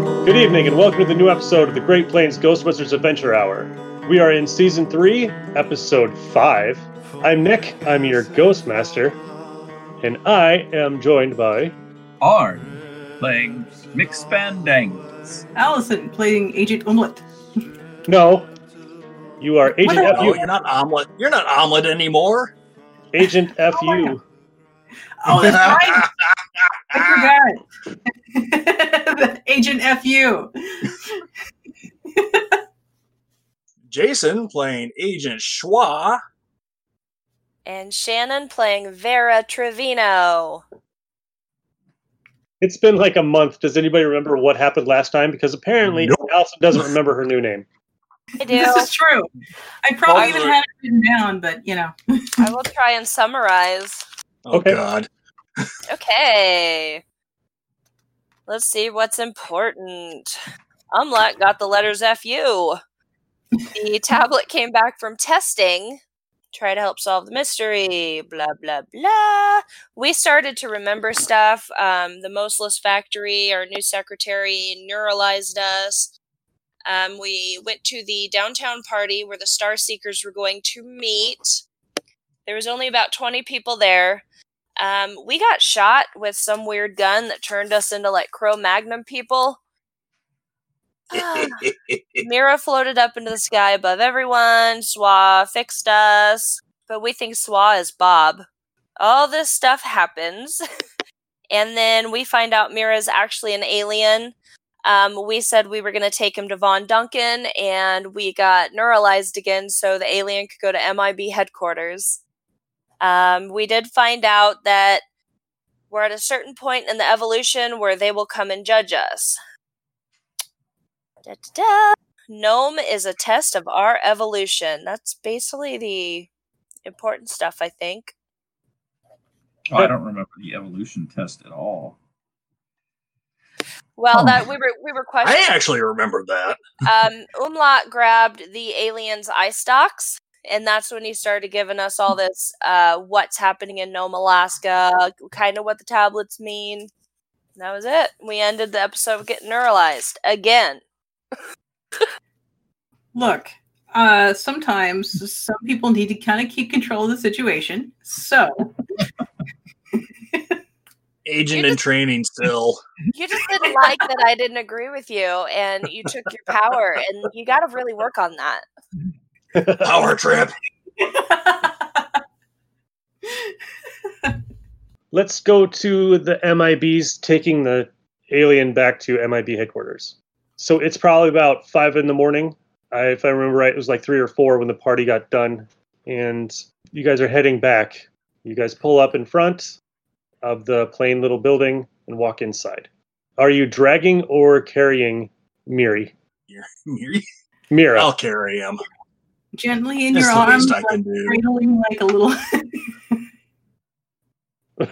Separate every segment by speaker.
Speaker 1: morning, and welcome to the new episode of the Great Plains Ghostbusters Adventure Hour. We are in season three, episode five. I'm Nick, I'm your ghost master, and I am joined by
Speaker 2: Arn playing Mix Fandangles.
Speaker 3: Allison playing Agent Omelette.
Speaker 1: No. You are Agent
Speaker 3: What?
Speaker 2: Oh,
Speaker 1: FU.
Speaker 2: you're not omelet. You're not omelet anymore.
Speaker 1: Agent
Speaker 3: Oh,
Speaker 1: FU.
Speaker 3: Oh, that's right. I forgot. Agent FU.
Speaker 2: Jason playing Agent Schwa.
Speaker 4: And Shannon playing Vera Trevino.
Speaker 1: It's been like a month. Does anybody remember what happened last time? Because apparently
Speaker 2: Nope.
Speaker 1: Allison doesn't remember her new name.
Speaker 4: I do.
Speaker 3: This is true. I probably
Speaker 2: Well,
Speaker 3: even
Speaker 2: look.
Speaker 3: had it written down, but you know.
Speaker 4: I will try and summarize.
Speaker 2: Oh
Speaker 1: Okay.
Speaker 2: God.
Speaker 4: Okay. Let's see what's important. Umlaut got the letters FU. The tablet came back from testing. Try to help solve the mystery. Blah, blah, blah. We started to remember stuff. Um, the Mostless Factory, our new secretary, neuralized us. Um, we went to the downtown party where the Star Seekers were going to meet. There was only about 20 people there. Um, we got shot with some weird gun that turned us into like Cro Magnum people. Ah. Mira floated up into the sky above everyone. Swa fixed us, but we think Swa is Bob. All this stuff happens, and then we find out Mira's actually an alien. Um, we said we were going to take him to Von Duncan, and we got neuralized again so the alien could go to MIB headquarters. Um, we did find out that we're at a certain point in the evolution where they will come and judge us. Da, da, da. Gnome is a test of our evolution. That's basically the important stuff, I think.
Speaker 5: Oh, I don't remember the evolution test at all.
Speaker 4: Well,
Speaker 5: Oh.
Speaker 4: that we were we were
Speaker 2: I
Speaker 4: questioning.
Speaker 2: actually remember that.
Speaker 4: um, Umlaut grabbed the alien's eye stalks, and that's when he started giving us all this uh, what's happening in Nome, Alaska, kind of what the tablets mean. And that was it. We ended the episode getting neuralized again.
Speaker 3: Look, uh, sometimes some people need to kind of keep control of the situation. So
Speaker 2: Agent
Speaker 4: You
Speaker 2: in training still.
Speaker 4: You just didn't like that I didn't agree with you, and you took your power, and you got to really work on that.
Speaker 2: Power trip.
Speaker 1: Let's go to the MIBs taking the alien back to MIB headquarters. So it's probably about five in the morning. I, if I remember right, it was like three or four when the party got done. And you guys are heading back. You guys pull up in front of the plain little building and walk inside. Are you dragging or carrying Miri? Mira.
Speaker 2: I'll carry him.
Speaker 3: gently in
Speaker 2: That's
Speaker 3: your
Speaker 2: the
Speaker 3: arms,
Speaker 2: least I
Speaker 3: like
Speaker 2: can do.
Speaker 3: cradling like a little.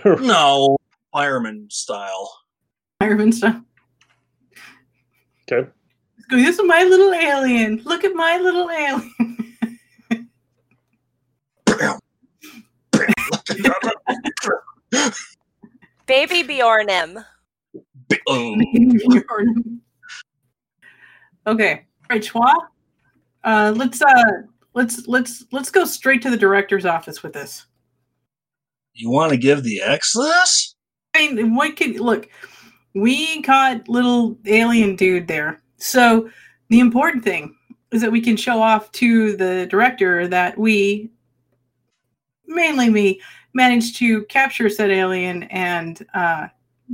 Speaker 2: Oh. No, fireman style.
Speaker 3: fireman stuff.
Speaker 1: Okay.
Speaker 3: Go, this is my little alien. Look at my little alien.
Speaker 2: Bam. Bam.
Speaker 4: Baby Bjornim.
Speaker 2: Boom.
Speaker 3: okay. All right, Chua. Uh, let's uh let's let's let's go straight to the director's office with this.
Speaker 2: You want to give the X this?
Speaker 3: I mean, what can look? We caught little alien dude there. So the important thing is that we can show off to the director that we, mainly me, managed to capture said alien and uh,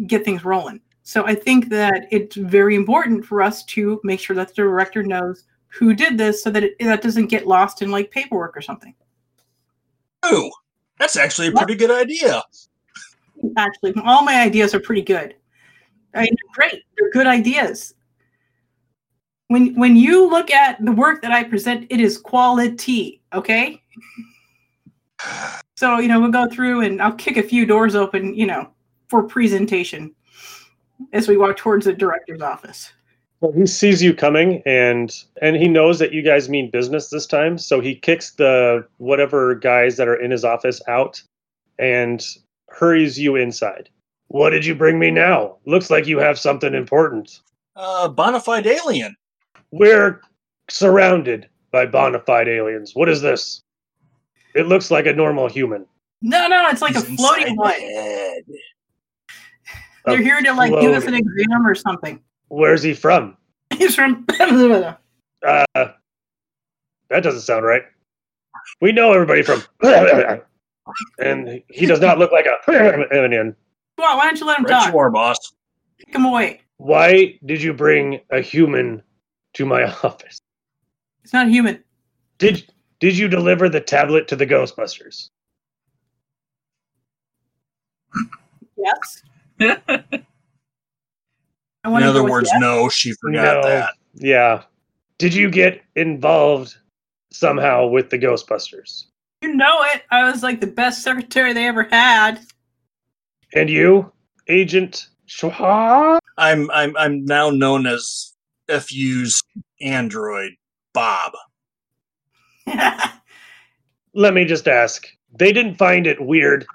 Speaker 3: get things rolling. So I think that it's very important for us to make sure that the director knows who did this, so that it, that doesn't get lost in like paperwork or something.
Speaker 2: Ooh, that's actually a pretty good idea.
Speaker 3: actually all my ideas are pretty good i mean they're great they're good ideas when when you look at the work that i present it is quality okay so you know we'll go through and i'll kick a few doors open you know for presentation as we walk towards the director's office
Speaker 1: Well, he sees you coming, and and he knows that you guys mean business this time. So he kicks the whatever guys that are in his office out, and hurries you inside. What did you bring me now? Looks like you have something important.
Speaker 2: Uh, bonafide alien.
Speaker 1: We're surrounded by bona fide aliens. What is this? It looks like a normal human.
Speaker 3: No, no, it's like a
Speaker 2: He's inside
Speaker 3: floating one.
Speaker 2: my head.
Speaker 1: A
Speaker 3: They're here to like give us an
Speaker 1: floating-
Speaker 3: exam or something.
Speaker 1: Where's he from?
Speaker 3: He's from.
Speaker 1: Uh, that doesn't sound right. We know everybody from, and he does not look like a alien.
Speaker 3: Well, why don't you let him
Speaker 2: Right
Speaker 3: talk?
Speaker 2: you are, boss.
Speaker 3: Take him away.
Speaker 1: Why did you bring a human to my office?
Speaker 3: It's not human.
Speaker 1: Did did you deliver the tablet to the Ghostbusters?
Speaker 3: Yes. I
Speaker 2: In
Speaker 3: wanna
Speaker 2: other
Speaker 3: go with
Speaker 2: words,
Speaker 3: yes.
Speaker 2: no, she forgot
Speaker 1: No.
Speaker 2: that.
Speaker 1: Yeah. Did you get involved somehow with the Ghostbusters?
Speaker 3: you know it. I was like the best secretary they ever had.
Speaker 1: And you, Agent Schwa?
Speaker 2: I'm I'm I'm now known as FU's android Bob.
Speaker 1: Let me just ask. They didn't find it weird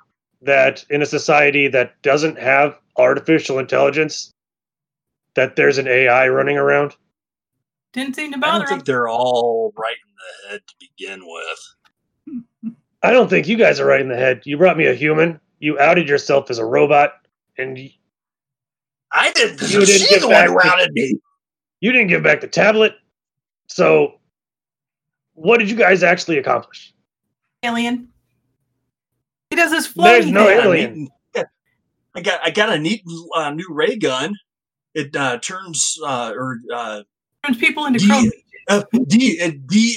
Speaker 1: that in a society that doesn't have artificial intelligence that there's an AI running around?
Speaker 3: Didn't seem to
Speaker 2: I
Speaker 3: bother
Speaker 2: don't think
Speaker 3: him.
Speaker 2: they're all right in the head to begin with.
Speaker 1: I don't think you guys are right in the head. You brought me a human. You outed yourself as a robot and y-
Speaker 2: I didn't.
Speaker 1: You didn't
Speaker 2: she's
Speaker 1: get
Speaker 2: the one
Speaker 1: back
Speaker 2: who
Speaker 1: to-
Speaker 2: routed me.
Speaker 1: you didn't give back the tablet. So what did you guys actually accomplish?
Speaker 3: Alien. He does this
Speaker 1: There's
Speaker 3: floating
Speaker 1: no
Speaker 3: thing.
Speaker 2: I
Speaker 1: alien.
Speaker 2: mean, yeah. I got I got a neat uh, new ray gun. It uh, turns uh, or uh,
Speaker 3: turns people into
Speaker 2: Do
Speaker 3: crow.
Speaker 2: you- uh, de it de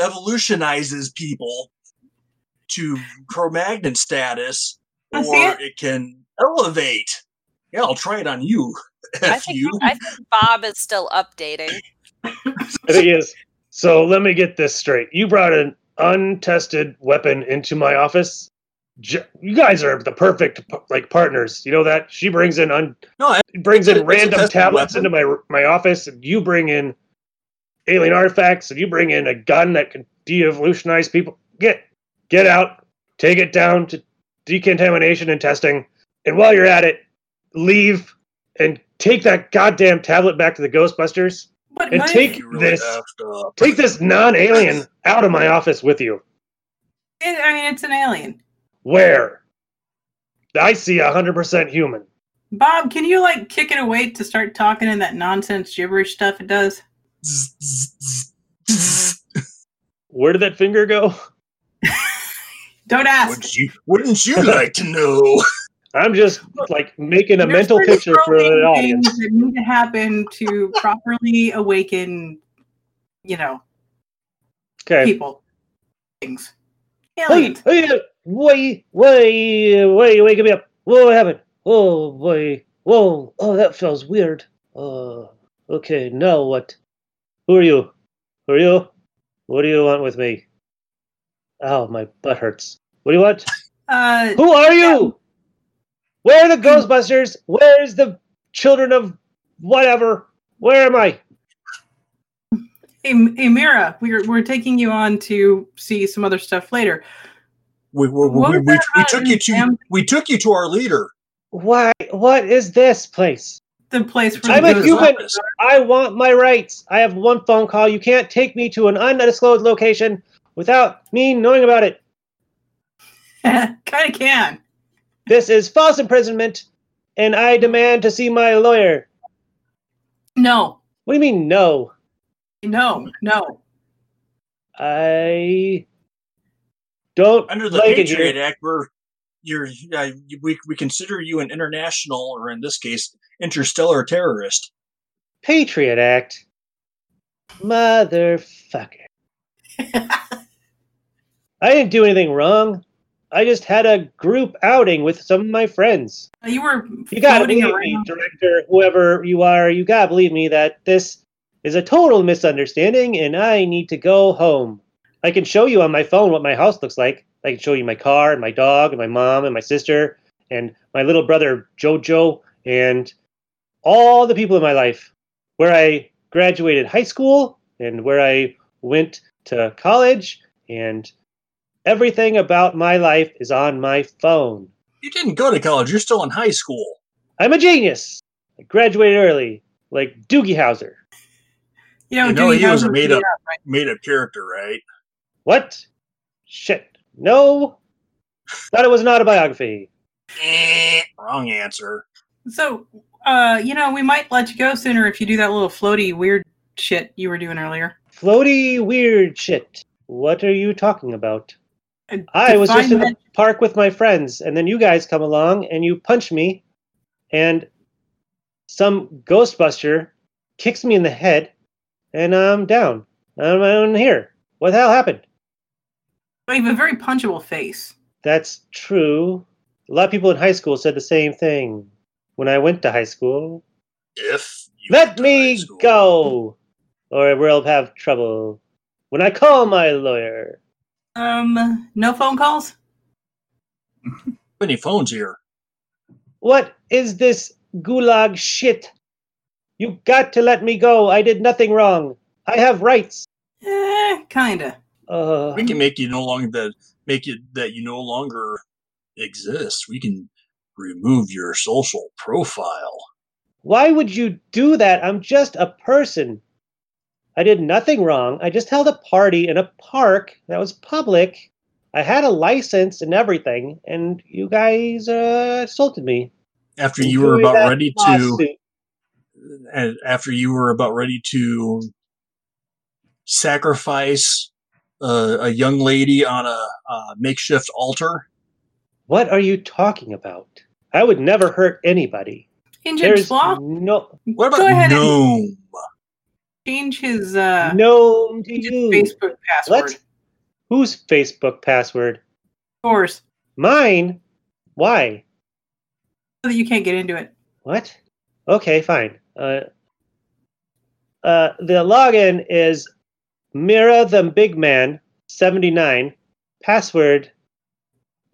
Speaker 2: evolutionizes people to Cro-Magnon status,
Speaker 3: I see
Speaker 2: or
Speaker 3: it.
Speaker 2: it can elevate. Yeah, I'll try it on you.
Speaker 4: I
Speaker 2: F
Speaker 4: think,
Speaker 2: you.
Speaker 4: I think Bob is still updating.
Speaker 1: I think it is. So let me get this straight. You brought an untested weapon into my office. J- You guys are the perfect p- like partners. You know that she brings in un-
Speaker 2: No, I-
Speaker 1: brings
Speaker 2: it's
Speaker 1: in
Speaker 2: a- it's a
Speaker 1: random
Speaker 2: tested
Speaker 1: tablets
Speaker 2: weapon.
Speaker 1: into my my office, and you bring in alien artifacts, and you bring in a gun that can de-evolutionize people. Get get out, take it down to decontamination and testing, and while you're at it, leave and take that goddamn tablet back to the Ghostbusters.
Speaker 3: But
Speaker 1: and
Speaker 3: what if-
Speaker 1: take-
Speaker 2: You really
Speaker 1: this.
Speaker 2: effed up.
Speaker 1: Take this non alien out of my office with you.
Speaker 3: it- I mean, it's an alien.
Speaker 1: Where? I see 100% human.
Speaker 3: Bob, can you like kick it away to start talking in that nonsense gibberish stuff it does?
Speaker 2: Zzz, zzz, zzz, zzz.
Speaker 1: Where did that finger go?
Speaker 3: Don't ask.
Speaker 2: Wouldn't you? Wouldn't you like to know?
Speaker 1: I'm just like making a
Speaker 3: There's
Speaker 1: mental
Speaker 3: certain
Speaker 1: picture for the
Speaker 3: programming
Speaker 1: audience.
Speaker 3: things that need to happen to properly awaken, you know,
Speaker 1: Okay.
Speaker 3: people. Things.
Speaker 1: Hey,
Speaker 3: Aliens.
Speaker 1: hey, wait, wait, wait, wake me up. Whoa, what happened? Whoa, boy. Whoa, oh, that feels weird. Uh, okay, now what? Who are you? Who are you? What do you want with me? Ow, my butt hurts. What do you want?
Speaker 3: Uh,
Speaker 1: Who are you? Where are the
Speaker 2: Hmm.
Speaker 1: Ghostbusters? Where's the children of whatever? Where am I?
Speaker 3: hey, M- hey, Mira, we're, we're taking you on to see some other stuff later.
Speaker 2: We we, we,
Speaker 3: What
Speaker 2: we,
Speaker 3: was
Speaker 2: we,
Speaker 3: that
Speaker 2: we
Speaker 3: about
Speaker 2: took
Speaker 3: in
Speaker 2: you to
Speaker 3: Sam-
Speaker 2: we took you to our leader.
Speaker 1: Why? What is this place?
Speaker 3: The place where
Speaker 1: I'm
Speaker 3: the
Speaker 1: a
Speaker 3: ghost-
Speaker 1: human. I want my rights. I have one phone call. You can't take me to an undisclosed location without me knowing about it.
Speaker 3: kind of can.
Speaker 1: This is false imprisonment, and I demand to see my lawyer.
Speaker 3: No,
Speaker 1: What do you mean, no?
Speaker 3: no, no.
Speaker 1: I don't
Speaker 2: Under the
Speaker 1: like it here.
Speaker 2: Patriot Act, we're you're uh, we we consider you an international, or in this case, interstellar terrorist.
Speaker 1: Patriot Act. Motherfucker. I didn't do anything wrong. I just had a group outing with some of my friends.
Speaker 3: You were
Speaker 1: You gotta
Speaker 3: floating
Speaker 1: believe me,
Speaker 3: around.
Speaker 1: director, whoever you are, you gotta believe me that this is a total misunderstanding and I need to go home. I can show you on my phone what my house looks like. I can show you my car and my dog and my mom and my sister and my little brother Jojo and all the people in my life where I graduated high school and where I went to college and everything about my life is on my phone.
Speaker 2: You didn't go to college. You're still in high school.
Speaker 1: I'm a genius. I graduated early. like Doogie Howser.
Speaker 3: You know,
Speaker 2: You know
Speaker 3: Doogie
Speaker 2: he was a
Speaker 3: Howser-
Speaker 2: made up made up character, right?
Speaker 1: What? Shit. No. Thought it was an autobiography.
Speaker 2: Eh, Wrong answer.
Speaker 3: So, uh, you know, we might let you go sooner if you do that little floaty weird shit you were doing earlier.
Speaker 1: Floaty weird shit. What are you talking about?
Speaker 3: Uh,
Speaker 1: I was
Speaker 3: define
Speaker 1: just in the
Speaker 3: that-
Speaker 1: park with my friends, and then you guys come along and you punch me, and some Ghostbuster kicks me in the head, and I'm down. I'm, I'm here. What the hell happened?
Speaker 3: I have a very punchable face.
Speaker 1: That's true. A lot of people in high school said the same thing when I went to high school.
Speaker 2: If you went
Speaker 1: Let
Speaker 2: to high
Speaker 1: me
Speaker 2: school-
Speaker 1: go, or we'll have trouble. When I call my lawyer,
Speaker 3: Um, no phone calls.
Speaker 2: Any phones here?
Speaker 1: what is this gulag shit? You got to let me go. I did nothing wrong. I have rights.
Speaker 3: Eh, kinda.
Speaker 1: Uh,
Speaker 2: We can make you no longer that make it that you no longer exist. We can remove your social profile.
Speaker 1: why would you do that? I'm just a person. I did nothing wrong. I just held a party in a park that was public. I had a license and everything, and you guys uh, assaulted me.
Speaker 2: After you were
Speaker 1: Doing
Speaker 2: about
Speaker 1: that
Speaker 2: ready to
Speaker 1: lawsuit.
Speaker 2: and after you were about ready to sacrifice uh, a young lady on a, uh makeshift altar.
Speaker 1: What are you talking about? I would never hurt anybody.
Speaker 3: Injured
Speaker 1: There's
Speaker 3: sloth.
Speaker 1: no
Speaker 2: What
Speaker 3: Go
Speaker 2: about
Speaker 3: ahead and-
Speaker 2: gnome?
Speaker 3: Change his uh,
Speaker 1: known to
Speaker 3: change his
Speaker 1: you.
Speaker 3: Facebook password.
Speaker 1: What? Whose Facebook password?
Speaker 3: Of course,
Speaker 1: Mine? Why?
Speaker 3: so that you can't get into it.
Speaker 1: What? Okay, fine. Uh, uh, the login is Mira the Big Man 79. Password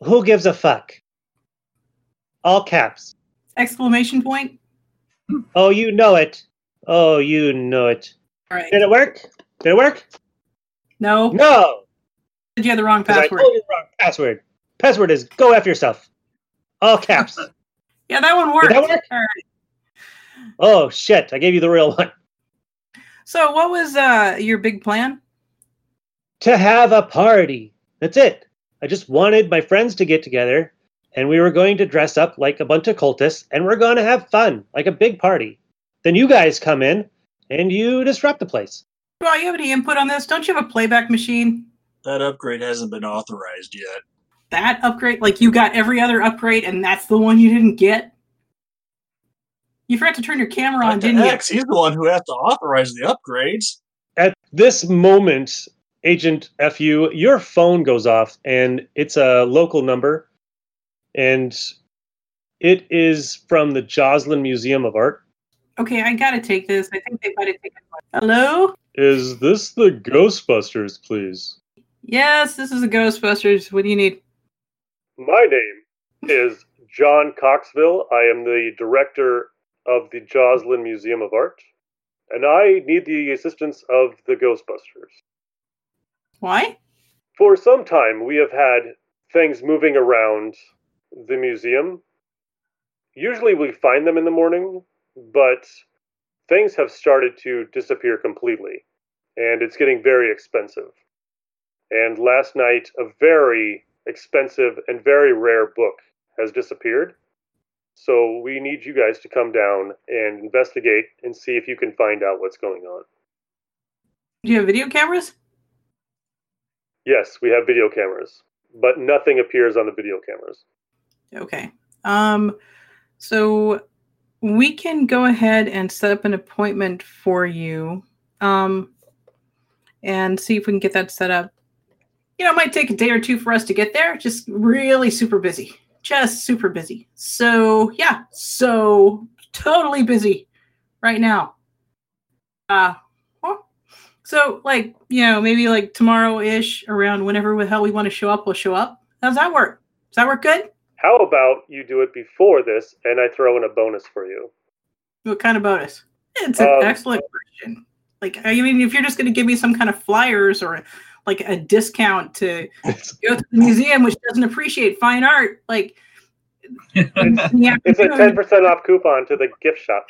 Speaker 1: Who gives a fuck? All caps.
Speaker 3: Exclamation point.
Speaker 1: Oh, you know it. Oh, you know it.
Speaker 3: All right.
Speaker 1: Did it work? Did it work?
Speaker 3: No,
Speaker 1: No!
Speaker 3: you had the wrong
Speaker 1: 'Cause I Oh.
Speaker 3: password.
Speaker 1: told you the wrong password. Password is go after yourself. All caps.
Speaker 3: Yeah, that one worked.
Speaker 1: that work?
Speaker 3: All right.
Speaker 1: oh shit! I gave you the real one.
Speaker 3: So, what was uh your big plan?
Speaker 1: To have a party. That's it. I just wanted my friends to get together, and we were going to dress up like a bunch of cultists, and we're going to have fun, like a big party. Then you guys come in, and you disrupt the place.
Speaker 3: Well, you have any input on this? Don't you have a playback machine?
Speaker 2: That upgrade hasn't been authorized yet.
Speaker 3: That upgrade, like you got every other upgrade, and that's the one you didn't get. You forgot to turn your camera on,
Speaker 2: What the
Speaker 3: didn't you?
Speaker 2: heck? He's the one who has to authorize the upgrades.
Speaker 1: At this moment, Agent FU, your phone goes off and it's a local number. And it is from the Joslin Museum of Art.
Speaker 3: Okay, I gotta take this. I think they might have taken. Hello.
Speaker 1: Is this the Ghostbusters, please?
Speaker 3: Yes, this is the Ghostbusters. What do you need?
Speaker 1: My name is John Coxville. I am the director of the Joslin Museum of Art. And I need the assistance of the Ghostbusters.
Speaker 3: Why?
Speaker 1: For some time, we have had things moving around the museum. Usually we find them in the morning, but things have started to disappear completely, and it's getting very expensive. And last night, a very expensive and very rare book has disappeared. So we need you guys to come down and investigate and see if you can find out what's going on.
Speaker 3: Do you have video cameras?
Speaker 1: Yes, we have video cameras, but nothing appears on the video cameras.
Speaker 3: Okay. Um, so we can go ahead and set up an appointment for you. Um, and see if we can get that set up. You know, it might take a day or two for us to get there. Just really super busy. Just super busy. So yeah, so totally busy right now. Uh well, so like, you know, maybe like tomorrow ish around whenever the hell we want to show up, we'll show up. How's that work? Does that work good?
Speaker 1: How about you do it before this and I throw in a bonus for you?
Speaker 3: What kind of bonus? It's an
Speaker 1: Um,
Speaker 3: excellent question. Like, I mean, if you're just going to give me some kind of flyers or like a discount to go to the museum, which doesn't appreciate fine art, like,
Speaker 1: It's a 10% off coupon to the gift shop.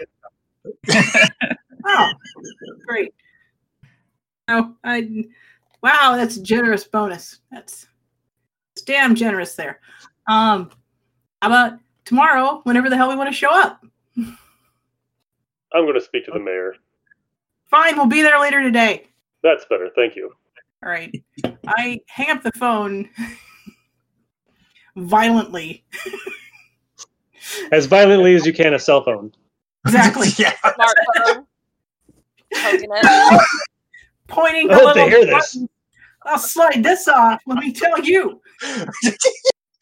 Speaker 3: Oh, great. No, I. Wow, that's a generous bonus. That's, that's damn generous there. Um, how about tomorrow, whenever the hell we want to show up?
Speaker 1: I'm going to speak to the mayor.
Speaker 3: Fine, we'll be there later today.
Speaker 1: That's better. Thank you.
Speaker 3: All right. I hang up the phone violently.
Speaker 1: As violently as you can a cell phone.
Speaker 3: Exactly.
Speaker 2: yeah.
Speaker 4: Smartphone. Poking it.
Speaker 3: Pointing
Speaker 1: I
Speaker 3: the
Speaker 1: hope they
Speaker 3: little
Speaker 1: hear this.
Speaker 3: button. I'll slide this off. Let me tell you.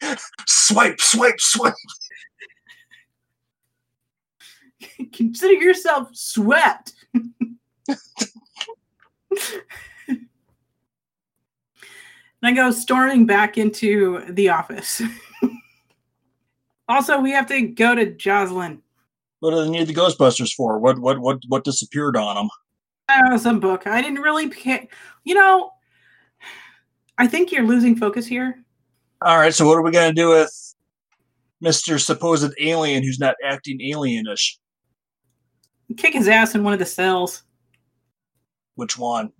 Speaker 2: swipe, swipe, swipe.
Speaker 3: Consider yourself swept. and I go storming back into the office. also, we have to go to Jocelyn.
Speaker 2: What do they need the Ghostbusters for? What what what what disappeared on them?
Speaker 3: I don't know, some book. I didn't really pick. You know, I think you're losing focus here.
Speaker 2: All right, so what are we gonna do with Mister supposed alien who's not acting alienish?
Speaker 3: Kick his ass in one of the cells.
Speaker 2: Which one?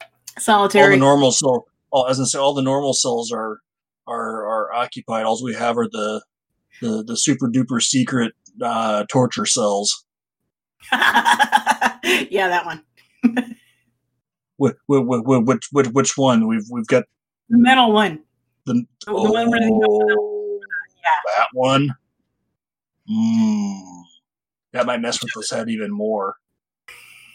Speaker 2: All
Speaker 3: Solitary.
Speaker 2: the normal so all as I say, all the normal cells are are are occupied. All we have are the the, the super duper secret uh, torture cells.
Speaker 3: yeah, that one.
Speaker 2: Which, which which which one? We've we've got
Speaker 3: The metal one.
Speaker 2: the
Speaker 3: The, the one where they go-
Speaker 2: Oh,
Speaker 3: Yeah.
Speaker 2: that one. Mm. That might mess with his head even more.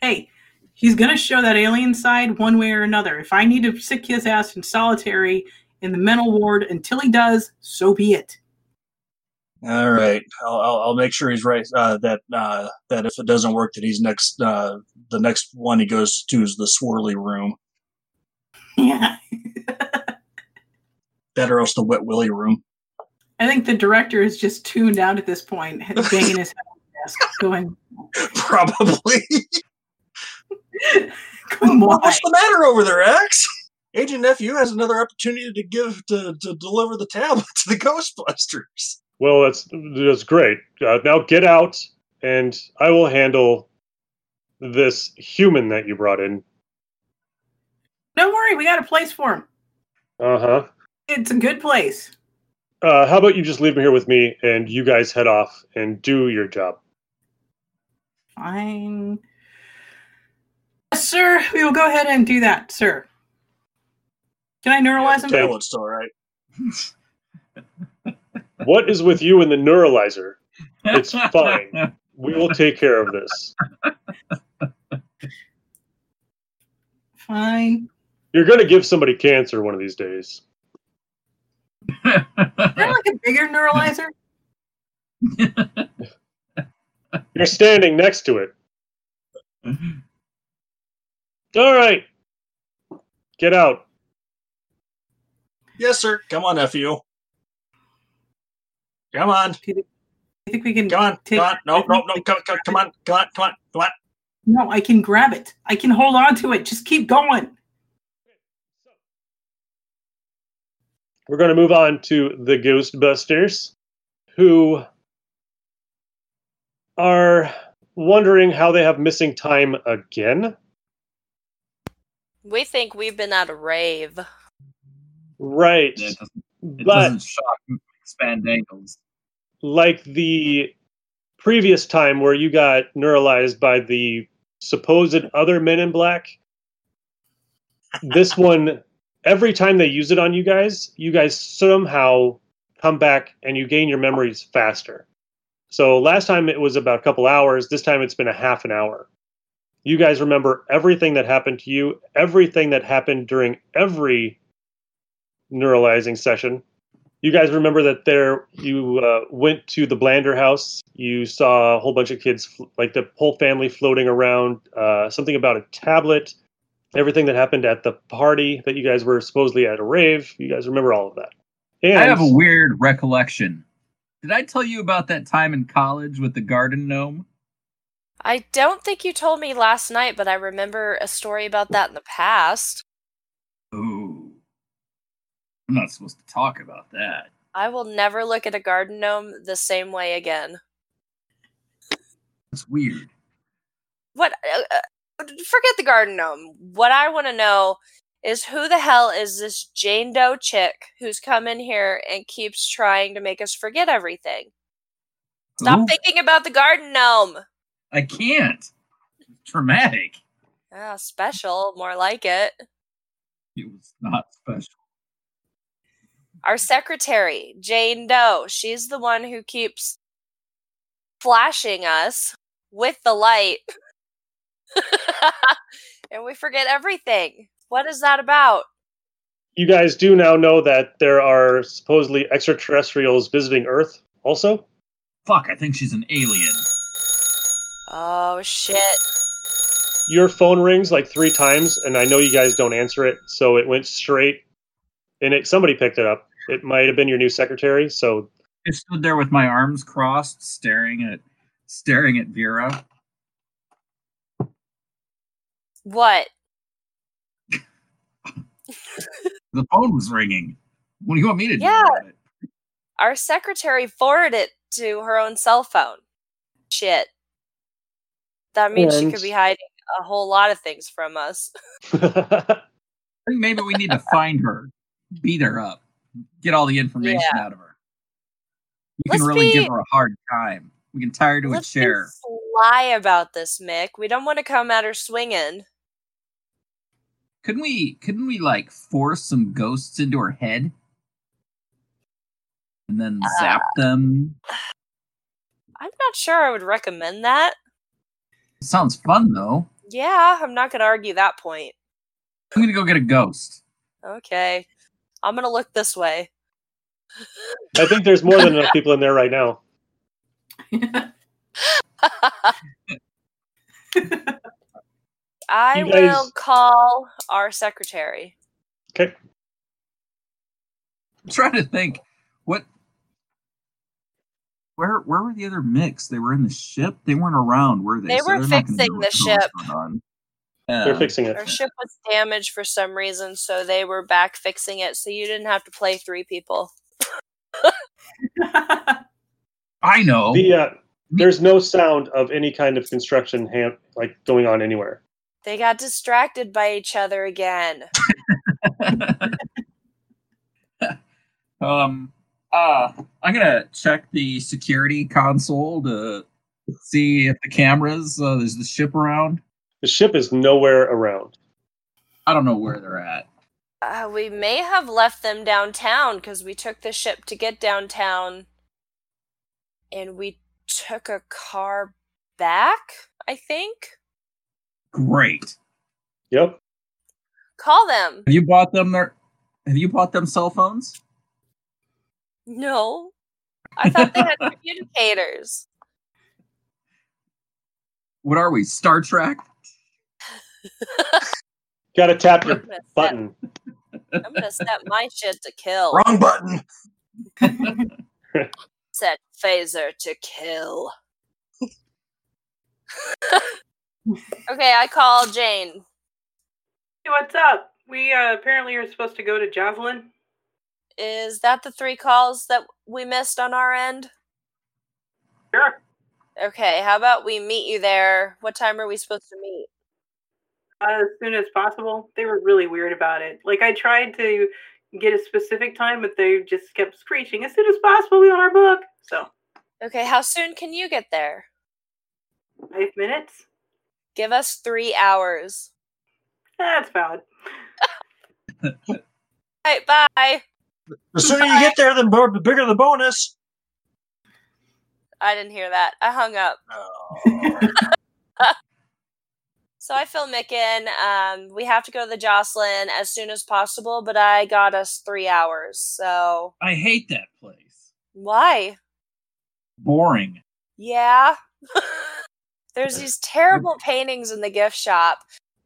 Speaker 3: hey, he's gonna show that alien side one way or another. If I need to sick his ass in solitary in the mental ward until he does, so be it.
Speaker 2: All right, I'll, I'll, I'll make sure he's right. Uh, that uh, that if it doesn't work, that he's next. Uh, the next one he goes to is the swirly room.
Speaker 3: Yeah.
Speaker 2: That or else the wet willy room.
Speaker 3: I think the director is just tuned out at this point, banging his head on the desk, going,
Speaker 2: Probably.
Speaker 3: "Come on."
Speaker 2: What's the matter over there, X? Agent Nephew has another opportunity to give to, to deliver the tablet to the Ghostbusters.
Speaker 1: Well, that's that's great. Uh, now get out, and I will handle this human that you brought in.
Speaker 3: Don't worry, we got a place for him.
Speaker 1: Uh huh.
Speaker 3: It's a good place.
Speaker 1: Uh, how about you just leave him here with me, and you guys head off and do your job.
Speaker 3: Fine. Yes, sir. We will go ahead and do that, sir. Can I neuralize him?
Speaker 2: Tablet's still right.
Speaker 1: What is with you and the neuralizer? It's fine. We will take care of this.
Speaker 3: Fine.
Speaker 1: You're going to give somebody cancer one of these days.
Speaker 3: Is there like a bigger neuralizer?
Speaker 1: You're standing next to it. All right. Get out.
Speaker 2: Yes, sir. Come on, nephew. Come on.
Speaker 3: I think we can.
Speaker 2: Come on.
Speaker 3: Take-
Speaker 2: Come on. No, no, no. Come, come, come on. Come on. Come on. Come on.
Speaker 3: No, I can grab it. I can hold on to it. Just keep going.
Speaker 1: We're going to move on to the Ghostbusters, who are wondering how they have missing time again.
Speaker 4: We think we've been at a rave.
Speaker 1: Right.
Speaker 5: Yeah, it doesn't, it
Speaker 1: But
Speaker 5: doesn't shock and expand angles.
Speaker 1: like the previous time where you got neuralized by the supposed other men in black, this one, every time they use it on you guys, you guys somehow come back and you gain your memories faster. So last time it was about a couple hours, this time it's been a half an hour. You guys remember everything that happened to you, everything that happened during every neuralizing session you guys remember that there you uh, went to the blander house you saw a whole bunch of kids fl- like the whole family floating around uh, something about a tablet everything that happened at the party that you guys were supposedly at a rave you guys remember all of that and
Speaker 5: I have a weird recollection. Did I tell you about that time in college with the garden gnome?
Speaker 4: I don't think you told me last night, but I remember a story about that in the past.
Speaker 5: Ooh. I'm not supposed to talk about that.
Speaker 4: I will never look at a garden gnome the same way again.
Speaker 5: It's weird.
Speaker 4: What? Uh, uh, forget the garden gnome. What I want to know is who the hell is this Jane Doe chick who's come in here and keeps trying to make us forget everything? Stop
Speaker 5: Who?
Speaker 4: thinking about the garden gnome.
Speaker 5: I can't. Traumatic.
Speaker 4: Oh, special, more like it.
Speaker 5: It was not special.
Speaker 4: Our secretary, Jane Doe, she's the one who keeps flashing us with the light. and we forget everything. What is that about?
Speaker 1: You guys do now know that there are supposedly extraterrestrials visiting Earth also?
Speaker 5: Fuck, I think she's an alien.
Speaker 4: Oh, shit.
Speaker 1: Your phone rings like three times, and I know you guys don't answer it, so it went straight, and it somebody picked it up. It might have been your new secretary, so
Speaker 5: I stood there with my arms crossed, staring at staring at Vera.
Speaker 4: What?
Speaker 5: The phone was ringing. What do you want me to do?
Speaker 4: Yeah.
Speaker 5: about it?
Speaker 4: Our secretary forwarded it to her own cell phone. Shit. That means she
Speaker 1: And-
Speaker 4: could be hiding a whole lot of things from us.
Speaker 1: you
Speaker 5: I think maybe we need to find her, beat her up, get all the information out of her. You can
Speaker 4: Let's
Speaker 5: really give
Speaker 4: be-
Speaker 5: her a hard time. We can tie her to
Speaker 4: Let's
Speaker 5: a
Speaker 4: be
Speaker 5: chair.
Speaker 4: sly about this, Mick. We don't want to come at her swinging.
Speaker 5: Couldn't we? Couldn't we like force some ghosts into her head, and then
Speaker 4: Uh.
Speaker 5: zap them?
Speaker 4: I'm not sure I would recommend that.
Speaker 5: sounds fun though.
Speaker 4: Yeah, I'm not going to argue that point.
Speaker 5: I'm gonna go get a ghost.
Speaker 4: Okay. I'm going to look this way.
Speaker 1: I think there's more than enough people in there right now.
Speaker 4: I
Speaker 1: You
Speaker 4: will
Speaker 1: guys-
Speaker 4: call our secretary.
Speaker 5: I'm trying to think what. Where where were the other mix? They were in the ship. They weren't around, were they?
Speaker 4: They were
Speaker 5: they're not gonna be
Speaker 4: fixing
Speaker 5: able to
Speaker 4: the
Speaker 5: know what's
Speaker 4: ship.
Speaker 5: going on. Uh,
Speaker 1: They're
Speaker 5: Yeah.
Speaker 1: fixing it.
Speaker 4: Our ship was damaged for some reason, so they were back fixing it, so you didn't have to play three people.
Speaker 5: I know.
Speaker 1: The uh, there's no sound of any kind of construction hand, like going on anywhere.
Speaker 4: They got distracted by each other again.
Speaker 5: um uh i'm gonna check the security console to see if the cameras uh, there's the ship around
Speaker 1: The ship is nowhere around.
Speaker 5: i don't know where they're at
Speaker 4: Uh, we may have left them downtown because we took the ship to get downtown and we took a car back, I think.
Speaker 5: great
Speaker 1: Yep.
Speaker 4: Call them.
Speaker 5: have you bought them their have you bought them cell phones
Speaker 4: No. I thought they had communicators.
Speaker 5: what are we star trek
Speaker 1: Got to tap
Speaker 4: I'm
Speaker 1: your
Speaker 4: gonna, set,
Speaker 1: button.
Speaker 4: I'm gonna set my shit to kill.
Speaker 5: Oh.
Speaker 2: Wrong button.
Speaker 4: Set phaser to kill. okay, I call Jane.
Speaker 3: Hey, what's up? We uh, apparently are supposed to go to Javelin.
Speaker 4: Is that the three calls that we missed on our end?
Speaker 3: Sure.
Speaker 4: Okay, how about we meet you there? What time are we supposed to meet?
Speaker 3: Uh, as soon as possible. They were really weird about it. Like, I tried to get a specific time, but they just kept screeching, as soon as possible, we want our book. So,
Speaker 4: Okay, how soon can you get there?
Speaker 3: five minutes?
Speaker 4: Give us three hours.
Speaker 3: That's valid.
Speaker 4: All right, bye.
Speaker 2: The sooner you get there, the, more, the bigger the bonus.
Speaker 4: I didn't hear that. I hung up.
Speaker 2: Oh.
Speaker 4: So I fill Mick in. Um, we have to go to the Jocelyn as soon as possible, but I got us three hours. So
Speaker 5: i hate that place
Speaker 4: why?
Speaker 5: boring
Speaker 4: Yeah. There's these terrible paintings in the gift shop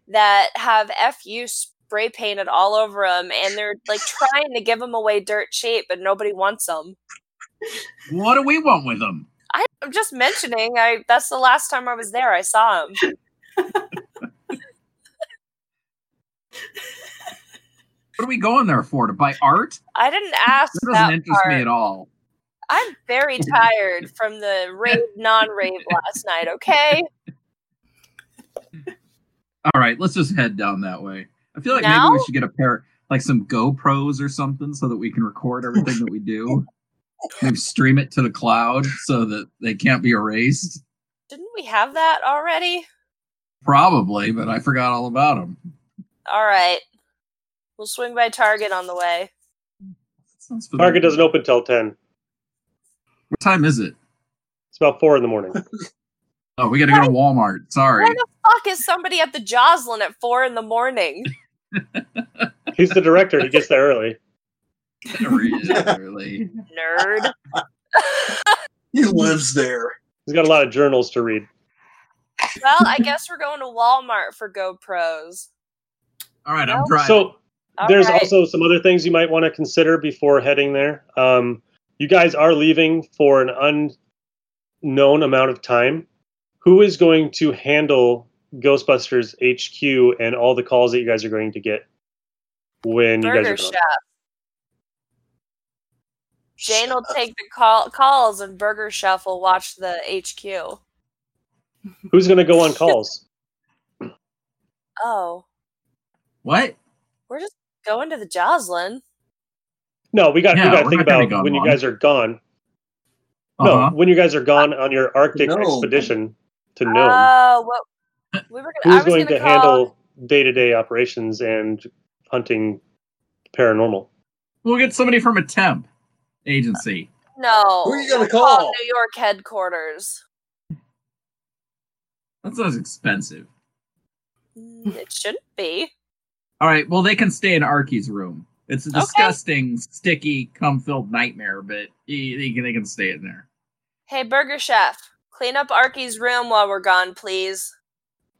Speaker 4: that have FU spray painted all over them, and they're like trying to give them away dirt cheap, but nobody wants them.
Speaker 5: what do we want with them
Speaker 4: I, I'm just mentioning. I that's the last time I was there. I saw them.
Speaker 5: what are we going there for to buy art
Speaker 4: I didn't ask
Speaker 5: that doesn't
Speaker 4: that
Speaker 5: interest
Speaker 4: part.
Speaker 5: me at all
Speaker 4: I'm very tired from the rave non rave last night, okay?
Speaker 5: All right, let's just head down that way. I feel like
Speaker 4: Now?
Speaker 5: maybe we should get a pair, like some GoPros or something, so that we can record everything that we do. Maybe stream it to the cloud so that they can't be erased.
Speaker 4: Didn't we have that already?
Speaker 5: Probably, but I forgot all about them.
Speaker 4: All right. We'll swing by Target on the way.
Speaker 5: Sounds familiar.
Speaker 1: Target doesn't open till 10.
Speaker 5: What time is it?
Speaker 1: It's about 4 in the morning.
Speaker 5: Oh, we got to go to Walmart. Sorry.
Speaker 4: Why the fuck is somebody at the Joslin at four in the morning?
Speaker 1: He's the director. He gets there early.
Speaker 5: Really?
Speaker 4: Nerd.
Speaker 2: He lives there.
Speaker 1: He's got a lot of journals to read.
Speaker 4: Well, I guess we're going to Walmart for GoPros.
Speaker 5: All right,
Speaker 4: Well,
Speaker 5: I'm driving.
Speaker 1: So
Speaker 4: All
Speaker 1: There's
Speaker 4: right.
Speaker 1: also some other things you might want to consider before heading there. Um, you guys are leaving for an unknown amount of time. Who is going to handle Ghostbusters HQ and all the calls that you guys are going to get when you guys
Speaker 4: Burger
Speaker 1: are
Speaker 4: Chef.
Speaker 1: gone?
Speaker 4: Jane will take the call- calls, and Burger Chef will watch the HQ.
Speaker 1: Who's going to go on calls?
Speaker 4: Oh,
Speaker 5: what?
Speaker 4: we're just going to the Joslin.
Speaker 1: No, we got.
Speaker 5: Yeah,
Speaker 1: we got to
Speaker 5: we're
Speaker 1: think
Speaker 5: not gonna
Speaker 1: about
Speaker 5: go
Speaker 1: when you
Speaker 5: on.
Speaker 1: guys are gone.
Speaker 5: Uh-huh.
Speaker 1: No, when you guys are gone on your Arctic
Speaker 2: No.
Speaker 1: expedition to Nome,
Speaker 4: Oh, what? We were gonna, I
Speaker 1: who's
Speaker 4: was
Speaker 1: going
Speaker 4: gonna
Speaker 1: to
Speaker 4: call,
Speaker 1: handle day-to-day operations and hunting paranormal?
Speaker 5: We'll get somebody from a temp agency.
Speaker 4: No.
Speaker 2: Who are you gonna
Speaker 4: we'll call
Speaker 2: call?
Speaker 4: New York headquarters.
Speaker 5: That sounds expensive.
Speaker 4: Mm, It shouldn't be.
Speaker 5: All right. Well, they can stay in Arky's room. It's a
Speaker 4: Okay.
Speaker 5: disgusting, sticky, cum-filled nightmare, but y- they can, they can stay in there.
Speaker 4: Hey, Burger Chef, clean up Arky's room while we're gone, please.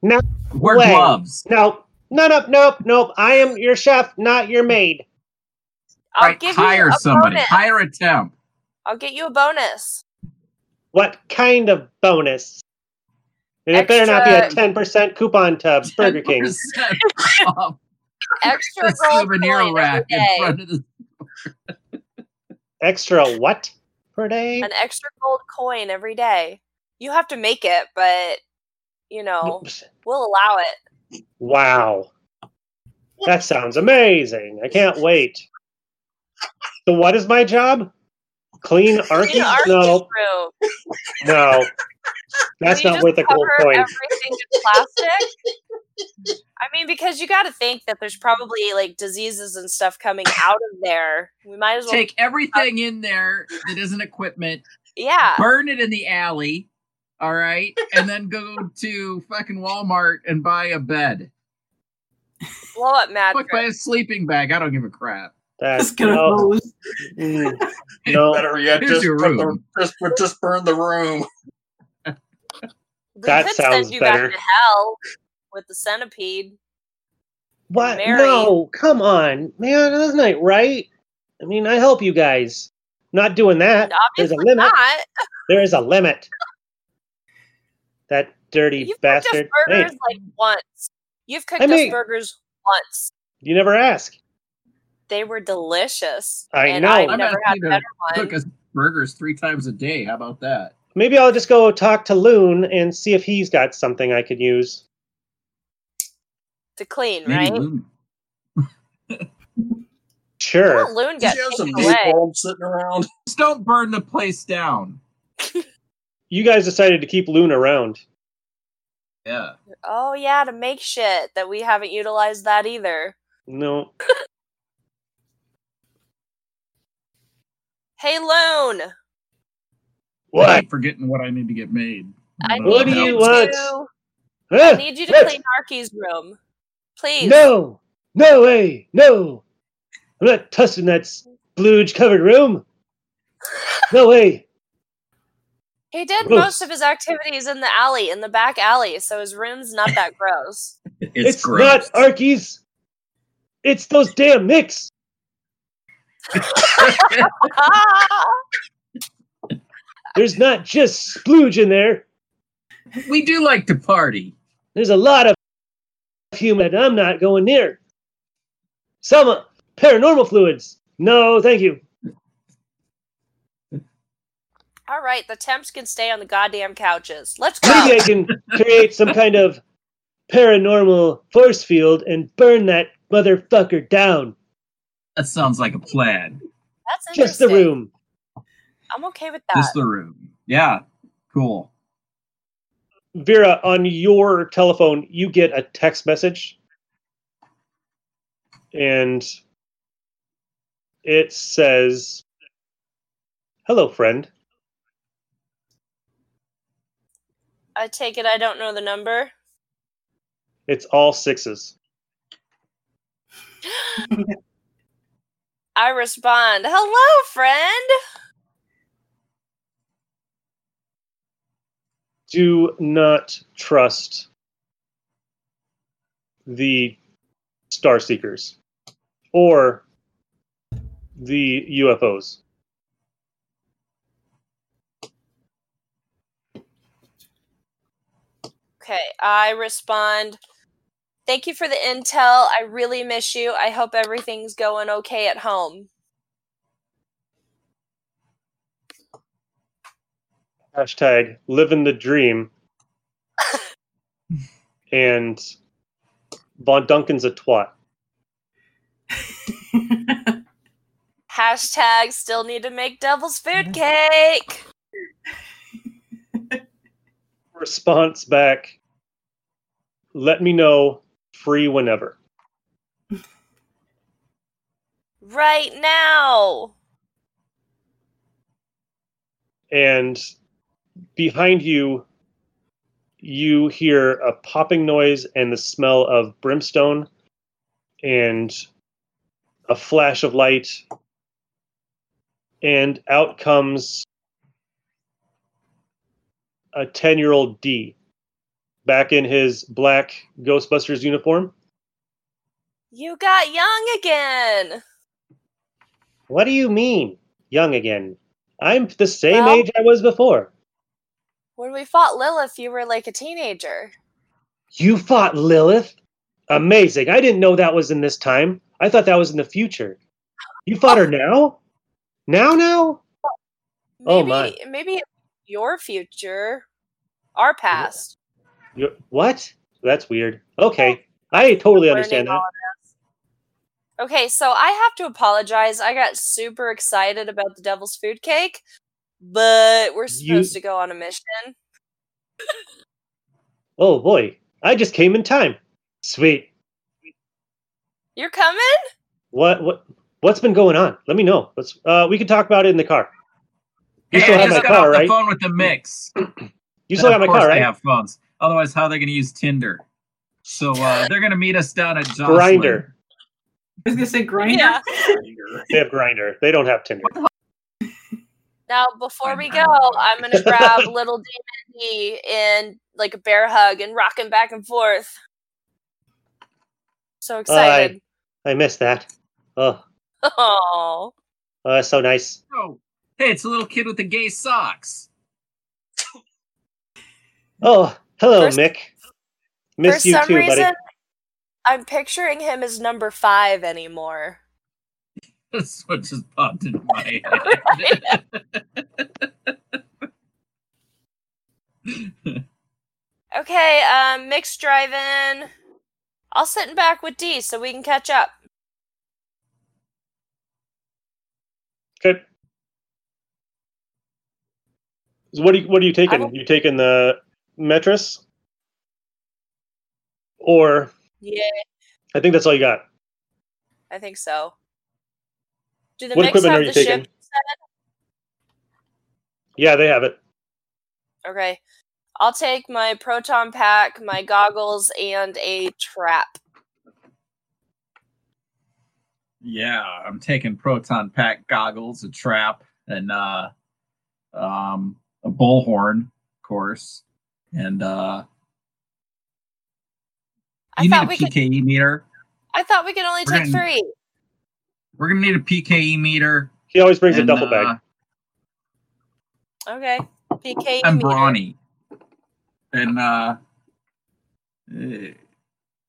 Speaker 5: Wear
Speaker 1: Wait.
Speaker 5: gloves.
Speaker 1: No, no, no, nope, nope. I am your chef, not your maid.
Speaker 4: I'll
Speaker 5: Right,
Speaker 4: give
Speaker 5: hire
Speaker 4: you a
Speaker 5: somebody.
Speaker 4: bonus.
Speaker 5: Hire a temp.
Speaker 4: I'll get you a bonus.
Speaker 1: What kind of bonus? And it better not be a
Speaker 4: Extra-
Speaker 1: ten percent coupon to Burger King.
Speaker 5: 10% off
Speaker 4: Extra
Speaker 5: the
Speaker 4: gold
Speaker 5: souvenir
Speaker 4: coin
Speaker 5: rack
Speaker 4: every
Speaker 5: in
Speaker 4: day.
Speaker 5: front of the.
Speaker 1: Extra what per day?
Speaker 4: An extra gold coin every day. You have to make it, but you know we'll allow it.
Speaker 1: Wow, that sounds amazing. I can't wait. So, what is my job? Clean Arky?
Speaker 4: Clean Arky's
Speaker 1: No,
Speaker 4: room.
Speaker 1: no, that's
Speaker 4: Will you
Speaker 1: not worth a
Speaker 4: just
Speaker 1: gold
Speaker 4: cover
Speaker 1: coin.
Speaker 4: Everything in plastic. I mean, because you got to think that there's probably like diseases and stuff coming out of there. We might as well,
Speaker 5: Take everything in there that isn't equipment,
Speaker 4: yeah.
Speaker 5: burn it in the alley, all right, and then go to fucking Walmart and buy a bed.
Speaker 4: blow up
Speaker 5: Fuck, buy
Speaker 4: mattress.
Speaker 5: a sleeping bag. I don't give a crap.
Speaker 1: That's
Speaker 3: Just gonna
Speaker 1: no,
Speaker 3: hose.
Speaker 1: mm, no,
Speaker 2: Better yet,
Speaker 5: Here's
Speaker 2: just
Speaker 5: your
Speaker 2: put the,
Speaker 5: room.
Speaker 2: just, put- just burn the room.
Speaker 4: They
Speaker 1: That
Speaker 4: could
Speaker 1: sounds
Speaker 4: send you
Speaker 1: better.
Speaker 4: back to hell with the centipede.
Speaker 1: What?
Speaker 4: Mary.
Speaker 1: No, come on, man. That's not right. I mean, I help you guys. Not doing that.
Speaker 4: And
Speaker 1: There's a
Speaker 4: obviously
Speaker 1: limit.
Speaker 4: not.
Speaker 1: There is a limit. That dirty
Speaker 4: You've
Speaker 1: bastard.
Speaker 4: cooked us burgers
Speaker 1: Hey,
Speaker 4: like once. You've cooked
Speaker 1: I mean-
Speaker 4: us burgers once.
Speaker 1: you never ask.
Speaker 4: They were delicious.
Speaker 1: I
Speaker 4: and
Speaker 1: know.
Speaker 4: I've
Speaker 5: I'm
Speaker 4: never had
Speaker 5: asking
Speaker 4: a
Speaker 5: to
Speaker 4: better one.
Speaker 5: Cook us burgers three times a day. How about that?
Speaker 1: Maybe I'll just go talk to Loon and see if he's got something I could use.
Speaker 4: to clean,
Speaker 5: Maybe
Speaker 4: right?
Speaker 5: Loon-
Speaker 1: Sure.
Speaker 4: Well, Loon
Speaker 2: Does
Speaker 4: got
Speaker 2: she have some
Speaker 4: taken away.
Speaker 2: napalm sitting around?
Speaker 5: Just don't burn the place down.
Speaker 1: You guys decided to keep Loon around.
Speaker 5: Yeah.
Speaker 4: Oh yeah, to make shit that we haven't utilized that either.
Speaker 1: No.
Speaker 4: Hey Loon,
Speaker 5: I
Speaker 1: What?
Speaker 5: keep forgetting what I need to get made. uh,
Speaker 4: I
Speaker 5: don't
Speaker 4: need
Speaker 1: What
Speaker 5: know
Speaker 1: do
Speaker 4: you
Speaker 1: you
Speaker 5: how-
Speaker 1: want?
Speaker 4: to. I
Speaker 1: Huh?
Speaker 4: need you to
Speaker 1: What?
Speaker 4: clean Arky's room, please.
Speaker 1: No. No way. No. I'm not touching that splooge covered room. No way.
Speaker 4: He did
Speaker 1: Gross.
Speaker 4: most of his activities in the alley, in the back alley, so his room's not that gross.
Speaker 1: It's, not Arkies. It's those damn Knicks.
Speaker 4: Ah!
Speaker 1: There's not just splooge in there.
Speaker 5: we do like to party.
Speaker 1: There's a lot of human that I'm not going near. Some uh, paranormal fluids. No, thank you.
Speaker 4: All right, the temps can stay on the goddamn couches. Let's
Speaker 1: Maybe
Speaker 4: go.
Speaker 1: I can create some kind of paranormal force field and burn that motherfucker down.
Speaker 5: That sounds like a plan.
Speaker 4: That's interesting.
Speaker 1: Just the room.
Speaker 4: I'm okay with that.
Speaker 5: Just the room. Yeah. Cool.
Speaker 1: Vera, on your telephone, you get a text message. And it says, Hello, friend.
Speaker 4: I take it I don't know the number.
Speaker 1: It's all sixes.
Speaker 4: I respond, "Hello, friend."
Speaker 1: Do not trust the Star Seekers or the UFOs.
Speaker 4: Okay, I respond, "Thank you for the intel. I really miss you. I hope everything's going okay at home."
Speaker 1: Hashtag living the dream. and Von Duncan's a twat.
Speaker 4: Hashtag still need to make devil's
Speaker 1: Mm-hmm.
Speaker 4: food cake.
Speaker 1: response back let me know free whenever
Speaker 4: Right now.
Speaker 1: and behind you you hear a popping noise and the smell of brimstone and a flash of light and out comes a 10 year old d back in his black ghostbusters uniform
Speaker 4: You got young again.
Speaker 1: What do you mean, young again? I'm the same
Speaker 4: Well-
Speaker 1: age I was before.
Speaker 4: When we fought Lilith, you were like a teenager.
Speaker 1: You fought Lilith? Amazing. I didn't know that was in this time. I thought that was in the future. You fought her now? Now, now?
Speaker 4: Maybe,
Speaker 1: Oh, my.
Speaker 4: Maybe it's your future, our past.
Speaker 1: you what? That's weird. Okay. I totally
Speaker 4: Learning
Speaker 1: understand that.
Speaker 4: all Okay, so I have to apologize. I got super excited about the Devil's Food Cake, but we're
Speaker 1: You-
Speaker 4: supposed to go on a mission.
Speaker 1: Oh, boy. I just came in time. Sweet.
Speaker 4: You're coming?
Speaker 1: What, what, what's been going on? Let me know. Let's, uh, we can talk about it in the car. You
Speaker 5: Hey,
Speaker 1: still
Speaker 5: I
Speaker 1: have
Speaker 5: just
Speaker 1: my
Speaker 5: got
Speaker 1: car,
Speaker 5: off the
Speaker 1: right?
Speaker 5: phone with the mix.
Speaker 1: You still
Speaker 5: of
Speaker 1: got my
Speaker 5: course
Speaker 1: car,
Speaker 5: They
Speaker 1: right?
Speaker 5: have phones. Otherwise, how are they going to use Tinder? So uh, they're going to meet us down at Jocelyn.
Speaker 1: Grinder.
Speaker 3: was gonna say grinder.
Speaker 4: Yeah.
Speaker 1: They have Grinder. They don't have Tinder.
Speaker 4: Now, before we
Speaker 5: I'm
Speaker 4: go,
Speaker 5: out.
Speaker 4: I'm going to grab little Damon in like a bear hug and rock him back and forth. So excited.
Speaker 1: I miss that. Oh,
Speaker 4: Oh.
Speaker 1: oh that's so nice.
Speaker 5: Oh, hey, it's a little kid with the gay socks.
Speaker 1: Oh, hello,
Speaker 4: First-
Speaker 1: Mick. Miss
Speaker 4: For
Speaker 1: you
Speaker 4: some
Speaker 1: too,
Speaker 4: reason,
Speaker 1: buddy.
Speaker 4: I'm picturing him as number five anymore.
Speaker 5: That's what just popped into my head.
Speaker 4: Okay, um, mixed driving. I'll sit in back with D so we can catch up.
Speaker 1: Okay. So what are you, what are you taking?
Speaker 4: will-
Speaker 1: You taking the Metris? Or
Speaker 4: Yeah,
Speaker 1: I think that's all you got.
Speaker 4: I think so. Do the
Speaker 1: What
Speaker 4: mix
Speaker 1: equipment
Speaker 4: have
Speaker 1: are you
Speaker 4: the
Speaker 1: taking?
Speaker 4: ship?
Speaker 1: Yeah, they have it.
Speaker 4: Okay. I'll take my proton pack, my goggles, and a trap.
Speaker 5: yeah, I'm taking proton pack goggles, a trap, and uh, um, a bullhorn, of course, and uh,
Speaker 4: I
Speaker 5: you need a
Speaker 4: thought we could.
Speaker 5: PKE meter.
Speaker 4: I thought we could only
Speaker 5: We're
Speaker 4: take
Speaker 5: gonna-
Speaker 4: three.
Speaker 5: We're gonna need a PKE meter.
Speaker 1: He always brings a
Speaker 5: and,
Speaker 1: duffel
Speaker 5: uh,
Speaker 1: bag.
Speaker 4: Okay. PK.
Speaker 5: I'm
Speaker 4: meter.
Speaker 5: brawny. And uh eh,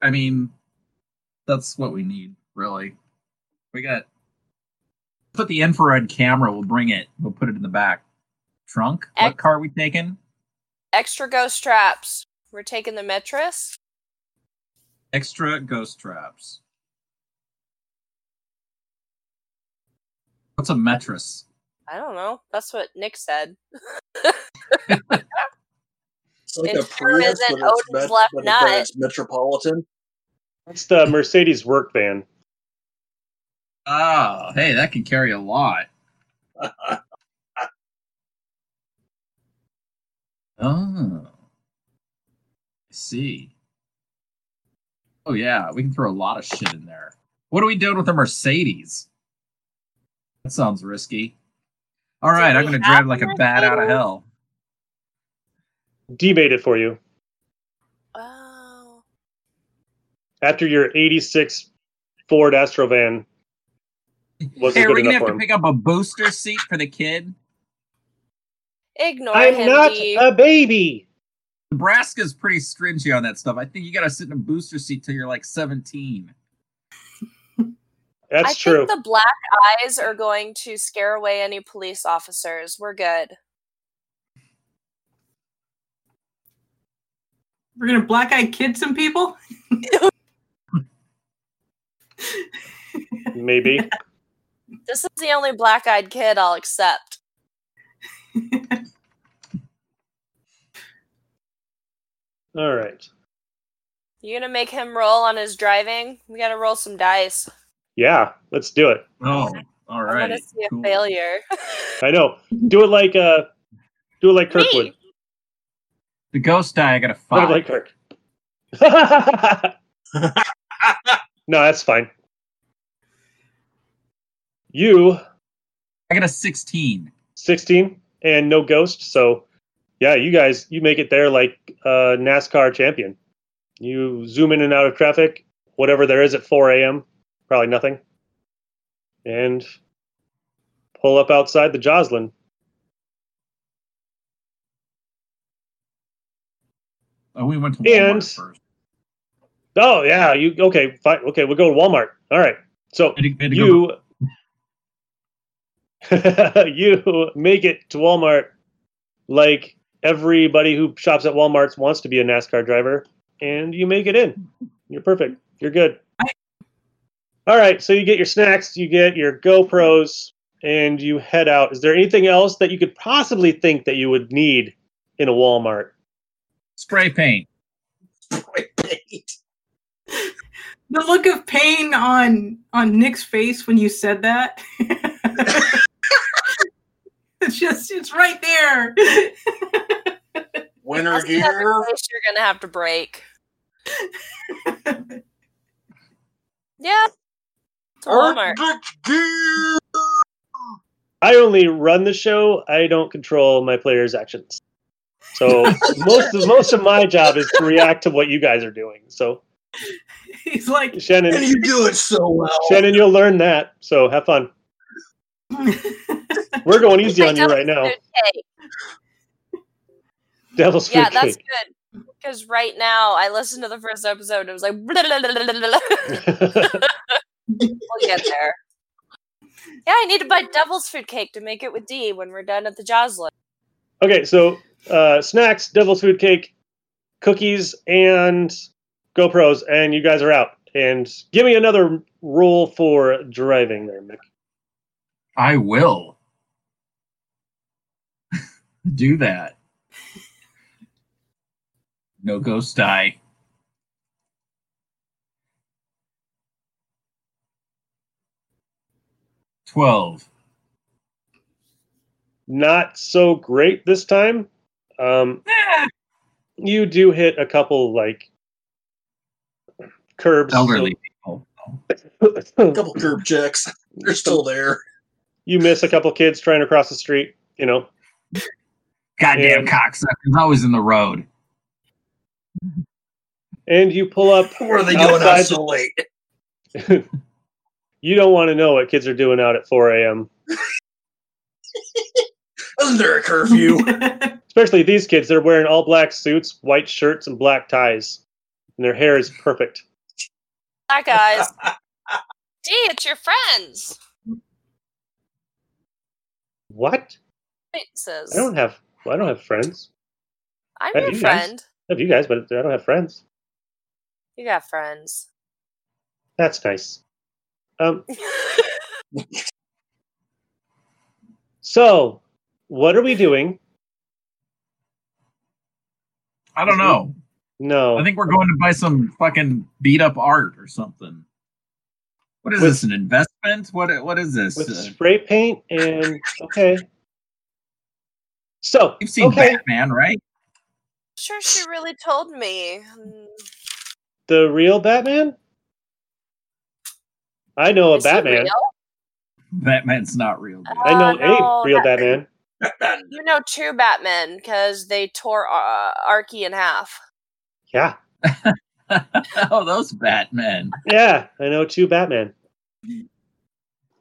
Speaker 5: I mean that's what we need, really. We got put the infrared camera, we'll bring it. We'll put it in the back. Trunk?
Speaker 4: Ex-
Speaker 5: what car are we taking?
Speaker 4: Extra ghost traps. We're taking the Metris.
Speaker 5: Extra ghost traps. What's a metris?
Speaker 4: I don't know. That's what Nick said.
Speaker 2: It's like
Speaker 4: It
Speaker 2: a
Speaker 4: sure
Speaker 2: Prius,
Speaker 4: isn't
Speaker 2: but it's,
Speaker 4: Odin's
Speaker 2: met-
Speaker 4: left
Speaker 2: but
Speaker 4: nut.
Speaker 2: it's metropolitan.
Speaker 1: It's the uh, Mercedes work van.
Speaker 5: Oh, hey, that can carry a lot. Oh. I see. Oh yeah, we can throw a lot of shit in there. What are we doing with a Mercedes? That sounds risky. All right,
Speaker 4: Do
Speaker 5: I'm
Speaker 4: we
Speaker 5: gonna
Speaker 4: have
Speaker 5: drive like a bat out of
Speaker 4: Mercedes?
Speaker 5: hell.
Speaker 1: D made it for you
Speaker 4: Oh.
Speaker 1: after your '86 Ford Astrovan wasn't
Speaker 5: Hey, are
Speaker 1: good
Speaker 5: we gonna
Speaker 1: enough
Speaker 5: have
Speaker 1: for
Speaker 5: to
Speaker 1: him.
Speaker 5: pick up a booster seat for the kid?
Speaker 4: Ignore
Speaker 1: I'm
Speaker 4: him.
Speaker 1: not
Speaker 4: Dee.
Speaker 1: a baby.
Speaker 5: Nebraska's pretty stringy on that stuff. I think you gotta sit in a booster seat till you're like 17.
Speaker 4: I
Speaker 1: That's
Speaker 4: think
Speaker 1: true.
Speaker 4: the black eyes are going to scare away any police officers. We're good.
Speaker 3: We're gonna black eyed kid some people.
Speaker 1: Maybe.
Speaker 4: This is the only black eyed kid I'll accept.
Speaker 1: All right.
Speaker 4: You gonna make him roll on his driving? We gotta roll some dice.
Speaker 1: Yeah, let's do it.
Speaker 5: Oh, all
Speaker 4: I
Speaker 5: right.
Speaker 4: wanna see a
Speaker 5: cool.
Speaker 4: failure.
Speaker 1: I know. Do it like uh, do it like Kirkwood.
Speaker 4: Me?
Speaker 5: The ghost die, I got a
Speaker 1: Not
Speaker 5: five.
Speaker 1: like Kirk. no, that's fine. You
Speaker 5: I got a 16.
Speaker 1: 16 and no ghost, so yeah, you guys you make it there like uh, NASCAR champion. You zoom in and out of traffic, whatever there is at 4 a.m. Probably nothing, and pull up outside the Joslin.
Speaker 5: Oh, we went to Walmart
Speaker 1: And-
Speaker 5: first.
Speaker 1: Oh yeah, you okay? Fine, okay, we'll go to Walmart. All right, so
Speaker 5: I had to- I had to
Speaker 1: you
Speaker 5: go
Speaker 1: you make it to Walmart like everybody who shops at Walmart wants to be a NASCAR driver, and you make it in. You're perfect. You're good. All right, so you get your snacks, you get your GoPros, and you head out. Is there anything else that you could possibly think that you would need in a Walmart?
Speaker 5: spray paint.
Speaker 3: The look of pain on on Nick's face when you said that. it's just it's right there.
Speaker 2: Winter
Speaker 4: That's another
Speaker 2: gear.
Speaker 4: place you're gonna have to break. Yeah. To Walmart.
Speaker 2: Arctic gear.
Speaker 1: I only run the show. I don't control my players' actions. So most of most of my job is to react to what you guys are doing. So
Speaker 3: He's like
Speaker 2: And
Speaker 1: Shannon,
Speaker 2: you do it so well.
Speaker 1: Shannon, you'll learn that. So have fun. We're going easy
Speaker 4: I
Speaker 1: on you
Speaker 4: don't
Speaker 1: right now.
Speaker 4: Good take.
Speaker 1: Devil's
Speaker 4: Yeah,
Speaker 1: food
Speaker 4: that's
Speaker 1: cake.
Speaker 4: good. Because right now I listened to the first episode and it was like we'll get there. Yeah, I need to buy devil's food cake to make it with D when we're done at the Joslin.
Speaker 1: okay, so uh, snacks, devil's food cake, cookies, and GoPros, and you guys are out. And give me another rule for driving there, Mick.
Speaker 5: I will do that. No ghost die. Twelve.
Speaker 1: Not so great this time. Um, you do hit a couple like curbs. so-
Speaker 5: Elderly people.
Speaker 2: couple curb checks. They're still there.
Speaker 1: you miss a couple kids trying to cross the street. You know,
Speaker 5: Goddamn
Speaker 1: And-
Speaker 5: cocksuckers, always in the road.
Speaker 1: and you pull up.
Speaker 2: Where are they going out
Speaker 1: Outside
Speaker 2: so late?
Speaker 1: You don't want to know what kids are doing out at 4 a.m.
Speaker 2: Isn't there a curfew?
Speaker 1: Especially these kids. They're wearing all black suits, white shirts, and black ties, and their hair is perfect.
Speaker 4: Hi guys. D, it's your friends.
Speaker 1: What?
Speaker 4: acquaintances.
Speaker 1: I don't have. Well, I don't have friends.
Speaker 4: I'm
Speaker 1: have
Speaker 4: your
Speaker 1: you guys?
Speaker 4: friend.
Speaker 1: I have you guys, but I don't have friends.
Speaker 4: You got friends.
Speaker 1: That's nice. Um. So, what are we doing?
Speaker 5: I don't know.
Speaker 1: No.
Speaker 5: I think we're going to buy some fucking beat up art or something. What is
Speaker 1: With-
Speaker 5: this? An investment? What? What is this?
Speaker 1: with
Speaker 5: Uh,
Speaker 1: spray paint and okay. So
Speaker 5: you've seen
Speaker 1: okay,
Speaker 5: Batman, right?
Speaker 4: sure, she really told me. Mm,
Speaker 1: the real Batman. I know a
Speaker 4: is he
Speaker 1: Batman.
Speaker 4: real?
Speaker 5: Batman's not real. dude.
Speaker 1: I know
Speaker 4: Uh, no,
Speaker 1: a real
Speaker 4: that-
Speaker 1: Batman.
Speaker 4: You know, true Batman, because they tore uh, Archie in half.
Speaker 1: Yeah,
Speaker 5: oh, those Batmen.
Speaker 1: yeah, I know two Batman.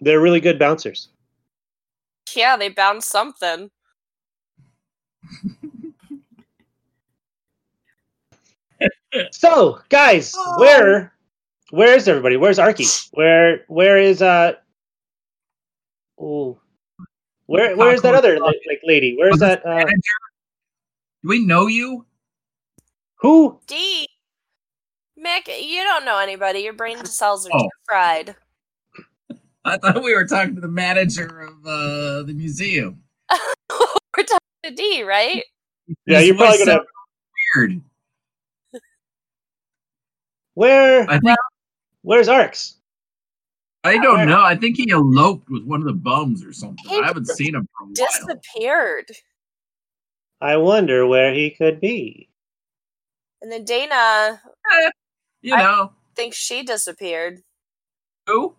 Speaker 1: They're really good bouncers.
Speaker 4: Yeah, they bound something.
Speaker 1: So, guys,
Speaker 4: Oh.
Speaker 1: where, where is everybody? Where's Arky? Where, where is uh? Oh, where, where is that other like, like lady? Where's that? Uh,
Speaker 5: Manager? Do we know you?
Speaker 1: who?
Speaker 4: D. Mick, you don't know anybody. Your brain cells are
Speaker 5: Oh.
Speaker 4: too fried.
Speaker 5: I thought we were talking to the manager of uh, the museum.
Speaker 4: We're talking to D, right?
Speaker 1: Yeah,
Speaker 5: His
Speaker 1: you're probably
Speaker 5: voice
Speaker 1: gonna.
Speaker 5: sounded weird.
Speaker 1: Where,
Speaker 5: I think
Speaker 1: where's Arx?
Speaker 5: I don't know. I think he eloped with one of the bums or something. I haven't seen him for a while.
Speaker 4: Disappeared.
Speaker 1: I wonder where he could be.
Speaker 4: And then Dana
Speaker 5: You know
Speaker 4: thinks she disappeared.
Speaker 5: who?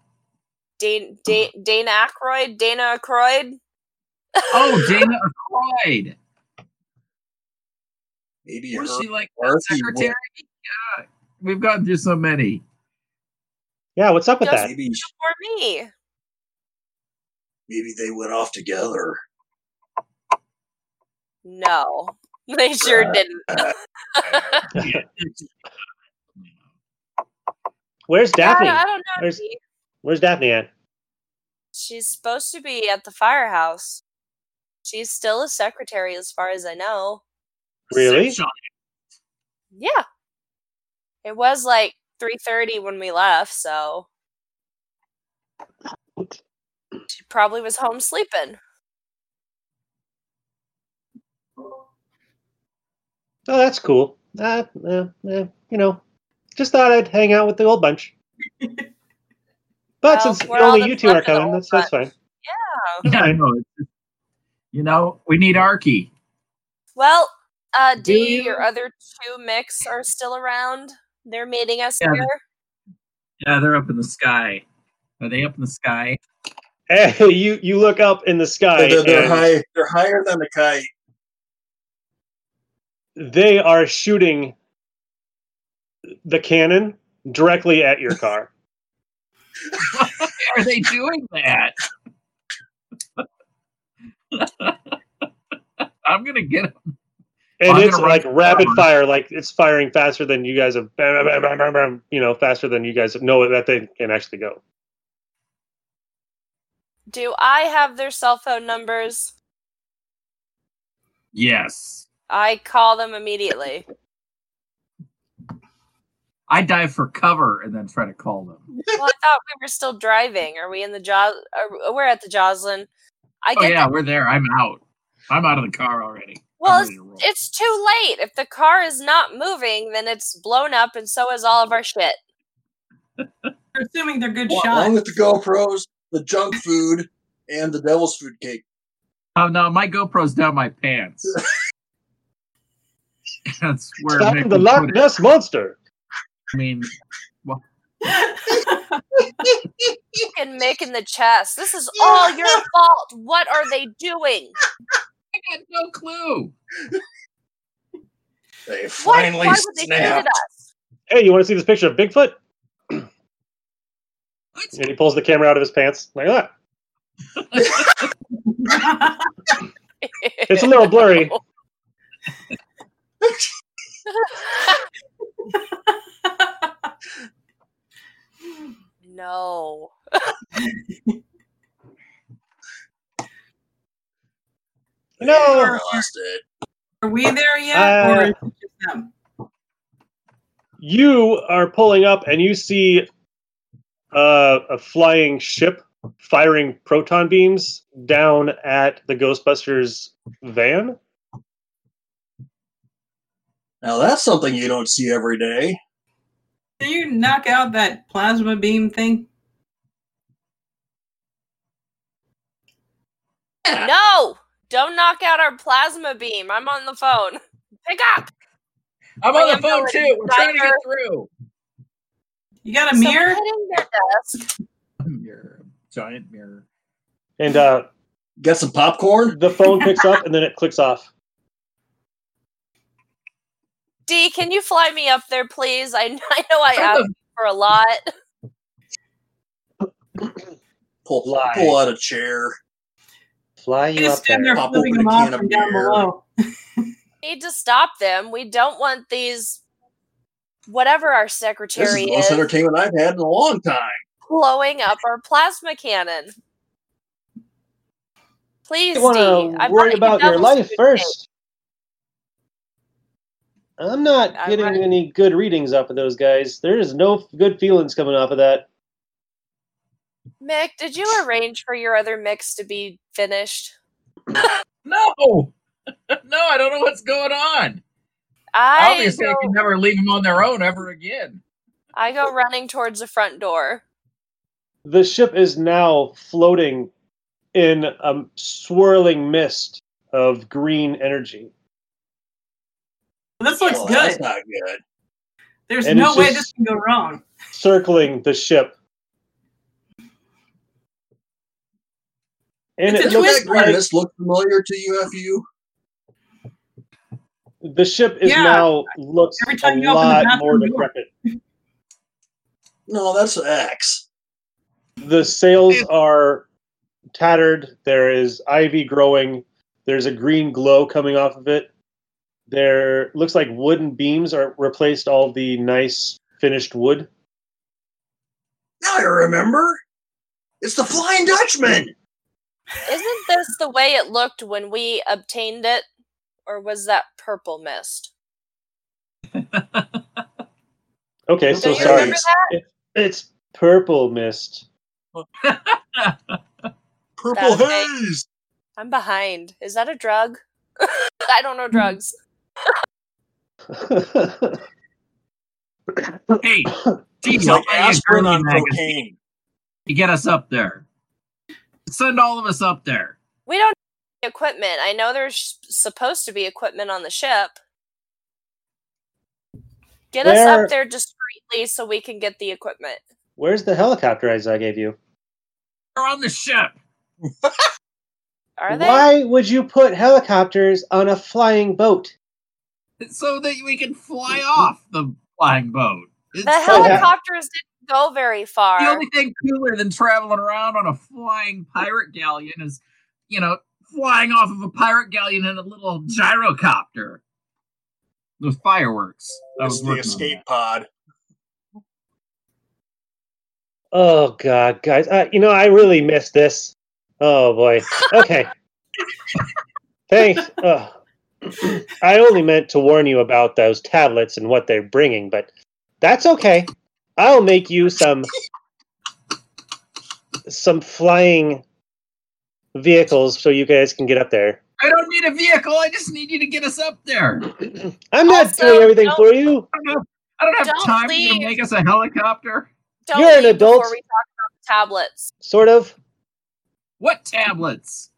Speaker 4: Dan- Da-
Speaker 5: Uh-huh.
Speaker 4: Dana Aykroyd? Dana Aykroyd?
Speaker 5: Oh, Dana Aykroyd.
Speaker 2: Maybe her.
Speaker 5: Was she like
Speaker 2: Or if he would-
Speaker 5: secretary? Yeah, we've gone through so many.
Speaker 1: Yeah, what's up with
Speaker 4: Just-
Speaker 1: that?
Speaker 2: Maybe
Speaker 4: Or me?
Speaker 2: maybe they went off together.
Speaker 4: No. They sure
Speaker 2: Uh,
Speaker 4: didn't.
Speaker 1: Where's Daphne?
Speaker 4: Yeah, I don't know.
Speaker 1: Where's-
Speaker 4: D.
Speaker 1: Where's Daphne at?
Speaker 4: She's supposed to be at the firehouse. She's still a secretary, as far as I know.
Speaker 1: Really?
Speaker 5: Shot.
Speaker 4: Yeah. It was like 3:30 when we left, so she probably was home sleeping.
Speaker 1: Oh, that's cool. Uh, uh, uh, you know, just thought I'd hang out with the old bunch. But
Speaker 4: Well,
Speaker 1: since
Speaker 4: we're all
Speaker 1: only
Speaker 4: that's
Speaker 1: you two are
Speaker 4: left of the
Speaker 1: coming,
Speaker 4: old
Speaker 1: that's, that's fine.
Speaker 5: Yeah, I know. It's- You know, we need Arky.
Speaker 4: Well, uh
Speaker 5: Do
Speaker 4: D,
Speaker 5: you-
Speaker 4: your other two mix are still around. They're meeting us
Speaker 5: Yeah,
Speaker 4: here.
Speaker 5: Yeah, they're up in the sky. Are they up in the sky?
Speaker 1: Hey, you you look up in the sky.
Speaker 2: they're, they're
Speaker 1: and
Speaker 2: high, they're higher than the kite.
Speaker 1: They are shooting the cannon directly at your car.
Speaker 5: Are they doing that? I'm gonna get him.
Speaker 1: And
Speaker 5: I'm
Speaker 1: it's
Speaker 5: gonna run
Speaker 1: like rapid
Speaker 5: forward.
Speaker 1: fire, like it's firing faster than you guys have, bam, bam, bam, bam, bam, you know, faster than you guys know that they can actually go.
Speaker 4: Do I have their cell phone numbers?
Speaker 5: Yes,
Speaker 4: I call them immediately.
Speaker 5: I dive for cover and then try to call them.
Speaker 4: well, I thought we were still driving. Are we in the jo- are, We're at the Joslin. I
Speaker 5: Oh
Speaker 4: get
Speaker 5: yeah, we're there. I'm out. I'm out of the car already.
Speaker 4: Well,
Speaker 5: I'm ready to roll.
Speaker 4: It's too late. If the car is not moving, then it's blown up, and so is all of our shit.
Speaker 3: We're assuming they're good
Speaker 2: Along
Speaker 3: shots.
Speaker 2: with the GoPros, the junk food, and the devil's food cake.
Speaker 5: Oh no, my GoPro's down my pants. That's where
Speaker 1: Stop
Speaker 5: Mick
Speaker 1: the
Speaker 5: would
Speaker 1: Loch
Speaker 5: put it.
Speaker 1: Ness monster.
Speaker 5: I mean,
Speaker 4: And Mick in the chest. This is all your fault. What are they doing?
Speaker 5: I got no clue.
Speaker 2: They
Speaker 4: What?
Speaker 2: finally
Speaker 4: Why would they shoot at
Speaker 2: snapped.
Speaker 4: us?
Speaker 1: Hey, you want to see this picture of Bigfoot?
Speaker 5: What?
Speaker 1: And he pulls the camera out of his pants like that. It's a little blurry.
Speaker 4: no.
Speaker 1: No.
Speaker 2: I lost it.
Speaker 3: Are we there yet? or
Speaker 1: Uh,
Speaker 3: is it just them?
Speaker 1: you are pulling up and you see uh, a flying ship firing proton beams down at the Ghostbusters van.
Speaker 2: Now that's something you don't see every day.
Speaker 3: Can you knock out that plasma beam thing?
Speaker 4: No! Don't knock out our plasma beam. I'm on the phone. Pick up!
Speaker 6: I'm
Speaker 4: I
Speaker 6: on
Speaker 4: am
Speaker 6: the phone
Speaker 4: going
Speaker 6: too. We're trying to get
Speaker 4: tighter.
Speaker 6: through.
Speaker 3: You got a
Speaker 4: Someone
Speaker 3: mirror?
Speaker 4: hitting their desk.
Speaker 5: Mirror. Giant mirror.
Speaker 1: And uh,
Speaker 2: Got some popcorn?
Speaker 1: the phone picks up and then it clicks off.
Speaker 4: D, can you fly me up there, please? I, I know I
Speaker 6: Try the-
Speaker 4: asked for a lot.
Speaker 2: Pull,
Speaker 1: Lie.
Speaker 2: pull out a chair.
Speaker 1: Fly
Speaker 3: You
Speaker 1: you up
Speaker 3: just stand
Speaker 1: there.
Speaker 3: there
Speaker 2: Pop
Speaker 3: flipping
Speaker 2: open
Speaker 3: them
Speaker 2: a
Speaker 3: off
Speaker 2: can of
Speaker 3: from down
Speaker 2: beer.
Speaker 3: below.
Speaker 4: Need to stop them. We don't want these, whatever our
Speaker 2: This
Speaker 4: secretary
Speaker 2: is the most
Speaker 4: is,
Speaker 2: entertainment I've had in a long time.
Speaker 4: blowing up our plasma cannon. Please,
Speaker 1: You want
Speaker 4: D.
Speaker 1: to
Speaker 4: I'm
Speaker 1: worry
Speaker 4: not your
Speaker 1: about your
Speaker 4: devil's
Speaker 1: life
Speaker 4: advocate.
Speaker 1: first. I'm not
Speaker 4: All
Speaker 1: getting
Speaker 4: right.
Speaker 1: any good readings off of those guys. There is no f- good feelings coming off of that.
Speaker 4: Mick, did you arrange for your other mix to be finished?
Speaker 6: No, no, I don't know what's going on.
Speaker 4: I
Speaker 6: Obviously, I
Speaker 4: go-
Speaker 6: can never leave them on their own ever again.
Speaker 4: I go running towards the front door.
Speaker 1: The ship is now floating in a swirling mist of green energy.
Speaker 3: This looks
Speaker 2: Oh, That's
Speaker 3: good.
Speaker 2: not good.
Speaker 3: There's
Speaker 1: and
Speaker 3: no
Speaker 1: it's
Speaker 3: way
Speaker 1: just-
Speaker 3: this can go wrong.
Speaker 1: circling the ship. And
Speaker 3: It's
Speaker 1: it
Speaker 3: a
Speaker 2: Doesn't
Speaker 1: looks
Speaker 2: that
Speaker 3: twist,
Speaker 2: green
Speaker 1: like
Speaker 2: mist look familiar to you, FU?
Speaker 1: the ship is
Speaker 3: Yeah.
Speaker 1: now looks
Speaker 3: Every
Speaker 1: a
Speaker 3: time you open the
Speaker 1: lot
Speaker 3: bathroom
Speaker 1: more
Speaker 3: door.
Speaker 1: decrepit.
Speaker 2: No, that's X.
Speaker 1: The sails are tattered. There is ivy growing. There's a green glow coming off of it. There looks like wooden beams are replaced all the nice finished wood.
Speaker 2: Now I remember. It's the Flying Dutchman.
Speaker 4: Isn't this the way it looked when we obtained it? Or was that purple mist?
Speaker 1: Okay,
Speaker 2: Okay,
Speaker 1: so
Speaker 4: Do
Speaker 2: you
Speaker 1: sorry.
Speaker 4: remember that?
Speaker 1: It's purple mist.
Speaker 2: Purple
Speaker 4: That's right.
Speaker 2: haze.
Speaker 4: I'm behind. Is that a drug? I don't
Speaker 5: Mm.
Speaker 4: know drugs.
Speaker 5: Hey,
Speaker 2: It's
Speaker 5: detail
Speaker 2: like
Speaker 5: A and
Speaker 2: aspirin
Speaker 5: Girly
Speaker 2: on
Speaker 5: magazine.
Speaker 2: cocaine.
Speaker 5: You get us up there. Send all of us up there.
Speaker 4: We don't need equipment. I know there's supposed to be equipment on the ship. Get us
Speaker 1: There-
Speaker 4: up there discreetly so we can get the equipment.
Speaker 1: Where's the helicopter eyes I gave you?
Speaker 5: We're on the ship.
Speaker 4: Are they?
Speaker 1: Why would you put helicopters on a flying boat?
Speaker 5: So that we can fly off the flying boat. It's
Speaker 4: The
Speaker 1: hell-
Speaker 4: helicopters didn't go very far.
Speaker 5: the only thing cooler than traveling around on a flying pirate galleon is, you know, flying off of a pirate galleon in a little gyrocopter with fireworks. I was
Speaker 2: It's the
Speaker 5: working on
Speaker 2: escape
Speaker 5: that.
Speaker 2: pod.
Speaker 1: Oh God, guys, I, you know I really miss this. Oh boy. Okay. Thanks. Ugh. I only meant to warn you about those tablets and what they're bringing, but that's okay. I'll make you some some flying vehicles so you guys can get up there.
Speaker 5: I don't need a vehicle. I just need you to get us up there.
Speaker 1: I'm not
Speaker 4: Also,
Speaker 1: doing everything
Speaker 4: don't-
Speaker 1: for you.
Speaker 5: I don't have, I don't have
Speaker 4: Don't
Speaker 5: time for you to
Speaker 4: leave.
Speaker 5: make us a helicopter.
Speaker 4: Don't
Speaker 1: You're an
Speaker 4: leave before
Speaker 1: adult.
Speaker 4: we talk about the tablets.
Speaker 1: Sort of.
Speaker 5: What tablets?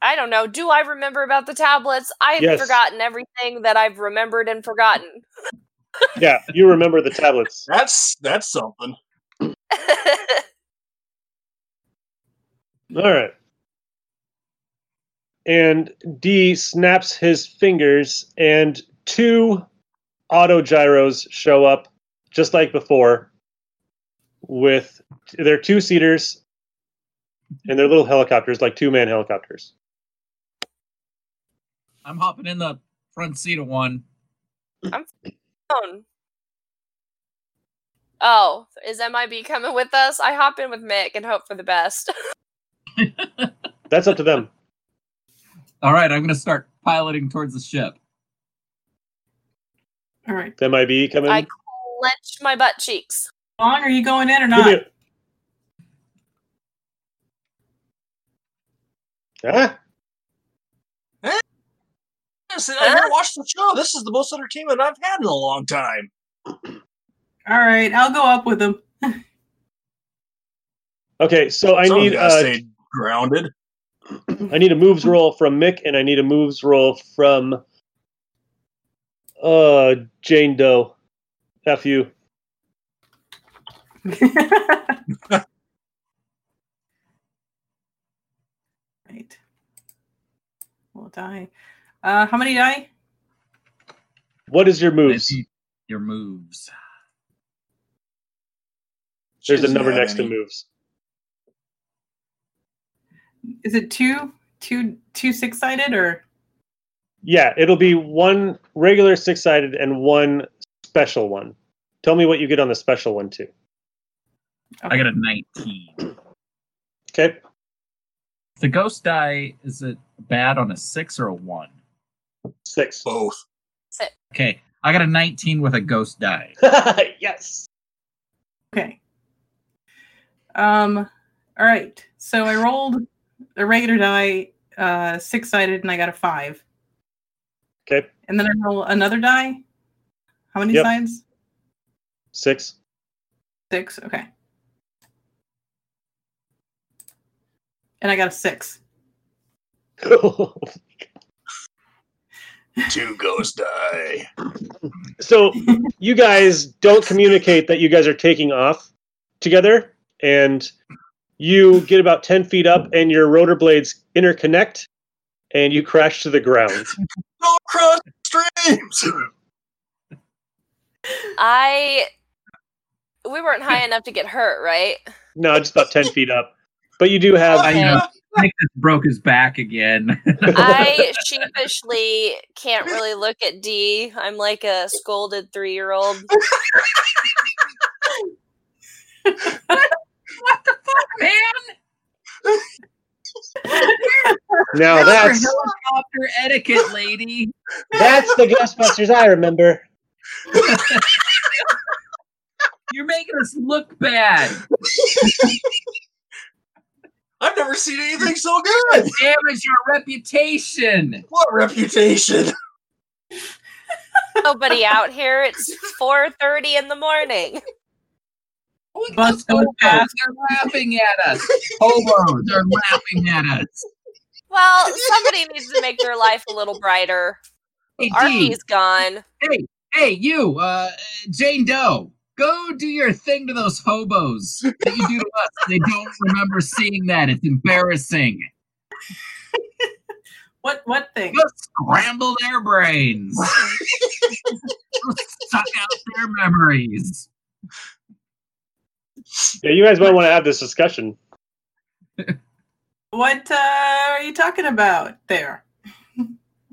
Speaker 4: I don't know. Do I remember about the tablets? I've
Speaker 1: Yes.
Speaker 4: forgotten everything that I've remembered and forgotten.
Speaker 1: Yeah, you remember the tablets.
Speaker 2: That's that's something.
Speaker 1: All right. And D snaps his fingers, and two auto gyros show up just like before. With they're two seaters, and they're little helicopters, like two man helicopters.
Speaker 5: I'm hopping in the front seat of one.
Speaker 4: Phone. oh, is MIB coming with us? I hop in with Mick and hope for the best.
Speaker 1: That's up to them.
Speaker 5: All right, I'm gonna start piloting towards the ship.
Speaker 3: All right.
Speaker 1: The MIB coming.
Speaker 4: I clench my butt cheeks.
Speaker 3: Long, are you going in
Speaker 1: Give
Speaker 3: or not?
Speaker 1: me a- Huh?
Speaker 2: I sit down here and watch the show. This is the most entertainment I've had in a long time.
Speaker 3: All right, I'll go up with them.
Speaker 1: Okay, so I
Speaker 2: Some of
Speaker 1: need
Speaker 2: you guys
Speaker 1: uh,
Speaker 2: stayed grounded.
Speaker 1: I need a moves roll from Mick, and I need a moves roll from uh Jane Doe. F you.
Speaker 3: right. We'll die. Uh, how many die?
Speaker 1: What is your
Speaker 5: Let's
Speaker 1: moves?
Speaker 5: see Your moves.
Speaker 1: There's a
Speaker 2: Doesn't
Speaker 1: number
Speaker 2: have
Speaker 1: next to
Speaker 2: any.
Speaker 1: moves.
Speaker 3: Is it two, two, two six sided or?
Speaker 1: Yeah, it'll be one regular six sided and one special one. Tell me what you get on the special one too.
Speaker 5: I got a 19.
Speaker 1: Okay.
Speaker 5: The ghost die is it bad on a six or a one?
Speaker 1: Six.
Speaker 2: Both.
Speaker 5: Okay, I got a 19 with a ghost die.
Speaker 1: yes.
Speaker 3: Okay. Um. All right. So I rolled a regular die, uh, six sided, and I got a five.
Speaker 1: Okay.
Speaker 3: And then I roll another die. How many
Speaker 1: Yep.
Speaker 3: sides?
Speaker 1: Six.
Speaker 3: Six. Okay. And I got a six.
Speaker 2: Two ghost die.
Speaker 1: so you guys don't communicate that you guys are taking off together and you get about 10 feet up and your rotor blades interconnect and you crash to the ground
Speaker 2: Go across streams.
Speaker 4: I. We weren't high enough to get hurt, right?
Speaker 1: no just about 10 feet up but you do have
Speaker 3: Oh,
Speaker 5: I know. Nick just broke his back again.
Speaker 4: I sheepishly can't really look at D. I'm like a scolded three year old.
Speaker 6: What the fuck, man?
Speaker 1: now that's
Speaker 5: helicopter etiquette, lady.
Speaker 1: that's the ghostbusters i remember
Speaker 5: You're making us look bad.
Speaker 2: I've never seen anything so good.
Speaker 5: Damage our reputation.
Speaker 2: What reputation?
Speaker 4: Nobody out here. It's 4.30 in the morning.
Speaker 5: Oh, we
Speaker 3: Bus
Speaker 5: got
Speaker 3: goes
Speaker 5: hobos.
Speaker 3: past.
Speaker 5: They're laughing at us. Hobos are laughing at us.
Speaker 4: Well, somebody needs to make their life a little brighter.
Speaker 5: Hey, Dee.
Speaker 4: Arky's gone.
Speaker 5: hey, hey, you, uh, Jane Doe, go do your thing to those hobos that you do to us. They don't remember seeing that. It's embarrassing.
Speaker 3: What what thing?
Speaker 5: Go scramble their brains. Go suck out their memories.
Speaker 1: yeah you guys might want to have this discussion
Speaker 3: What uh, are you talking about there?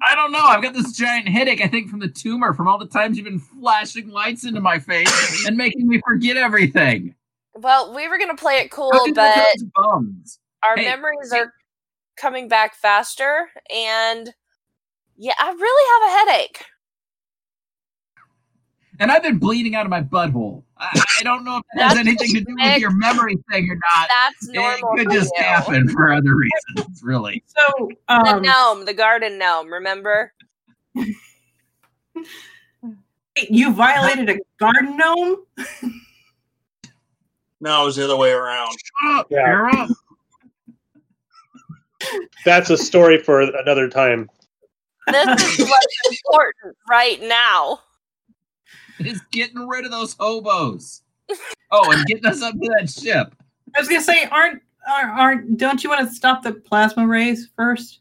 Speaker 5: I don't know. I've got this giant headache, I think, from the tumor, from all the times you've been flashing lights into my face and making me forget everything.
Speaker 4: Well, we were going to play it cool,
Speaker 5: How did
Speaker 4: Oh, but
Speaker 5: those bums?
Speaker 4: our
Speaker 5: Hey,
Speaker 4: memories
Speaker 5: hey.
Speaker 4: are coming back faster. And yeah, I really have a headache.
Speaker 5: And I've been bleeding out of my butthole. I, I don't know if that has
Speaker 4: That's
Speaker 5: anything to do with
Speaker 4: sick.
Speaker 5: your memory thing or not.
Speaker 4: That's
Speaker 5: It
Speaker 4: normal.
Speaker 5: could
Speaker 4: for
Speaker 5: just
Speaker 4: you.
Speaker 5: happen for other reasons, really.
Speaker 3: So
Speaker 4: The
Speaker 3: um,
Speaker 4: gnome, the garden gnome, remember?
Speaker 3: wait, you violated a garden gnome.
Speaker 2: No, it was the other way around.
Speaker 5: Shut up,
Speaker 1: Yeah.
Speaker 5: you're up.
Speaker 1: that's a story for another time
Speaker 4: This is what's important right now.
Speaker 5: It's getting rid of those hobos. Oh, and getting us up to that ship.
Speaker 3: I was gonna say, aren't aren't, aren't don't you want to stop the plasma rays first?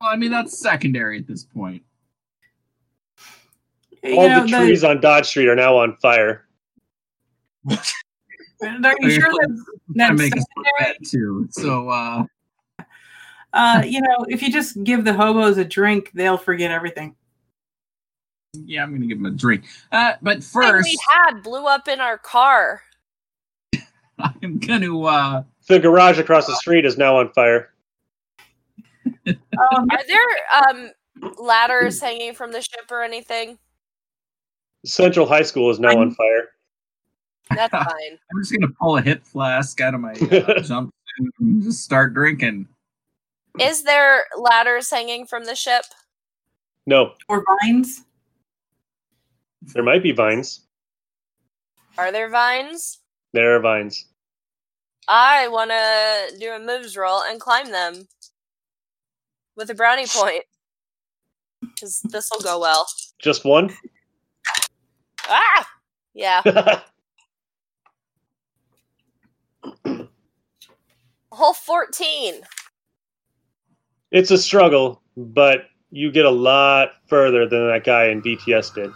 Speaker 5: Well, I mean, that's secondary at this point.
Speaker 3: You
Speaker 1: all
Speaker 3: know,
Speaker 1: the trees on dodge street are now on fire
Speaker 3: Are you sure that,
Speaker 5: That
Speaker 3: that's
Speaker 5: make us look
Speaker 3: secondary?
Speaker 5: bad too. So, uh,
Speaker 3: Uh, you know, if you just give the hobos a drink, they'll forget everything.
Speaker 5: yeah, I'm gonna give him a drink. Uh, but
Speaker 4: Thing
Speaker 5: first,
Speaker 4: we had blew up in our car.
Speaker 5: I'm gonna uh,
Speaker 1: the garage across the street is now on fire
Speaker 3: Um,
Speaker 4: Are there um, ladders hanging from the ship or anything?
Speaker 1: Central High School is now on fire.
Speaker 4: That's fine.
Speaker 5: I'm just gonna pull a hip flask out of my uh, jump and just start drinking.
Speaker 4: Is there ladders hanging from the ship?
Speaker 1: No,
Speaker 3: or vines.
Speaker 1: there might be vines.
Speaker 4: Are there vines?
Speaker 1: There are vines.
Speaker 4: I want to do a moves roll and climb them with a brownie point. Because this will go well.
Speaker 1: Just one?
Speaker 4: Ah! Yeah. A whole 14.
Speaker 1: it's a struggle, but you get a lot further than that guy in BTS did.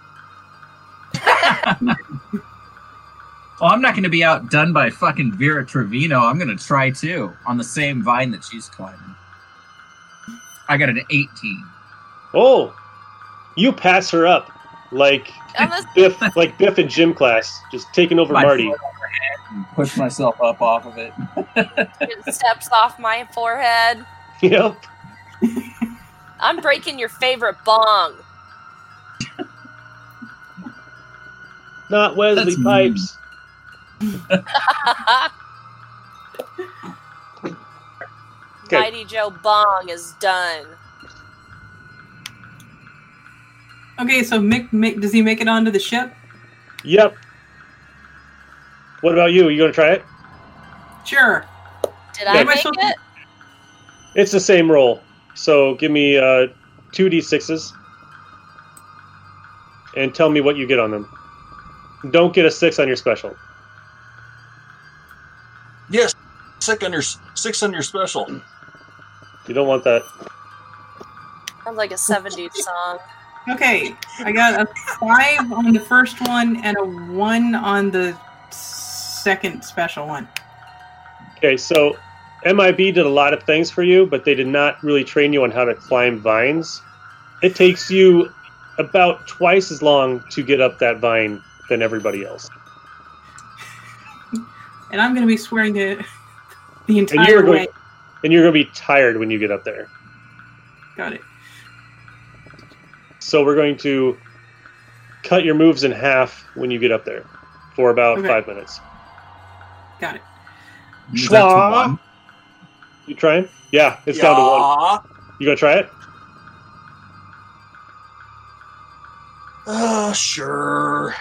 Speaker 5: Well, Oh, I'm not gonna be outdone by fucking Vera Trevino. I'm gonna try too on the same vine that she's climbing. I got an 18.
Speaker 1: Oh, you pass her up like
Speaker 4: Unless
Speaker 1: Biff, like Biff in gym class, just taking over
Speaker 5: My
Speaker 1: Marty.
Speaker 5: foot overhead and Push myself up off of it.
Speaker 4: it steps off my forehead.
Speaker 1: Yep.
Speaker 4: I'm breaking your favorite bong.
Speaker 1: Not Wesley
Speaker 5: That's mean.
Speaker 1: Pipes. Okay.
Speaker 4: Mighty Joe Bong is done.
Speaker 3: Okay, so Mick, Mick, does he make it onto the ship?
Speaker 1: Yep. What about you? you gonna try it?
Speaker 3: Sure.
Speaker 4: Did
Speaker 1: Yeah.
Speaker 4: I
Speaker 3: Am I
Speaker 4: make
Speaker 3: supposed
Speaker 4: it?
Speaker 1: It's the same roll. So give me uh, two d6s and tell me what you get on them. Don't get a six on your special.
Speaker 2: Yes, six on your six on your special.
Speaker 1: You don't want that.
Speaker 4: Sounds like a 70s song.
Speaker 3: Okay, I got a five on the first one and a one on the second special one.
Speaker 1: Okay, so MIB did a lot of things for you, but they did not really train you on how to climb vines. It takes you about twice as long to get up that vine than everybody else.
Speaker 3: And I'm going to be swearing to the
Speaker 1: And you are
Speaker 3: entire
Speaker 1: going
Speaker 3: way.
Speaker 1: and you're going to be tired when you get up there.
Speaker 3: Got it.
Speaker 1: So we're going to cut your moves in half when you get up there for about
Speaker 3: Okay.
Speaker 1: 5 minutes.
Speaker 3: Got it.
Speaker 5: Is that to one?
Speaker 1: You trying? Yeah, it's down to one. You gonna try it?
Speaker 2: Uh, sure.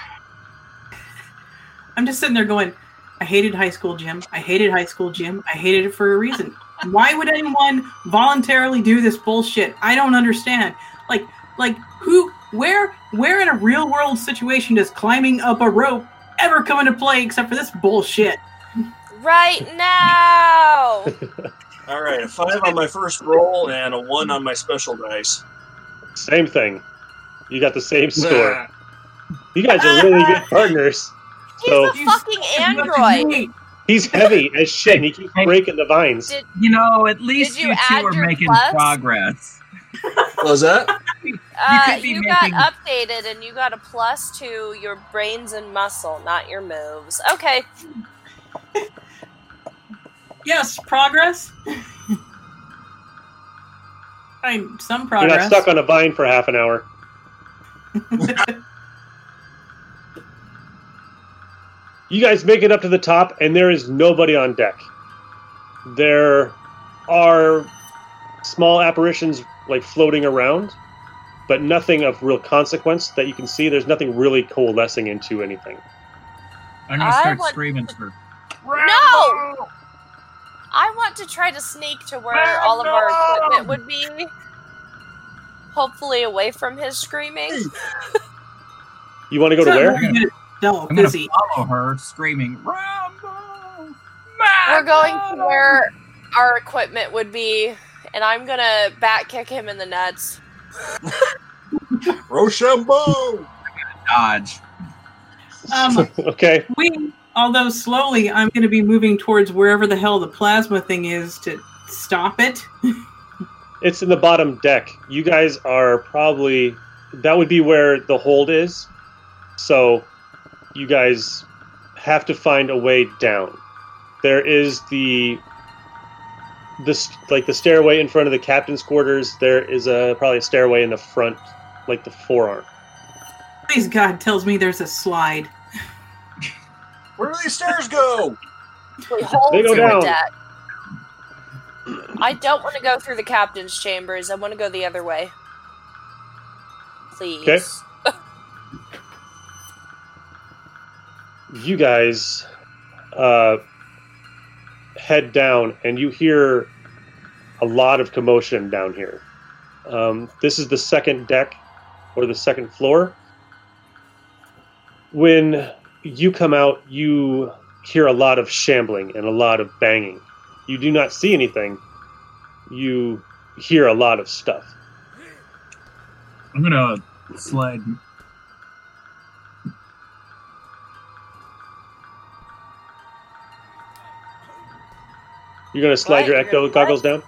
Speaker 3: I'm just sitting there going, I hated high school gym. I hated high school gym. I hated it for a reason. Why would anyone voluntarily do this bullshit? I don't understand. Like, like who, where, where in a real world situation does climbing up a rope ever come into play except for this bullshit?
Speaker 4: Right now!
Speaker 2: All right, a five on my first roll and a one on my special dice.
Speaker 1: Same thing. You got the same score. You guys are really good partners.
Speaker 4: He's
Speaker 1: So-
Speaker 4: a fucking android.
Speaker 1: He's heavy as shit and he keeps breaking the vines.
Speaker 4: Did-
Speaker 5: You know, at least
Speaker 4: Did you
Speaker 5: you, two
Speaker 4: add
Speaker 5: are
Speaker 4: your
Speaker 5: making
Speaker 4: plus?
Speaker 5: progress.
Speaker 2: What was that?
Speaker 4: Uh,
Speaker 5: could be
Speaker 4: you got
Speaker 5: making-
Speaker 4: updated and you got a plus to your brains and muscle, not your moves. Okay.
Speaker 3: Yes, progress. I'm some
Speaker 1: You're not
Speaker 3: progress.
Speaker 1: stuck on a vine for half an hour. you guys make it up to the top, and there is nobody on deck. There are small apparitions like floating around, but nothing of real consequence that you can see. There's nothing really coalescing into anything.
Speaker 5: I'm
Speaker 4: I
Speaker 5: gonna start
Speaker 4: want-
Speaker 5: screaming for.
Speaker 4: No! I want to try to sneak to where all of our equipment would be. Hopefully, away from his screaming.
Speaker 1: You want to go to
Speaker 3: It's not
Speaker 1: where?
Speaker 3: really good itself,
Speaker 5: I'm gonna
Speaker 3: is he?
Speaker 5: follow her, screaming Rambo.
Speaker 4: We're going to where our equipment would be, and I'm gonna back kick him in the nuts.
Speaker 2: Rochambeau.
Speaker 5: Dodge.
Speaker 3: Um,
Speaker 1: okay.
Speaker 3: we, although slowly, I'm going to be moving towards wherever the hell the plasma thing is to stop it.
Speaker 1: It's in the bottom deck. You guys are probably that would be where the hold is. So you guys have to find a way down. There is the this like the stairway in front of the captain's quarters. There is a probably a stairway in the front, like the forearm.
Speaker 3: Please God tells me there's a slide.
Speaker 2: Where do these stairs go?
Speaker 4: We hold
Speaker 1: They go
Speaker 4: to the
Speaker 1: down.
Speaker 4: deck. I don't want to go through the captain's chambers. I want to go the other way. Please.
Speaker 1: Okay. you guys uh, head down and you hear a lot of commotion down here. Um, this is the second deck or the second floor. When you come out, you hear a lot of shambling and a lot of banging. You do not see anything, you hear a lot of stuff.
Speaker 5: I'm gonna slide.
Speaker 1: You're going to slide
Speaker 4: What?
Speaker 1: your
Speaker 4: You're
Speaker 1: ecto
Speaker 4: gonna-
Speaker 1: goggles down?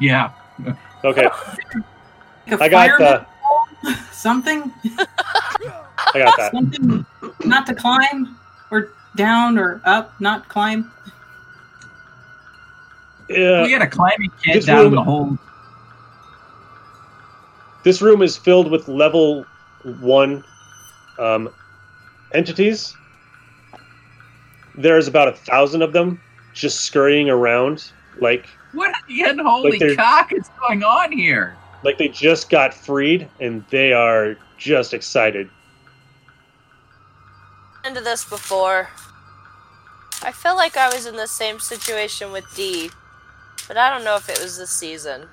Speaker 5: yeah.
Speaker 1: Okay,
Speaker 3: Like a
Speaker 1: I got uh,
Speaker 3: fireman-
Speaker 1: the,
Speaker 3: something,
Speaker 1: I got that.
Speaker 3: something not to climb or down or up, not climb.
Speaker 1: Yeah.
Speaker 5: we got a climbing kid
Speaker 1: this
Speaker 5: down
Speaker 1: room-
Speaker 5: the hole.
Speaker 1: This room is filled with level one um, entities. There's about a thousand of them just scurrying around, like
Speaker 5: What in holy
Speaker 1: Like they're-
Speaker 5: cock is going on here?
Speaker 1: like they just got freed and they are just excited.
Speaker 4: into this before. I feel like I was in the same situation with D, but I don't know if it was this season.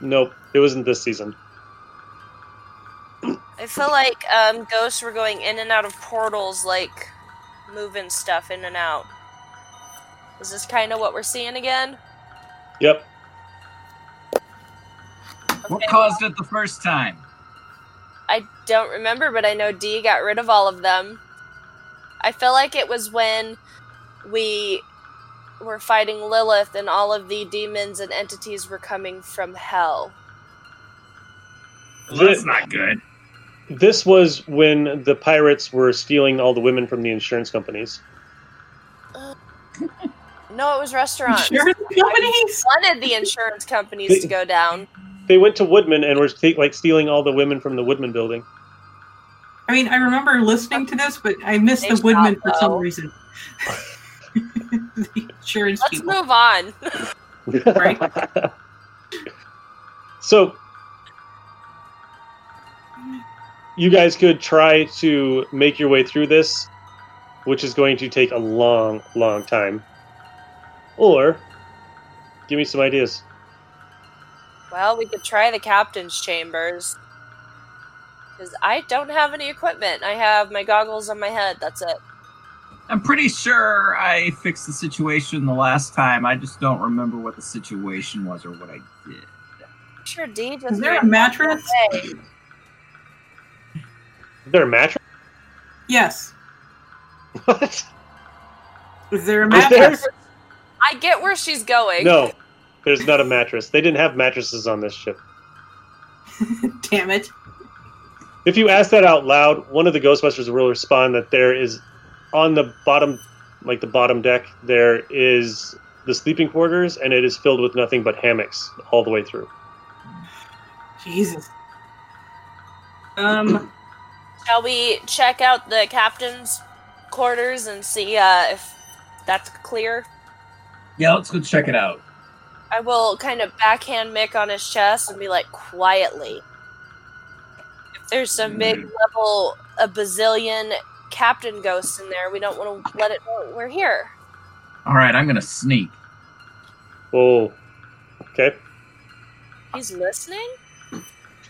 Speaker 1: Nope, it wasn't this season.
Speaker 4: I feel like um, ghosts were going in and out of portals, like moving stuff in and out. Is this kind of what we're seeing again?
Speaker 1: Yep,
Speaker 5: What
Speaker 4: Okay.
Speaker 5: caused it the first time?
Speaker 4: I don't remember, but I know D got rid of all of them. I feel like it was when we were fighting Lilith and all of the demons and entities were coming from hell.
Speaker 6: Well, that's not good.
Speaker 1: this was when the pirates were stealing all the women from the insurance companies.
Speaker 4: No, it was restaurants.
Speaker 3: Insurance companies.
Speaker 4: wanted the insurance companies to go down.
Speaker 1: They went to Woodman and were st- like stealing all the women from the Woodman building.
Speaker 3: I mean, I remember listening to this, but I missed
Speaker 4: They
Speaker 3: the Woodman
Speaker 4: shot,
Speaker 3: for some
Speaker 4: though.
Speaker 3: reason. the insurance
Speaker 4: Let's
Speaker 3: people.
Speaker 4: move on.
Speaker 3: Right.
Speaker 1: so you guys could try to make your way through this, which is going to take a long, long time. Or give me some ideas.
Speaker 4: Well, we could try the captain's chambers. Because I don't have any equipment. I have my goggles on my head. That's it.
Speaker 5: I'm pretty sure I fixed the situation the last time. I just don't remember what the situation was or what I did.
Speaker 4: Sure, D just
Speaker 3: Is there a mattress?
Speaker 4: Hey,
Speaker 1: Is there a mattress?
Speaker 3: Yes.
Speaker 1: What?
Speaker 3: Is there a
Speaker 1: Is there?
Speaker 3: mattress?
Speaker 4: I get where she's going.
Speaker 1: No, there's not a mattress. They didn't have mattresses on this ship.
Speaker 3: Damn it.
Speaker 1: If you ask that out loud, one of the Ghostbusters will respond that there is on the bottom, like the bottom deck, there is the sleeping quarters, and it is filled with nothing but hammocks all the way through.
Speaker 3: Jesus. Um,
Speaker 4: Shall we check out the captain's quarters and see uh, if that's clear?
Speaker 5: Yeah, let's go check it out.
Speaker 4: I will kind of backhand Mick on his chest and be like, quietly. If there's
Speaker 1: Hmm.
Speaker 4: some big level, a bazillion captain ghosts in there, we don't want to let it know we're here.
Speaker 5: All right, I'm gonna sneak.
Speaker 1: Oh, okay.
Speaker 4: He's listening?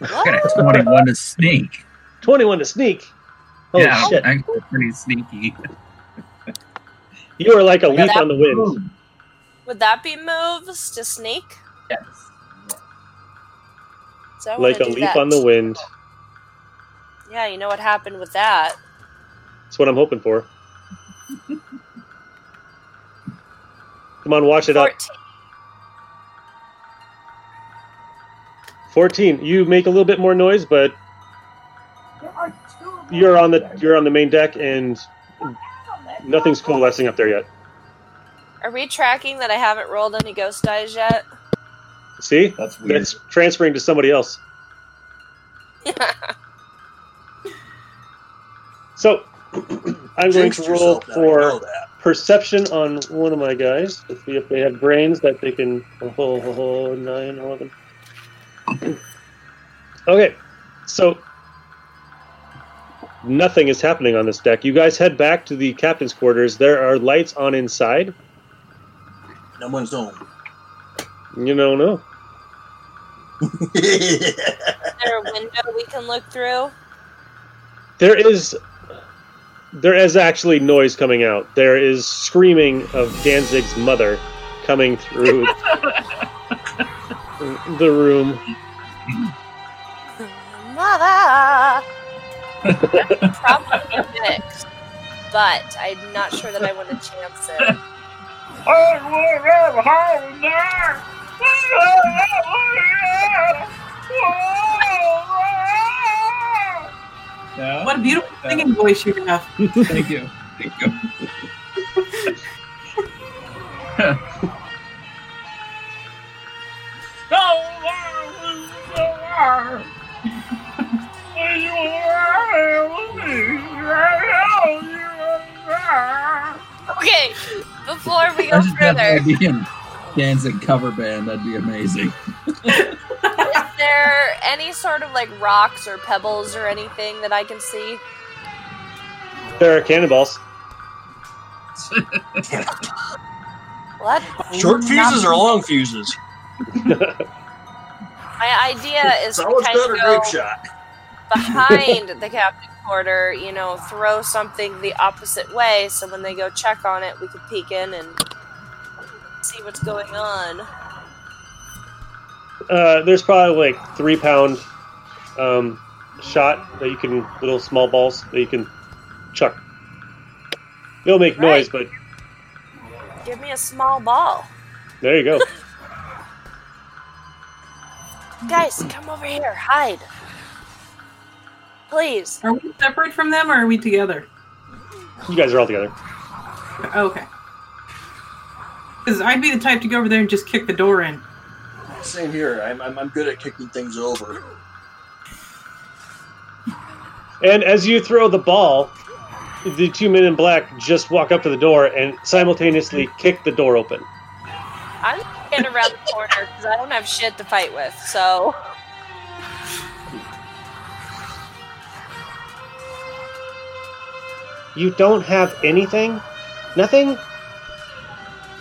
Speaker 5: I got
Speaker 4: What?
Speaker 5: a 21 to sneak.
Speaker 1: Twenty-one to sneak. Oh
Speaker 5: yeah,
Speaker 1: shit!
Speaker 5: I'm pretty sneaky.
Speaker 1: You are like a leaf on the wind.
Speaker 4: Would that be moves to sneak?
Speaker 5: Yes.
Speaker 4: So I wanna
Speaker 1: Like a
Speaker 4: do
Speaker 1: leaf
Speaker 4: that.
Speaker 1: on the wind.
Speaker 4: Yeah, you know what happened with that.
Speaker 1: That's what I'm hoping for. Come on, watch it up.
Speaker 4: 14.
Speaker 1: Fourteen. You make a little bit more noise, but you're on the you're on the main deck, and nothing's coalescing up there yet.
Speaker 4: Are we tracking that I haven't rolled any ghost dice yet?
Speaker 1: See?
Speaker 6: That's weird.
Speaker 1: That's transferring to somebody else. So I'm going
Speaker 2: Jinxed
Speaker 1: to roll
Speaker 2: yourself now, you know
Speaker 1: for
Speaker 2: that.
Speaker 1: perception on one of my guys to see if they have brains that they can. Oh, oh, oh, oh, nine, eleven. Okay, so nothing is happening on this deck. You guys head back to the captain's quarters. There are lights on inside.
Speaker 2: No one's home.
Speaker 1: You don't know.
Speaker 4: Is there a window we can look through?
Speaker 1: There is. There is actually noise coming out. There is screaming of Danzig's mother coming through the room.
Speaker 4: Mother! Probably mixed, but I'm not sure that I want to chance it.
Speaker 5: Yeah.
Speaker 3: What a beautiful singing voice you have.
Speaker 5: Thank you. Thank you.
Speaker 4: Okay, before
Speaker 5: I
Speaker 4: we go
Speaker 5: should have
Speaker 4: further,
Speaker 5: that be in Danzig cover band. That'd be amazing.
Speaker 4: is there any sort of like rocks or pebbles or anything that I can see?
Speaker 1: There are cannonballs.
Speaker 4: What?
Speaker 2: Short fuses or long fuses?
Speaker 4: My idea is
Speaker 2: So it's
Speaker 4: to kind
Speaker 2: got a
Speaker 4: of go
Speaker 2: grape shot.
Speaker 4: behind the captain quarter, you know, throw something the opposite way so when they go check on it, we could peek in and see what's going on.
Speaker 1: Uh, there's probably like three pound um, shot that you can little small balls that you can chuck. They'll make noise, but
Speaker 4: Give me a small ball.
Speaker 1: there you go.
Speaker 4: Guys, come over here. Hide. Please.
Speaker 3: Are we separate from them or are we together?
Speaker 1: You guys are all together.
Speaker 3: Okay. Because I'd be the type to go over there and just kick the door in.
Speaker 2: Same here. I'm, I'm, I'm good at kicking things over.
Speaker 1: And as you throw the ball, the two men in black just walk up to the door and simultaneously kick the door open.
Speaker 4: I'm standing around the corner because I don't have shit to fight with, so.
Speaker 1: You don't have anything? Nothing?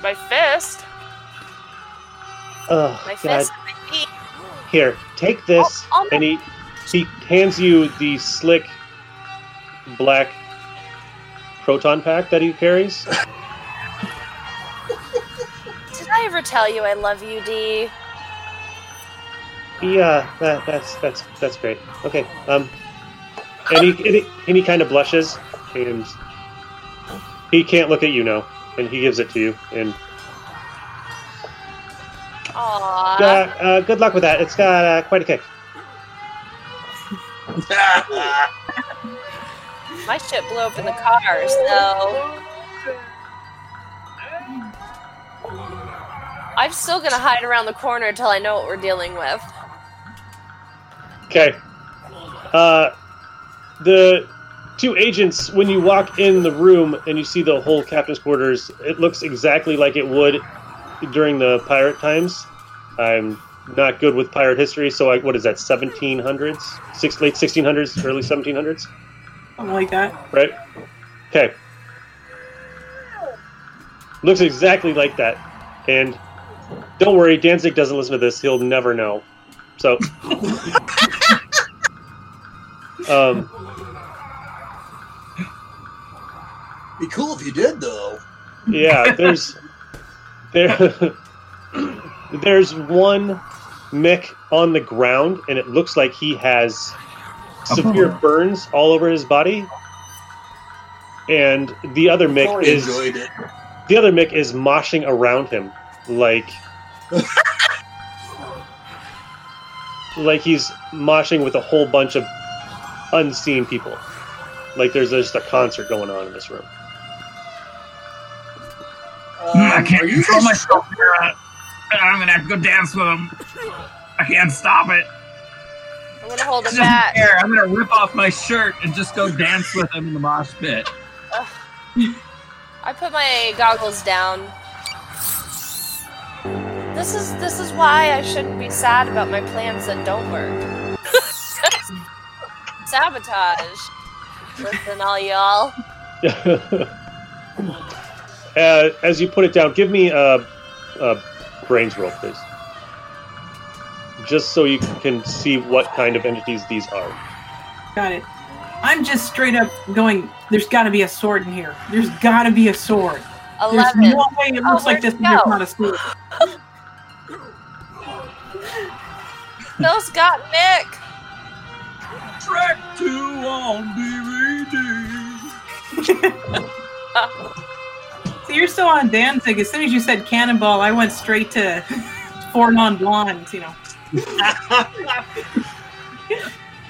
Speaker 4: My fist.
Speaker 1: Oh,
Speaker 4: My
Speaker 1: God.
Speaker 4: fist and my feet.
Speaker 1: Here, take this.
Speaker 4: Oh, oh my-
Speaker 1: and he, he hands you the slick black proton pack that he carries.
Speaker 4: Did I ever tell you I love you, D?
Speaker 1: Yeah, that, that's that's that's great. Okay. Um, and he and he, and he kind of blushes, and he can't look at you now, and he gives it to you. And
Speaker 4: Aww.
Speaker 1: uh, uh, good luck with that. It's got uh, quite a kick.
Speaker 4: My shit blew up in the car, so. I'm still gonna hide around the corner until I know what we're dealing with.
Speaker 1: Okay. Uh, the two agents, when you walk in the room and you see the whole captain's quarters, it looks exactly like it would during the pirate times. I'm not good with pirate history, so I, what is that, 1700s? Six, late 1600s, early 1700s?
Speaker 3: Something like that.
Speaker 1: right? Okay. Looks exactly like that. And don't worry, Danzig doesn't listen to this. He'll never know. So. um,
Speaker 2: Be cool if you did, though.
Speaker 1: yeah, there's. There, there's one Mick on the ground, and it looks like he has severe
Speaker 5: Oh.
Speaker 1: burns all over his body. And the other Mick
Speaker 2: Probably
Speaker 1: is.
Speaker 2: enjoyed it.
Speaker 1: The other Mick is moshing around him, like, like he's moshing with a whole bunch of unseen people. Like there's just a concert going on in this room.
Speaker 5: Mm, I
Speaker 6: Um,
Speaker 5: can't
Speaker 2: are you
Speaker 5: control
Speaker 2: guys-
Speaker 5: myself here. Uh, I'm gonna have to go dance with him. I can't stop it.
Speaker 4: I'm gonna hold
Speaker 5: It's
Speaker 4: him
Speaker 5: just
Speaker 4: back.
Speaker 5: fair. I'm gonna rip off my shirt and just go dance with him in the mosh pit.
Speaker 4: I put my goggles down. This is this is why I shouldn't be sad about my plans that don't work. Sabotage. Listen, all y'all.
Speaker 1: uh, as you put it down, give me a, a brains roll, please. Just so you can see what kind of entities these are.
Speaker 3: Got it. I'm just straight up going. There's got to be a sword in here. There's got to be a sword. There's
Speaker 4: Eleven.
Speaker 3: no way it
Speaker 4: Oh,
Speaker 3: looks like this.
Speaker 4: where'd
Speaker 3: and
Speaker 4: it
Speaker 3: There's
Speaker 4: go?
Speaker 3: not a sword.
Speaker 4: Those got Nick.
Speaker 5: Track two on DVD.
Speaker 3: So you're still on Danzig. As soon as you said cannonball, I went straight to Four Non Blondes. You know, and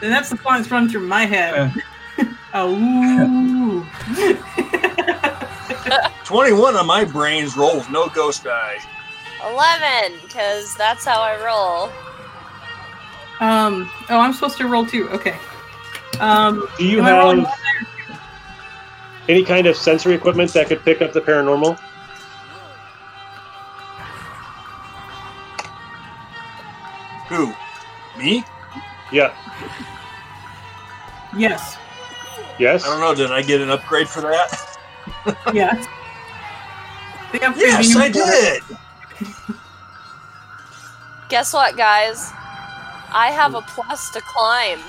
Speaker 3: that's the song that's running through my head. oh, ooh.
Speaker 2: 21 on my brains roll with no ghost die.
Speaker 4: Eleven, because that's how I roll.
Speaker 3: um. Oh, I'm supposed to roll two. Okay. Um.
Speaker 1: Do you
Speaker 3: am I rolling
Speaker 1: have any kind of sensory equipment that could pick up the paranormal?
Speaker 2: Who? Me?
Speaker 1: Yeah.
Speaker 3: Yes.
Speaker 1: Yes.
Speaker 2: I don't know. Did I get an upgrade for that?
Speaker 3: Yes. They have
Speaker 2: Yes,
Speaker 3: preview
Speaker 2: I
Speaker 3: for it.
Speaker 2: did.
Speaker 4: Guess what, guys? I have a plus to climb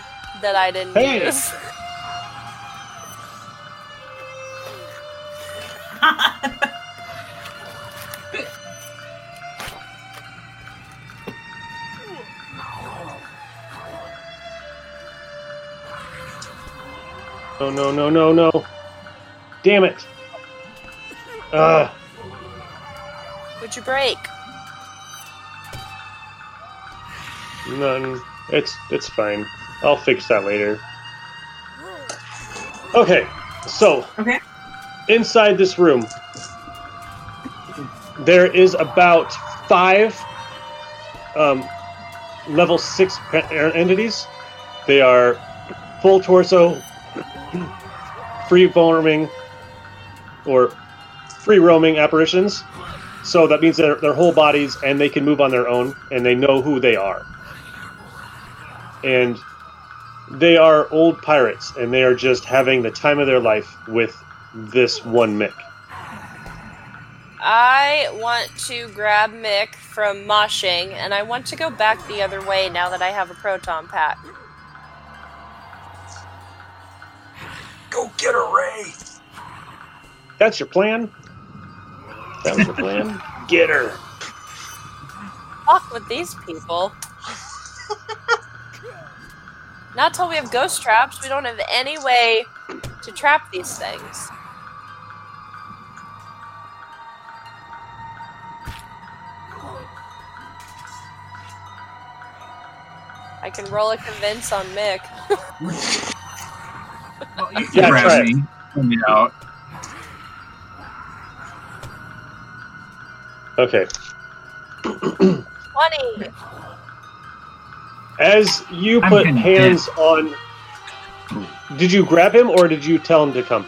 Speaker 4: that I didn't
Speaker 1: Hey.
Speaker 4: use.
Speaker 1: No, no, no, no, no. Damn it. Uh,
Speaker 4: Would you break?
Speaker 1: none. It's it's fine. I'll fix that later. Okay. So.
Speaker 3: Okay.
Speaker 1: Inside this room, there is about five um, level six pe- er, entities. They are full torso, free roaming, or free roaming apparitions. So that means their their whole bodies and they can move on their own and they know who they are. And they are old pirates and they are just having the time of their life with this one Mick.
Speaker 4: I want to grab Mick from moshing, and I want to go back the other way now that I have a proton pack.
Speaker 2: Go get a ray.
Speaker 1: That's your plan? That was your plan? Get her.
Speaker 4: Fuck with these people. Not till we have ghost traps. We don't have any way to trap these things. I can roll a convince on Mick.
Speaker 5: Well, you can
Speaker 1: Yeah,
Speaker 5: grab
Speaker 1: try it.
Speaker 5: me. Let me out.
Speaker 1: Okay.
Speaker 4: 20!
Speaker 1: As you
Speaker 5: I'm
Speaker 1: put
Speaker 5: gonna
Speaker 1: hands on did you grab him or did you tell him to come?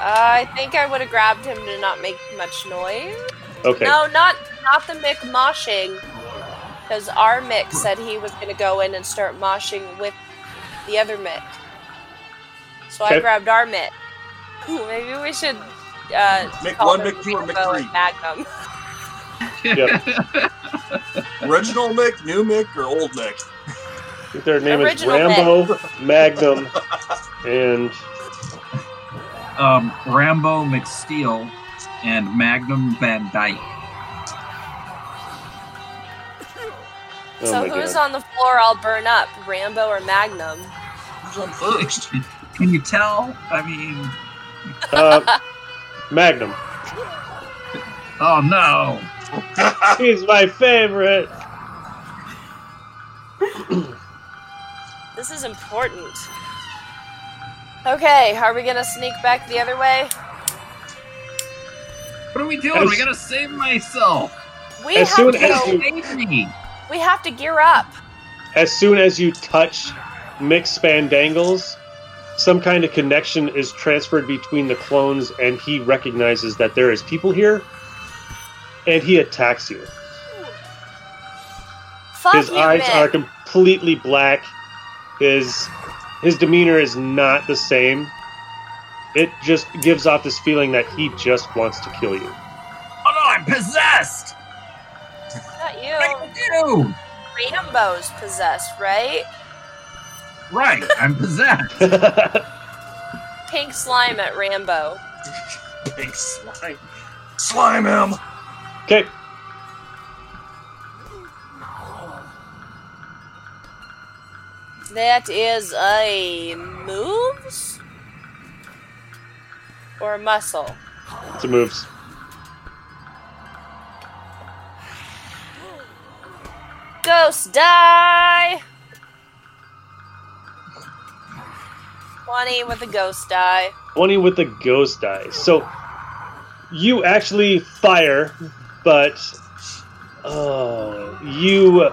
Speaker 4: I think I would have grabbed him to not make much noise.
Speaker 1: Okay.
Speaker 4: No, not not the Mick moshing. Because our Mick said he was going to go in and start moshing with the other Mick. So I
Speaker 1: Okay.
Speaker 4: grabbed our Mick. Ooh, Maybe we should. Uh,
Speaker 2: Mick
Speaker 4: call
Speaker 2: one,
Speaker 4: them
Speaker 2: Mick two, or Mick
Speaker 4: Rambo
Speaker 2: three?
Speaker 4: and Magnum.
Speaker 2: Original Mick, new Mick, or old Mick?
Speaker 1: I think their name is
Speaker 4: Original
Speaker 1: Rambo, Magnum, and
Speaker 5: Um, Rambo McSteel and Magnum Van Dyke.
Speaker 1: oh
Speaker 4: so
Speaker 1: my
Speaker 4: who's
Speaker 1: god.
Speaker 4: on the floor all burn up? Rambo or Magnum?
Speaker 2: Who's on first?
Speaker 5: Can you tell? I mean,
Speaker 1: Uh, Magnum.
Speaker 5: oh no.
Speaker 1: He's my favorite.
Speaker 4: This is important. Okay, are we going to sneak back the other way?
Speaker 5: What are we doing?
Speaker 1: As-
Speaker 5: I gotta save myself.
Speaker 4: We
Speaker 1: As
Speaker 4: have
Speaker 1: soon
Speaker 4: to
Speaker 1: as
Speaker 4: go-
Speaker 1: you-
Speaker 5: Save me.
Speaker 4: we have to gear up.
Speaker 1: As soon as you touch Mix Spandangles, some kind of connection is transferred between the clones, and he recognizes that there is people here, and he attacks you.
Speaker 4: Fuck
Speaker 1: his
Speaker 4: you,
Speaker 1: eyes
Speaker 4: Mick.
Speaker 1: are completely black. His his demeanor is not the same. It just gives off this feeling that he just wants to kill you.
Speaker 5: Oh no, I'm possessed.
Speaker 4: Not
Speaker 5: What
Speaker 4: you.
Speaker 5: do I do?
Speaker 4: Rambo's possessed, right?
Speaker 5: Right, I'm possessed.
Speaker 4: Pink slime at Rambo.
Speaker 2: Big slime. Slime him.
Speaker 1: okay,
Speaker 4: That is a moves or a muscle.
Speaker 1: so moves.
Speaker 4: Ghost die. Twenty with a ghost die.
Speaker 1: 20 with the ghost die. So you actually fire, but uh, you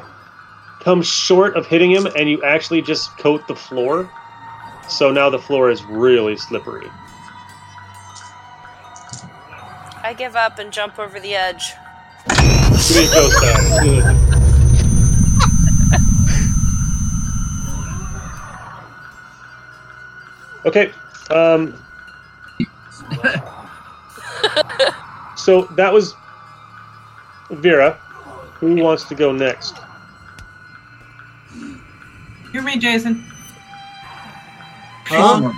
Speaker 1: come short of hitting him and you actually just coat the floor. So now the floor is really slippery.
Speaker 4: I give up and jump over the edge.
Speaker 1: Give me a ghost die. okay. Um, so that was Vera. Who wants to go next?
Speaker 3: Hear me, Jason.
Speaker 2: Huh?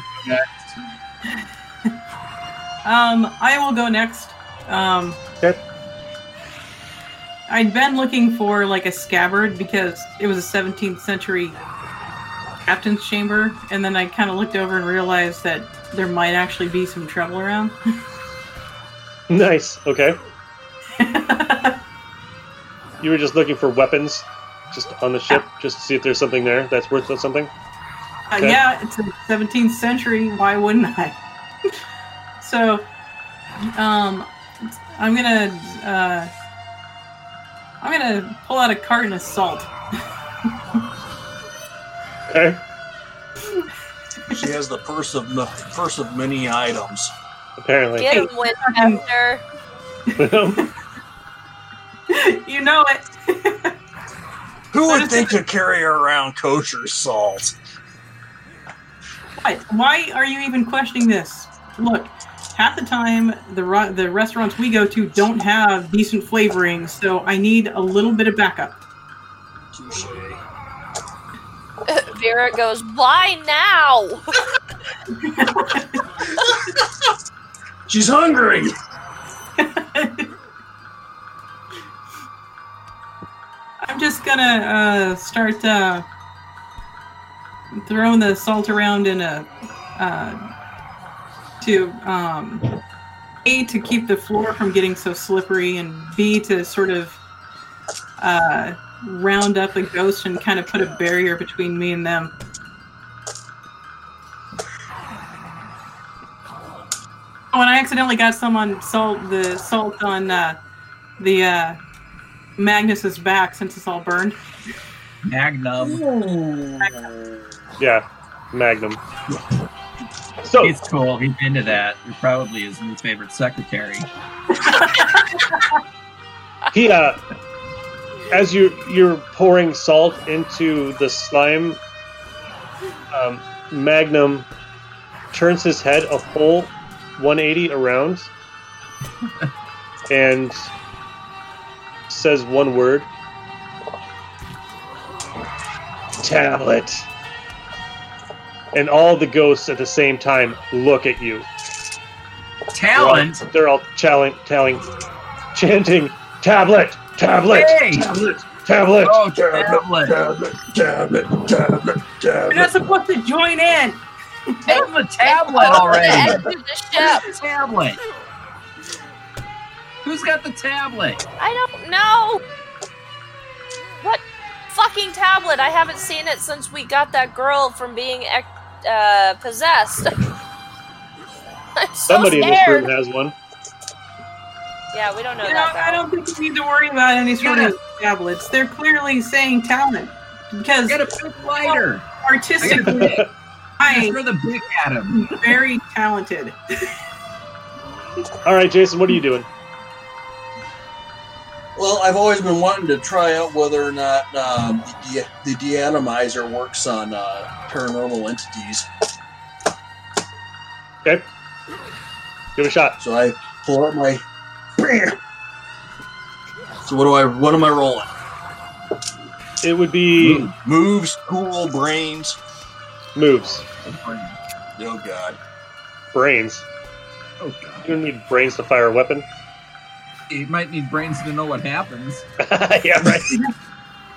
Speaker 3: Um, I will go next. Um,
Speaker 1: Okay.
Speaker 3: I'd been looking for like a scabbard because it was a 17th century captain's chamber, and then I kind of looked over and realized that there might actually be some trouble around.
Speaker 1: Nice. Okay.
Speaker 3: Uh,
Speaker 1: You were just looking for weapons, just on the ship, just to see if there's something there that's worth something.
Speaker 3: Uh,
Speaker 1: Okay.
Speaker 3: yeah, it's the 17th century. Why wouldn't I? so, um, I'm gonna, uh, I'm gonna pull out a carton of salt.
Speaker 1: Okay.
Speaker 2: She has the purse of the purse of many items.
Speaker 1: Apparently.
Speaker 4: Get him, Winchester.
Speaker 3: you know it.
Speaker 2: Who would think to carry around kosher salt?
Speaker 3: Why- Why are you even questioning this? Look, half the time the ru- the restaurants we go to don't have decent flavoring, so I need a little bit of backup.
Speaker 2: Touche.
Speaker 4: Vera goes, Why now?
Speaker 2: She's hungry.
Speaker 3: I'm just gonna uh, start uh, throwing the salt around in a uh, to um, a to keep the floor from getting so slippery, and b to sort of uh, round up the ghost and kind of put a barrier between me and them. Oh, and I accidentally got some on salt the salt on uh, the uh, Magnus's back since it's all burned.
Speaker 5: Magnum.
Speaker 1: yeah. Magnum. So
Speaker 5: He's cool. He's into that. You're probably his new favorite secretary.
Speaker 1: he uh as you you're pouring salt into the slime um, magnum turns his head a whole 180 around and says one word tablet and all the ghosts at the same time look at you
Speaker 5: Talent.
Speaker 1: they're all challenge, telling, chanting, tablet, tablet,
Speaker 5: Hey!
Speaker 1: tablet, tablet.
Speaker 5: Oh, tablet.
Speaker 2: Tablet, tablet, tablet,
Speaker 3: You're
Speaker 2: tablet.
Speaker 3: not supposed to join in.
Speaker 5: Take the tablet
Speaker 4: Oh, Over
Speaker 5: already.
Speaker 4: the edge of the ship.
Speaker 5: tablet. Who's got the tablet?
Speaker 4: I don't know. What fucking tablet? I haven't seen it since we got that girl from being ex- uh, possessed. I'm so
Speaker 1: Somebody in this
Speaker 4: scared.
Speaker 1: room has one.
Speaker 4: Yeah, we don't know
Speaker 3: You know,
Speaker 4: that.
Speaker 3: I don't think you need to worry about any sort of tablets. They're clearly saying talent because
Speaker 5: Get a big lighter.
Speaker 3: artistically, I
Speaker 5: Just
Speaker 3: am
Speaker 5: throw the big at him.
Speaker 3: very talented.
Speaker 1: All right, Jason, what are you doing?
Speaker 2: Well, I've always been wanting to try out whether or not um, the, de- the deatomizer works on uh, paranormal entities.
Speaker 1: Give it a shot.
Speaker 2: So I pull out my. So what do I? What am I rolling?
Speaker 1: It would be
Speaker 2: Moves, cool brains.
Speaker 1: moves,
Speaker 2: Oh God.
Speaker 1: brains.
Speaker 5: Oh god.
Speaker 1: You don't need brains to fire a weapon.
Speaker 5: You might need brains to know what happens.
Speaker 1: yeah, right.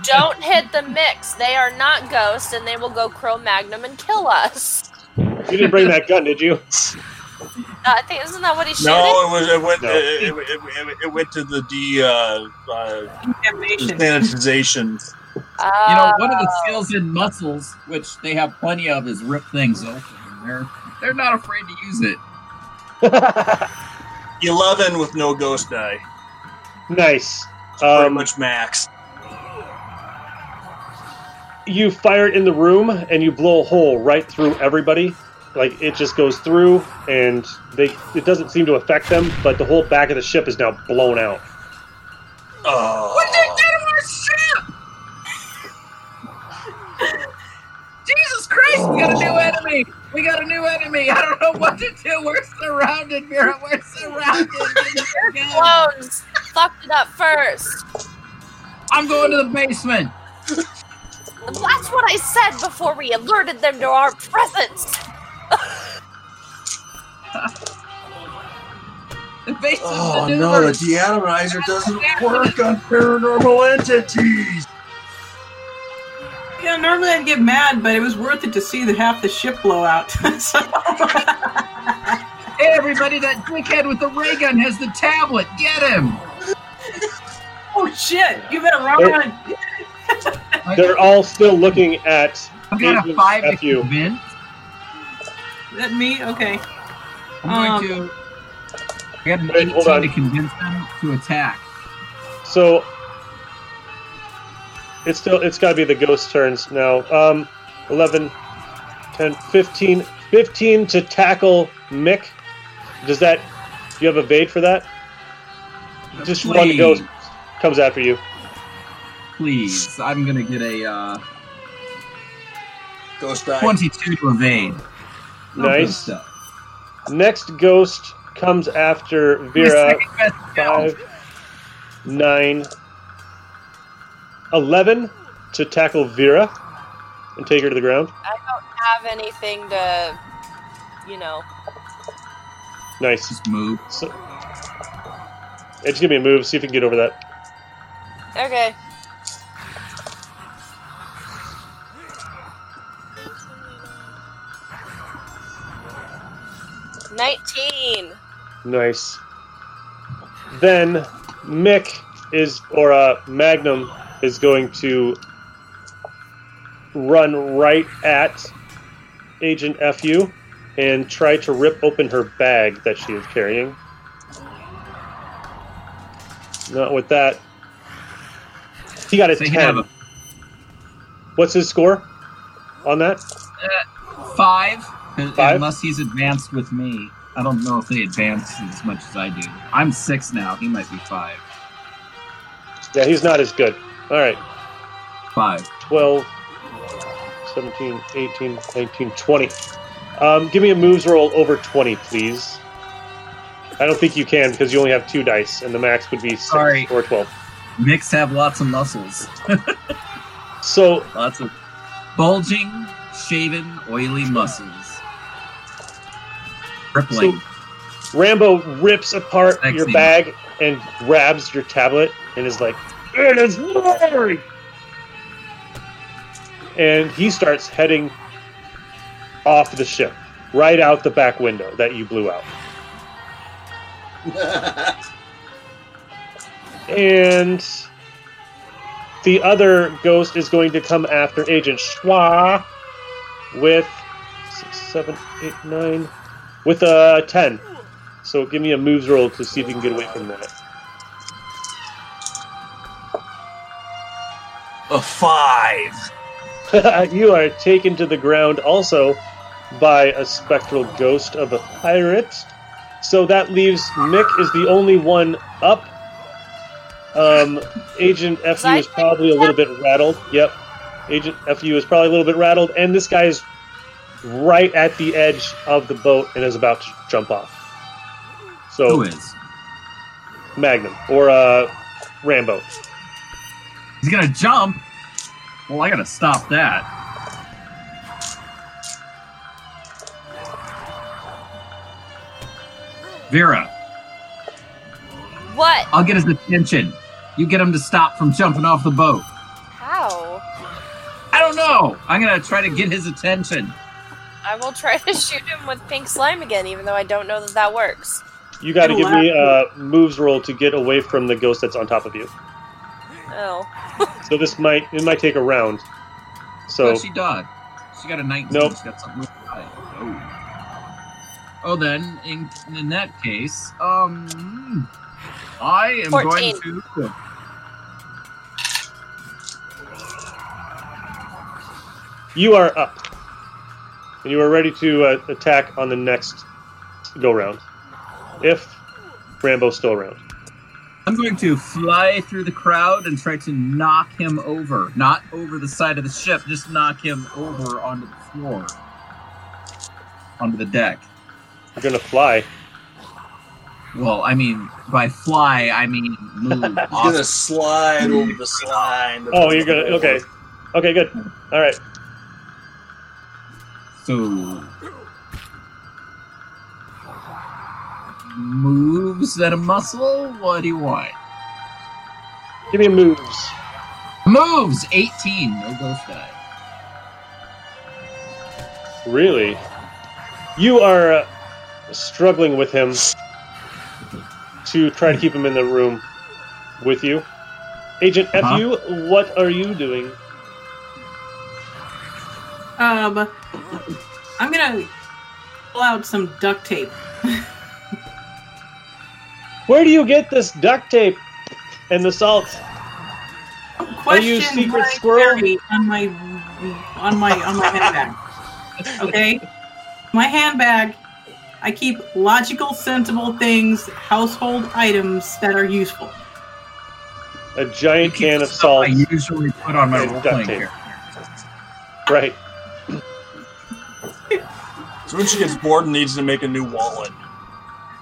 Speaker 4: Don't hit the mix. They are not ghosts, and they will go Cro Magnum and kill us. Uh,
Speaker 1: You didn't bring that gun, did you?
Speaker 4: I think isn't that what he's shooting?
Speaker 2: No, it was. It went.
Speaker 1: No.
Speaker 2: It, it, it, it went to the de uh, uh,
Speaker 3: Contamination.
Speaker 2: sanitization.
Speaker 4: Ah,
Speaker 5: You know, one of the
Speaker 2: Oh.
Speaker 5: skills in muscles, which they have plenty of, is rip things open. They're they're not afraid to use it.
Speaker 2: Eleven with no ghost die.
Speaker 1: nice.
Speaker 2: It's pretty
Speaker 1: Um,
Speaker 2: much max.
Speaker 1: you fire it in the room and you blow a hole right through everybody. Like it just goes through, and they it doesn't seem to affect them. But the whole back of the ship is now blown out.
Speaker 2: Oh.
Speaker 5: What did you do to our ship? Jesus Christ,
Speaker 6: We got a
Speaker 2: Oh.
Speaker 6: new enemy. We got a new enemy. I don't know what to do. We're surrounded, Mira. We're surrounded.
Speaker 4: clones Oh, fucked it up first.
Speaker 5: I'm going to the basement.
Speaker 4: That's what I said before we alerted them to our presence.
Speaker 5: The basement's
Speaker 2: Oh
Speaker 5: the
Speaker 2: no, the
Speaker 5: newest.
Speaker 2: deatomizer doesn't work on paranormal entities.
Speaker 3: Yeah, normally I'd get mad, but it was worth it to see that half the ship blow out. so,
Speaker 5: Hey, everybody, that dickhead with the ray gun has the tablet. Get him.
Speaker 3: oh shit! You better run.
Speaker 1: They're all still looking at.
Speaker 5: I've got a
Speaker 1: agents
Speaker 5: five to
Speaker 1: F you.
Speaker 5: convince.
Speaker 3: That me? Okay.
Speaker 5: I'm
Speaker 2: Um,
Speaker 5: going to. I got an
Speaker 1: wait, hold
Speaker 5: 18
Speaker 1: on.
Speaker 5: to convince them to attack.
Speaker 1: So it's still it's got to be the ghost turns now. Um, 11, 10, 15, 15 to tackle Mick. Does that? Do you have evade for that? Just one
Speaker 5: Please,
Speaker 1: ghost comes after you.
Speaker 5: Please, I'm gonna get a uh,
Speaker 2: Ghost die.
Speaker 5: 22 to evade. No good
Speaker 1: Nice.
Speaker 5: stuff.
Speaker 1: Next ghost comes after
Speaker 5: My
Speaker 1: Vera.
Speaker 5: second best skill.
Speaker 1: Five, nine, 11 to tackle Vera and take her to the ground.
Speaker 4: I don't have anything to, you know.
Speaker 1: Nice.
Speaker 5: Just move.
Speaker 1: So, yeah, just give me a move. See if you can get over that.
Speaker 4: Okay. Nineteen.
Speaker 1: Nice. Then Mick is, or uh, Magnum is going to run right at Agent FU and try to rip open her bag that she is carrying. Not with that. He got a
Speaker 5: So you
Speaker 1: 10.
Speaker 5: have a
Speaker 1: What's his score on that?
Speaker 5: five, un-
Speaker 1: Five?
Speaker 5: unless he's advanced with me. I don't know if they advance as much as I do. I'm six now. He might be five.
Speaker 1: Yeah, he's not as good. All right.
Speaker 5: Five.
Speaker 1: 12, 17, 18, 19, 20. Um, give me a moves roll over 20, please. I don't think you can because you only have two dice, and the max would be 6
Speaker 5: Sorry.
Speaker 1: or 12.
Speaker 5: Mix have lots of muscles.
Speaker 1: So
Speaker 5: Lots of bulging, shaven, oily muscles. Rippling.
Speaker 1: Rambo rips apart
Speaker 5: Sexy.
Speaker 1: your bag and grabs your tablet and is like, It is mine! And he starts heading off the ship, right out the back window that you blew out. And the other ghost is going to come after Agent Schwa with six, seven, eight, nine, with a ten. So give me a moves roll to see if you can get away from that.
Speaker 2: A five.
Speaker 1: you are taken to the ground also by a spectral ghost of a pirate. So that leaves Nick is the only one up. Um, Agent FU is probably a little bit rattled. Yep. Agent FU is probably a little bit rattled. And this guy is right at the edge of the boat and is about to jump off.
Speaker 5: Who
Speaker 1: So,
Speaker 5: is?
Speaker 1: Magnum or uh, Rambo.
Speaker 5: He's gonna jump. Well, I gotta stop that. Vera,
Speaker 4: What?
Speaker 5: I'll get his attention. You get him to stop from jumping off the boat.
Speaker 4: How?
Speaker 5: I don't know. I'm gonna try to get his attention.
Speaker 4: I will try to shoot him with pink slime again, even though I don't know that that works.
Speaker 1: You got to
Speaker 3: It'll
Speaker 1: give me a moves roll to get away from the ghost that's on top of you.
Speaker 4: Oh.
Speaker 1: So this might it might take a round. So
Speaker 5: But she died. She got a 19.
Speaker 1: Nope.
Speaker 5: She got something with it. Oh. Oh, then in in that case, um, I am
Speaker 4: 14.
Speaker 5: going to.
Speaker 1: you are up, and you are ready to uh, attack on the next go round, if Rambo's still around.
Speaker 5: I'm going to fly through the crowd and try to knock him over. Not over the side of the ship, just knock him over onto the floor, onto the deck.
Speaker 1: You're gonna fly.
Speaker 5: Well, I mean, by fly, I mean move.
Speaker 2: He's gonna slide over the slide.
Speaker 1: Oh, you're gonna okay, okay, good. All right,
Speaker 5: So moves that a muscle? What do you want?
Speaker 1: give me moves.
Speaker 5: Moves 18, no ghost die.
Speaker 1: Really, you are uh, struggling with him to try to keep him in the room with you. Agent
Speaker 5: Uh-huh.
Speaker 1: FU, what are you doing?
Speaker 3: Um, I'm gonna pull out some duct tape.
Speaker 1: Where do you get this duct tape and the salt?
Speaker 3: Don't
Speaker 1: Are you
Speaker 3: question
Speaker 1: Secret
Speaker 3: my
Speaker 1: Squirrel?
Speaker 3: theory on my on my on my handbag. Okay, my handbag. I keep logical, sensible things, household items that are useful.
Speaker 1: A giant can of
Speaker 5: Stuff
Speaker 1: salt.
Speaker 5: I usually put on my
Speaker 1: and
Speaker 5: role
Speaker 1: duct
Speaker 5: playing
Speaker 1: tape.
Speaker 5: here.
Speaker 1: Right.
Speaker 2: So when she gets bored and needs to make a new wallet.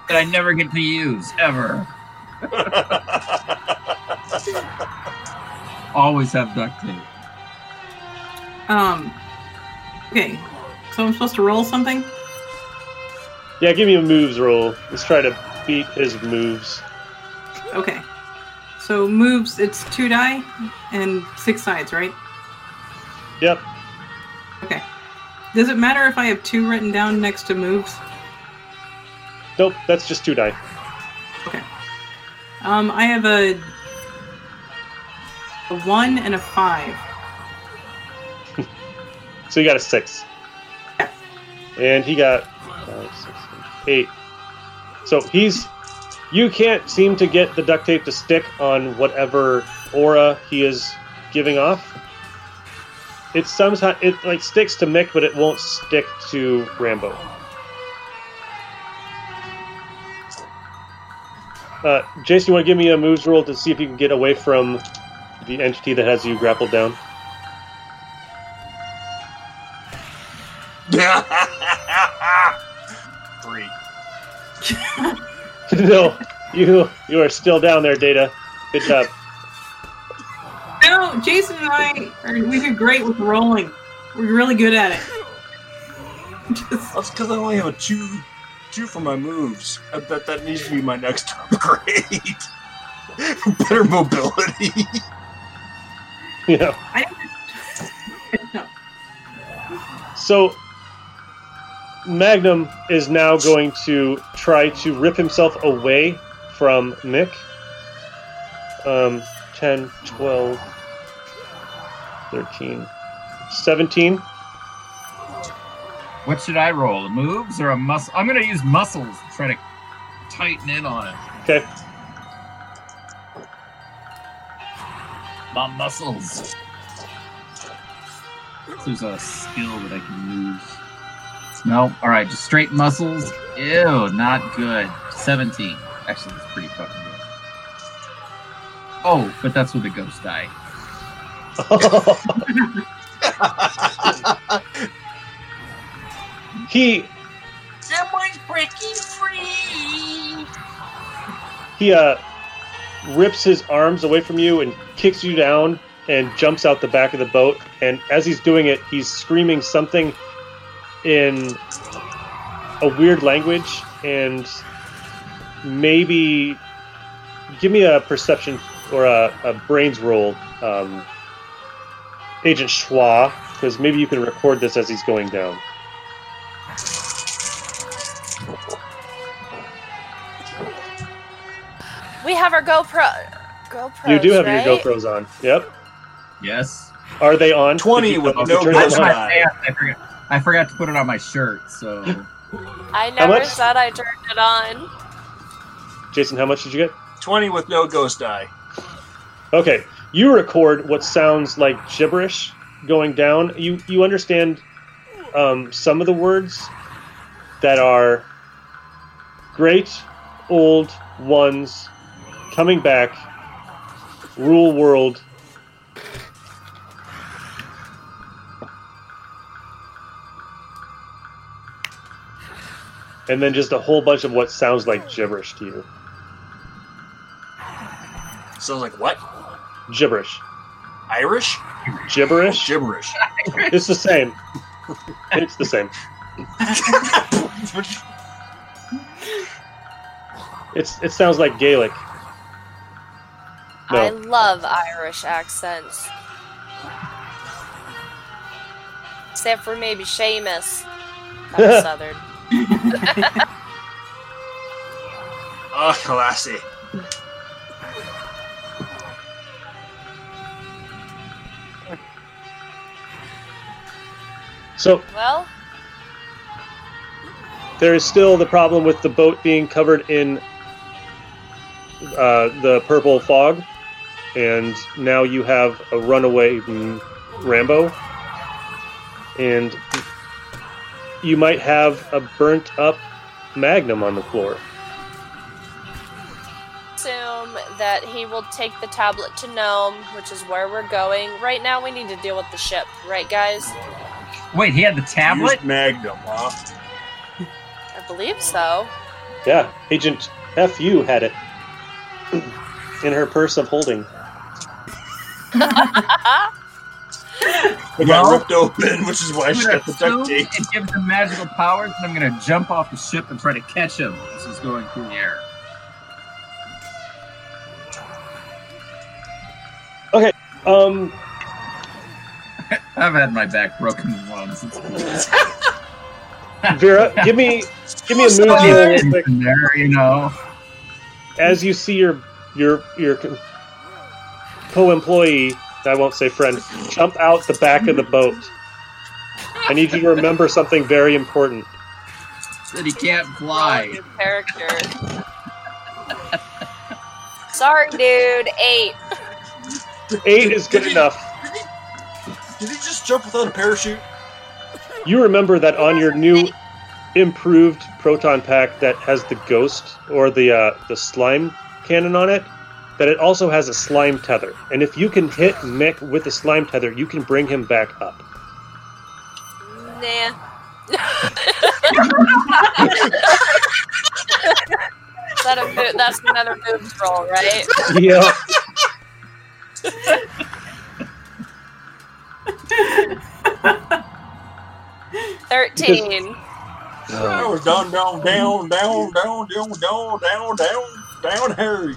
Speaker 5: That I never get to use, ever. Always have duct tape.
Speaker 3: Um. Okay, so I'm supposed to roll something.
Speaker 1: Yeah, give me a moves roll. Let's try to beat his moves.
Speaker 3: Okay. So moves. It's two die and six sides, right?
Speaker 1: Yep.
Speaker 3: Okay. Does it matter if I have two written down next to moves?
Speaker 1: Nope, that's just two die.
Speaker 3: Um, I have a, a one and a five.
Speaker 1: So you got a six. And he got five, six, seven, eight. So he's. You can't seem to get the duct tape to stick on whatever aura he is giving off. It sometimes it like sticks to Mick, but it won't stick to Rambo. Uh, Jason, you want to give me a moves roll to see if you can get away from the entity that has you grappled down?
Speaker 2: Three.
Speaker 1: no, you you are still down there, Data. Good job.
Speaker 3: You know, Jason and I are we do great with rolling. We're really good at it. Just,
Speaker 2: That's because I only have a two, two for my moves. I bet that needs to be my next upgrade. Better mobility.
Speaker 1: Yeah.
Speaker 3: I no.
Speaker 1: So Magnum is now going to try to rip himself away from Mick. Um, 10, 12, 13, 17.
Speaker 5: What should I roll? Moves or a muscle? I'm going to use muscles to try to tighten in on it.
Speaker 1: Okay.
Speaker 5: My muscles. if there's a skill that I can use. No. All right, just straight muscles. Ew, not good. 17. Actually, that's pretty fucking good. Oh, but that's with a ghost die.
Speaker 1: he
Speaker 6: Someone's breaking free.
Speaker 1: he uh, rips his arms away from you and kicks you down and jumps out the back of the boat. And as he's doing it, he's screaming something in a weird language. And maybe give me a perception or a, a brains roll, um, Agent Schwa, because maybe you can record this as he's going down.
Speaker 4: We have our GoPro. GoPros,
Speaker 1: you do have
Speaker 4: right?
Speaker 1: your GoPros on. Yep.
Speaker 5: Yes.
Speaker 1: Are they on?
Speaker 2: 20
Speaker 1: Did you-
Speaker 2: with
Speaker 1: did
Speaker 2: no
Speaker 1: you turn them
Speaker 5: That's
Speaker 2: That's
Speaker 1: on?
Speaker 5: my
Speaker 2: my
Speaker 5: pants. I forgot. I forgot to put it on my shirt, so
Speaker 4: I never
Speaker 1: much?
Speaker 4: said I turned it on.
Speaker 1: Jason, how much did you get?
Speaker 2: 20 with no ghost die.
Speaker 1: Okay, you record what sounds like gibberish going down. You you understand um, some of the words that are great old ones coming back, rule world. And then just a whole bunch of what sounds like gibberish to you.
Speaker 2: Sounds like what?
Speaker 1: Gibberish.
Speaker 2: Irish?
Speaker 1: Gibberish?
Speaker 2: Gibberish.
Speaker 1: It's the same. It's the same. It's it sounds like Gaelic. No.
Speaker 4: I love Irish accents. Except for maybe Seamus. Kind of southern.
Speaker 2: oh, classy.
Speaker 1: So
Speaker 4: Well,
Speaker 1: there is still the problem with the boat being covered in uh, the purple fog, and now you have a runaway mm, Rambo, and you might have a burnt up Magnum on the floor.
Speaker 4: assume that he will take the tablet to Nome, which is where we're going. Right now, we need to deal with the ship, right, guys?
Speaker 5: wait, he had the tablet.
Speaker 2: Used Magnum, huh?
Speaker 4: I believe so.
Speaker 1: Yeah, Agent FU had it in her purse of holding.
Speaker 2: It got
Speaker 5: Well-
Speaker 2: ripped open, which is why
Speaker 5: I'm
Speaker 2: she
Speaker 5: gonna
Speaker 2: got the duct
Speaker 5: assume
Speaker 2: tape.
Speaker 5: It gives him magical powers, and I'm gonna jump off the ship and try to catch him as he's going through the air.
Speaker 1: Um,
Speaker 5: I've had my back broken once. It's
Speaker 1: Vera, give me give me a move
Speaker 4: Sorry.
Speaker 1: roll real quick.
Speaker 5: in there, you know.
Speaker 1: as you see your your your co-employee. I won't say friend. Jump out the back of the boat. I need you to remember something very important.
Speaker 5: That he can't
Speaker 4: Wrong
Speaker 5: fly.
Speaker 4: new character. Sorry, dude. Eight.
Speaker 1: Eight is good enough.
Speaker 2: Did he, did he just jump without a parachute?
Speaker 1: You remember that on your new improved proton pack that has the ghost or the uh, the slime cannon on it, that it also has a slime tether. And if you can hit Mick with the slime tether, you can bring him back up.
Speaker 4: Nah. Is that a mo- that's another moves roll, right?
Speaker 1: Yeah.
Speaker 4: Thirteen.
Speaker 2: I was down, down, down, down, down, down, down, down, down, down, Harry.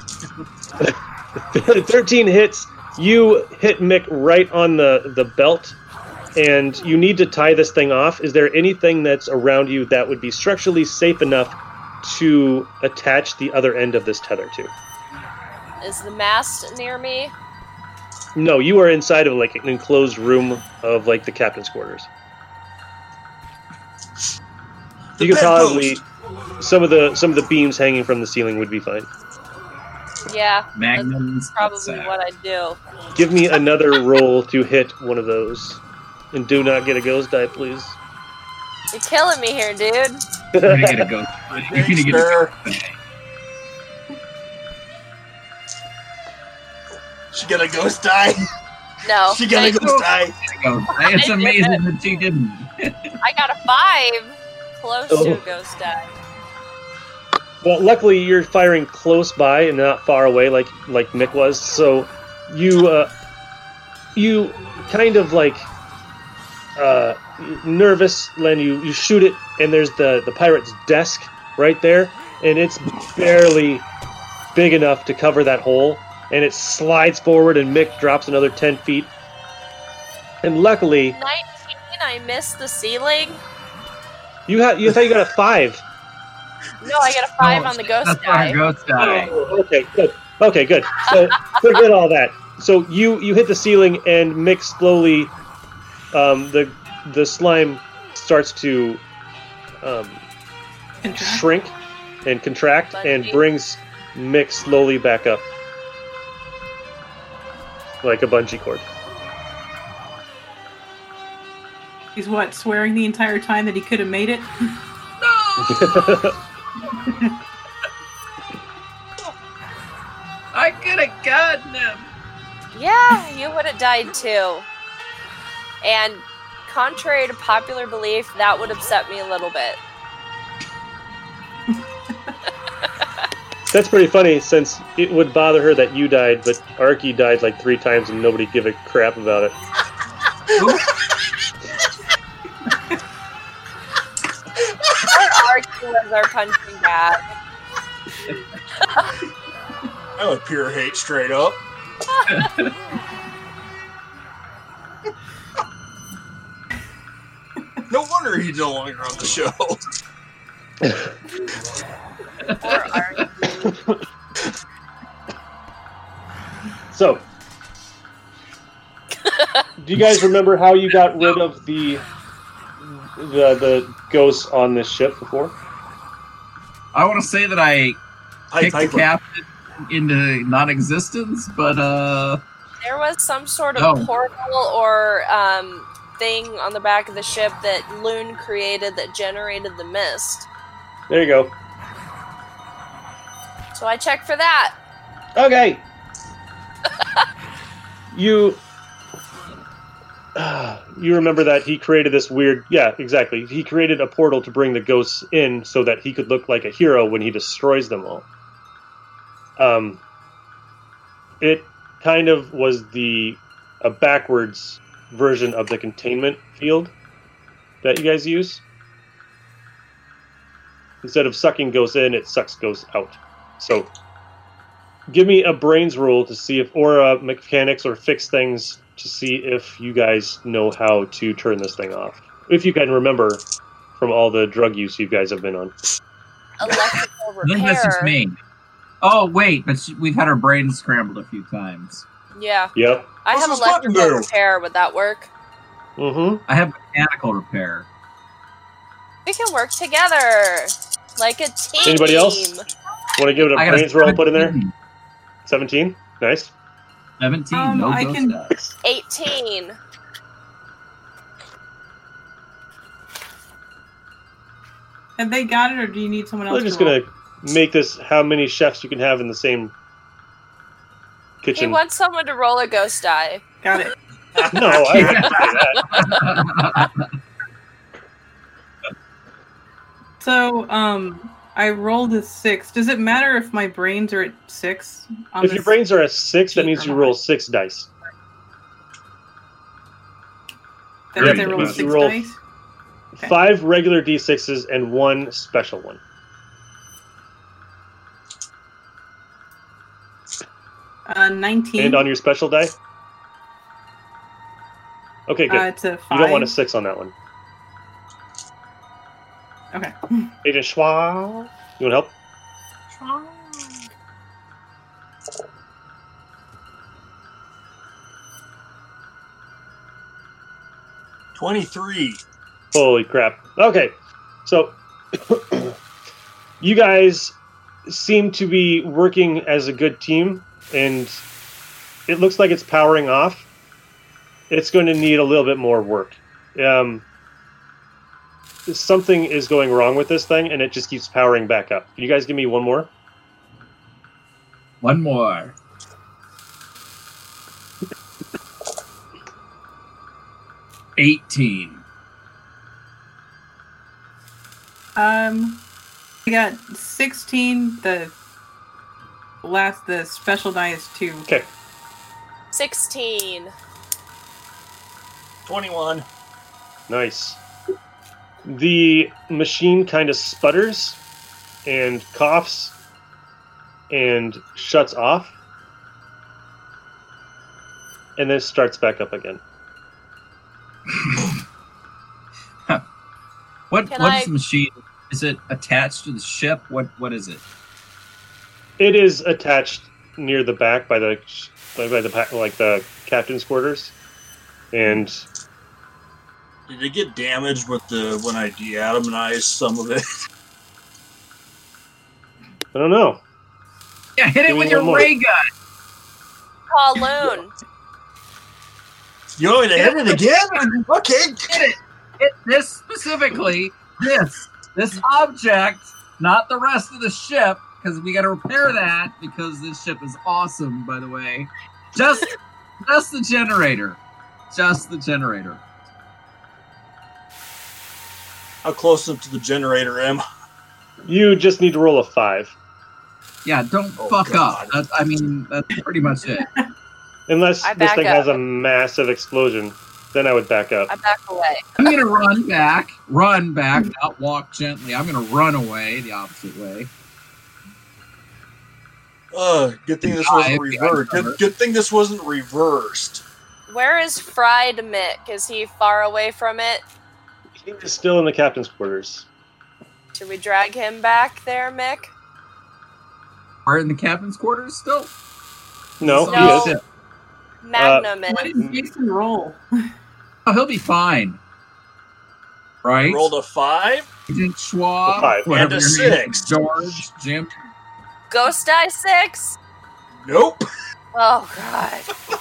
Speaker 1: 13 hits. You hit Mick right on the, the belt, and you need to tie this thing off. Is there anything that's around you that would be structurally safe enough to attach the other end of this tether to?
Speaker 4: Is the mast near me?
Speaker 1: No, you are inside of like an enclosed room of like the captain's quarters.
Speaker 2: The
Speaker 1: you could
Speaker 2: bedpost.
Speaker 1: probably some of the some of the beams hanging from the ceiling would be fine.
Speaker 4: Yeah,
Speaker 5: Magnums. uh,
Speaker 4: probably
Speaker 5: nutsack.
Speaker 4: what I do.
Speaker 1: Give me another roll to hit one of those. And do not get a ghost die, please.
Speaker 4: You're killing me here, dude.
Speaker 5: You're gonna get a ghost. You're gonna get a
Speaker 2: Sure. She got a ghost die.
Speaker 4: No.
Speaker 2: She got a
Speaker 4: Thank
Speaker 2: ghost die.
Speaker 5: ghost. It's amazing that she didn't.
Speaker 4: you. I got a five. Close to
Speaker 1: Oh.
Speaker 4: a ghost die.
Speaker 1: Well, luckily you're firing close by and not far away, like like Nick was. So you uh, you kind of like uh, nervous, Len. You you shoot it, and there's the the pirate's desk right there, and it's barely big enough to cover that hole, and it slides forward, and Mick drops another ten feet. And luckily,
Speaker 4: 19, I missed the ceiling.
Speaker 1: you had you thought you got a five.
Speaker 4: No, I got a five on the ghost
Speaker 5: That's not
Speaker 4: die.
Speaker 5: a ghost die.
Speaker 1: Oh, okay, good. Okay, good. So forget all that. So you you hit the ceiling and Mick slowly, um, the the slime starts to um,
Speaker 3: Contract.
Speaker 1: shrink and contract and
Speaker 4: Bungee.
Speaker 1: brings Mick slowly back up like a bungee cord.
Speaker 3: He's what swearing the entire time that he could have made it.
Speaker 6: No! I could have gotten him.
Speaker 4: Yeah, you would have died too. And contrary to popular belief, that would upset me a little bit.
Speaker 1: That's pretty funny since it would bother her that you died, but Arky died like three times and nobody give a crap about it.
Speaker 4: Our argue was our punching bag.
Speaker 2: That would pure hate straight up. no wonder he's no longer on the show.
Speaker 4: Poor Arky.
Speaker 1: So, do you guys remember how you got rid of the the the ghosts on this ship before?
Speaker 5: I want to say that I
Speaker 2: I
Speaker 5: kicked the
Speaker 2: type
Speaker 5: captain into non-existence, but uh,
Speaker 4: There was some sort of
Speaker 5: No.
Speaker 4: portal or um, thing on the back of the ship that Loon created that generated the mist.
Speaker 1: There you go.
Speaker 4: So I checked for that.
Speaker 1: Okay. you uh, you remember that he created this weird yeah exactly he created a portal to bring the ghosts in so that he could look like a hero when he destroys them all um it kind of was the a backwards version of the containment field that you guys use instead of sucking ghosts in it sucks ghosts out so give me a brains rule to see if or a mechanics or fix things to see if you guys know how to turn this thing off if you can remember from all the drug use you guys have been on
Speaker 4: Electrical
Speaker 5: I think that's just
Speaker 4: repair.
Speaker 5: me. Oh wait, but she, we've had our brains scrambled a few times.
Speaker 4: Yeah,
Speaker 1: yep
Speaker 4: I
Speaker 2: What's
Speaker 4: have
Speaker 2: this button
Speaker 4: electrical
Speaker 2: do?
Speaker 4: repair. Would that work?
Speaker 1: mm-hmm
Speaker 5: I have mechanical repair.
Speaker 4: We can work together like a team.
Speaker 1: Anybody else? want to give it a
Speaker 5: I got
Speaker 1: brains roll put in there
Speaker 5: 17.
Speaker 1: 17 nice
Speaker 5: Seventeen.
Speaker 3: Um,
Speaker 5: no
Speaker 3: I
Speaker 5: ghost
Speaker 3: can-
Speaker 5: die.
Speaker 4: 18.
Speaker 3: Have they got it, or do you need someone else?
Speaker 1: we're just
Speaker 3: to roll?
Speaker 1: gonna make this how many chefs you can have in the same
Speaker 4: He
Speaker 1: kitchen
Speaker 4: wants someone to roll a ghost die.
Speaker 3: Got it.
Speaker 1: no i wouldn't say that
Speaker 3: So, um, I rolled a six. Does it matter if my brains are at six? On
Speaker 1: if your
Speaker 3: this-
Speaker 1: brains are a six that
Speaker 3: Cheat
Speaker 1: means
Speaker 3: or
Speaker 1: you
Speaker 3: not.
Speaker 1: roll six dice
Speaker 3: that means I
Speaker 5: Yeah,
Speaker 3: rolled
Speaker 5: you
Speaker 3: six
Speaker 1: roll-
Speaker 3: dice. Okay.
Speaker 1: five regular d6s and one special one
Speaker 3: Uh, nineteen.
Speaker 1: and on your special die okay good
Speaker 3: uh, it's a
Speaker 1: You
Speaker 3: five.
Speaker 1: don't want a six on that one.
Speaker 3: Okay.
Speaker 1: Agent Schwa, you want help?
Speaker 2: Twenty-three.
Speaker 1: Holy crap! Okay, so you guys seem to be working as a good team, and it looks like it's powering off. it's going to need a little bit more work. Um, something is going wrong with this thing, and it just keeps powering back up. Can you guys give me one more?
Speaker 5: One more. Eighteen.
Speaker 3: Um, I got 16. The last, the special die is two.
Speaker 4: 16.
Speaker 2: 21.
Speaker 1: Nice. The machine kind of sputters and coughs and shuts off and then starts back up again.
Speaker 5: What?
Speaker 4: Can
Speaker 5: what
Speaker 4: I-
Speaker 5: is the machine? Is it attached to the ship? What? What is it?
Speaker 1: It is attached near the back by the by by the pa- like the captain's quarters and
Speaker 2: Did it get damaged with the when I deatomized some of it?
Speaker 1: I don't know.
Speaker 6: Yeah, hit
Speaker 1: Give
Speaker 6: it
Speaker 1: me
Speaker 6: with your
Speaker 1: one more.
Speaker 6: ray gun.
Speaker 4: Kowloon.
Speaker 2: You want me to hit it again? Okay.
Speaker 5: it? This specifically, this this object, not the rest of the ship, because we got to repair that because this ship is awesome. By the way, just just the generator, just the generator.
Speaker 2: How close up to the generator am I?
Speaker 1: You just need to roll a 5
Speaker 5: Yeah, don't
Speaker 2: Oh,
Speaker 5: fuck
Speaker 2: God.
Speaker 5: up. That, I mean, that's pretty much it.
Speaker 1: unless
Speaker 4: I
Speaker 1: this
Speaker 4: back
Speaker 1: thing
Speaker 4: up.
Speaker 1: has a massive explosion, then I would back up.
Speaker 4: I back away.
Speaker 5: I'm gonna run back, run back, not walk gently. I'm gonna run away the opposite way.
Speaker 2: Ugh, good thing this
Speaker 5: Five,
Speaker 2: wasn't
Speaker 5: yeah,
Speaker 2: reversed.
Speaker 5: cover.
Speaker 2: Good, good thing this wasn't reversed.
Speaker 4: Where is Fried Mick? Is he far away from it?
Speaker 1: He is still in the captain's quarters.
Speaker 4: Should we drag him back there, Mick?
Speaker 5: Are in the captain's quarters still?
Speaker 1: No,
Speaker 5: He's on
Speaker 1: he
Speaker 5: the
Speaker 1: is.
Speaker 5: ship.
Speaker 1: Uh,
Speaker 4: Magnum
Speaker 3: What
Speaker 4: it.
Speaker 3: is Jason roll?
Speaker 5: Oh, he'll be fine. Right?
Speaker 2: Rolled a five.
Speaker 5: Agent Schwab,
Speaker 1: A five.
Speaker 5: whatever
Speaker 2: And a
Speaker 5: your name is,
Speaker 2: six.
Speaker 5: George, Jim.
Speaker 4: Ghost Die 6?
Speaker 2: Nope.
Speaker 4: Oh, God.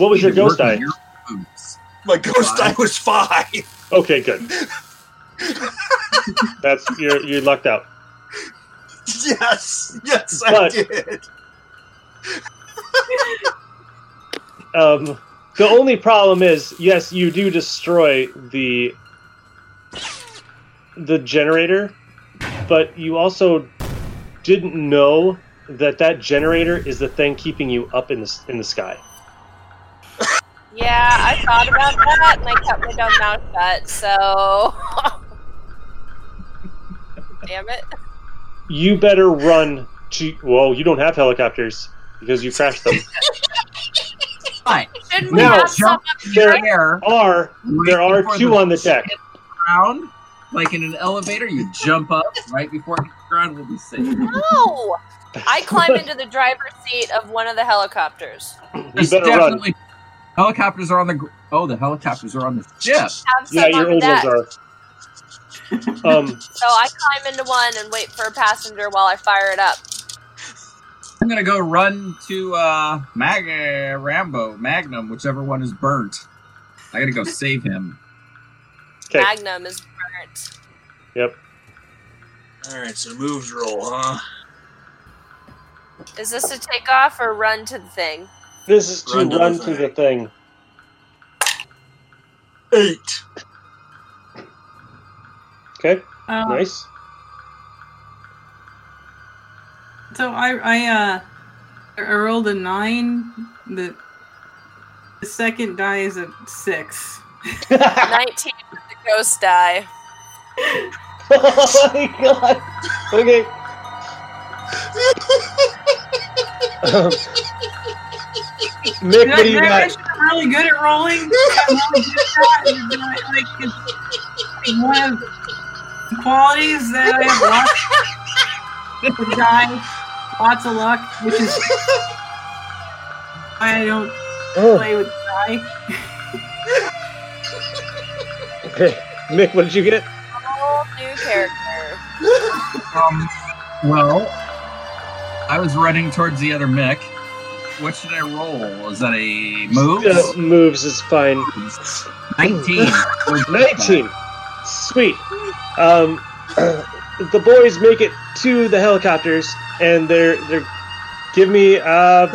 Speaker 1: What was your ghost eye?
Speaker 2: My ghost die
Speaker 5: Five.
Speaker 2: was five.
Speaker 1: Okay, good. That's you're you lucked out.
Speaker 2: Yes, yes, I
Speaker 1: But-
Speaker 2: did.
Speaker 1: Um, the only problem is, yes, you do destroy the the generator, but you also didn't know that that generator is the thing keeping you up in the s- in the sky.
Speaker 4: Yeah, I thought about that and I kept my dumb mouth shut, so. Damn it.
Speaker 1: You better run to. Well, you don't have helicopters because you crashed them.
Speaker 4: Shouldn't we
Speaker 1: No,
Speaker 4: have some?
Speaker 1: there are there are two on the deck.
Speaker 5: Ground, like in an elevator, you jump up right before it hits the ground. We'll be safe.
Speaker 4: No! I climb into the driver's seat of one of the helicopters.
Speaker 1: You
Speaker 5: There's
Speaker 1: better run.
Speaker 5: definitely helicopters are on the. gr- Oh, the helicopters are on the ship.
Speaker 4: Have some
Speaker 1: Yeah, your
Speaker 4: on
Speaker 1: old ones
Speaker 4: deck.
Speaker 1: are. Um,
Speaker 4: So I climb into one and wait for a passenger while I fire it up.
Speaker 5: I'm gonna go run to uh Mag uh, Rambo Magnum, whichever one is burnt. I gotta go save him.
Speaker 1: okay.
Speaker 4: Magnum is burnt.
Speaker 1: Yep.
Speaker 2: All right, so moves roll, huh?
Speaker 4: Is this a takeoff or run to the thing?
Speaker 1: This is to
Speaker 2: Run
Speaker 1: run,
Speaker 2: to the
Speaker 1: to the thing.
Speaker 2: Eight.
Speaker 1: Okay.
Speaker 3: Um,
Speaker 1: Nice.
Speaker 3: So I I uh I rolled a nine. The the second die is a six.
Speaker 4: 19 with the ghost die.
Speaker 1: oh my god. Okay. Um, Mick, what do you
Speaker 3: Maybe I
Speaker 1: got?
Speaker 3: should be really good at rolling. I'm really good at that. It's not like it's like one of the qualities that I have lots of die, lots of luck, which is why I don't
Speaker 1: Oh,
Speaker 3: play with die.
Speaker 1: okay. Mick, what did you get?
Speaker 4: Whole new character.
Speaker 5: Um, well, I was running towards the other Mick. What should I roll? Is that a move?
Speaker 1: Uh, moves is fine.
Speaker 5: 19. We're just
Speaker 1: 19. Sweet. Um, the boys make it to the helicopters, and they're they're give me uh, uh,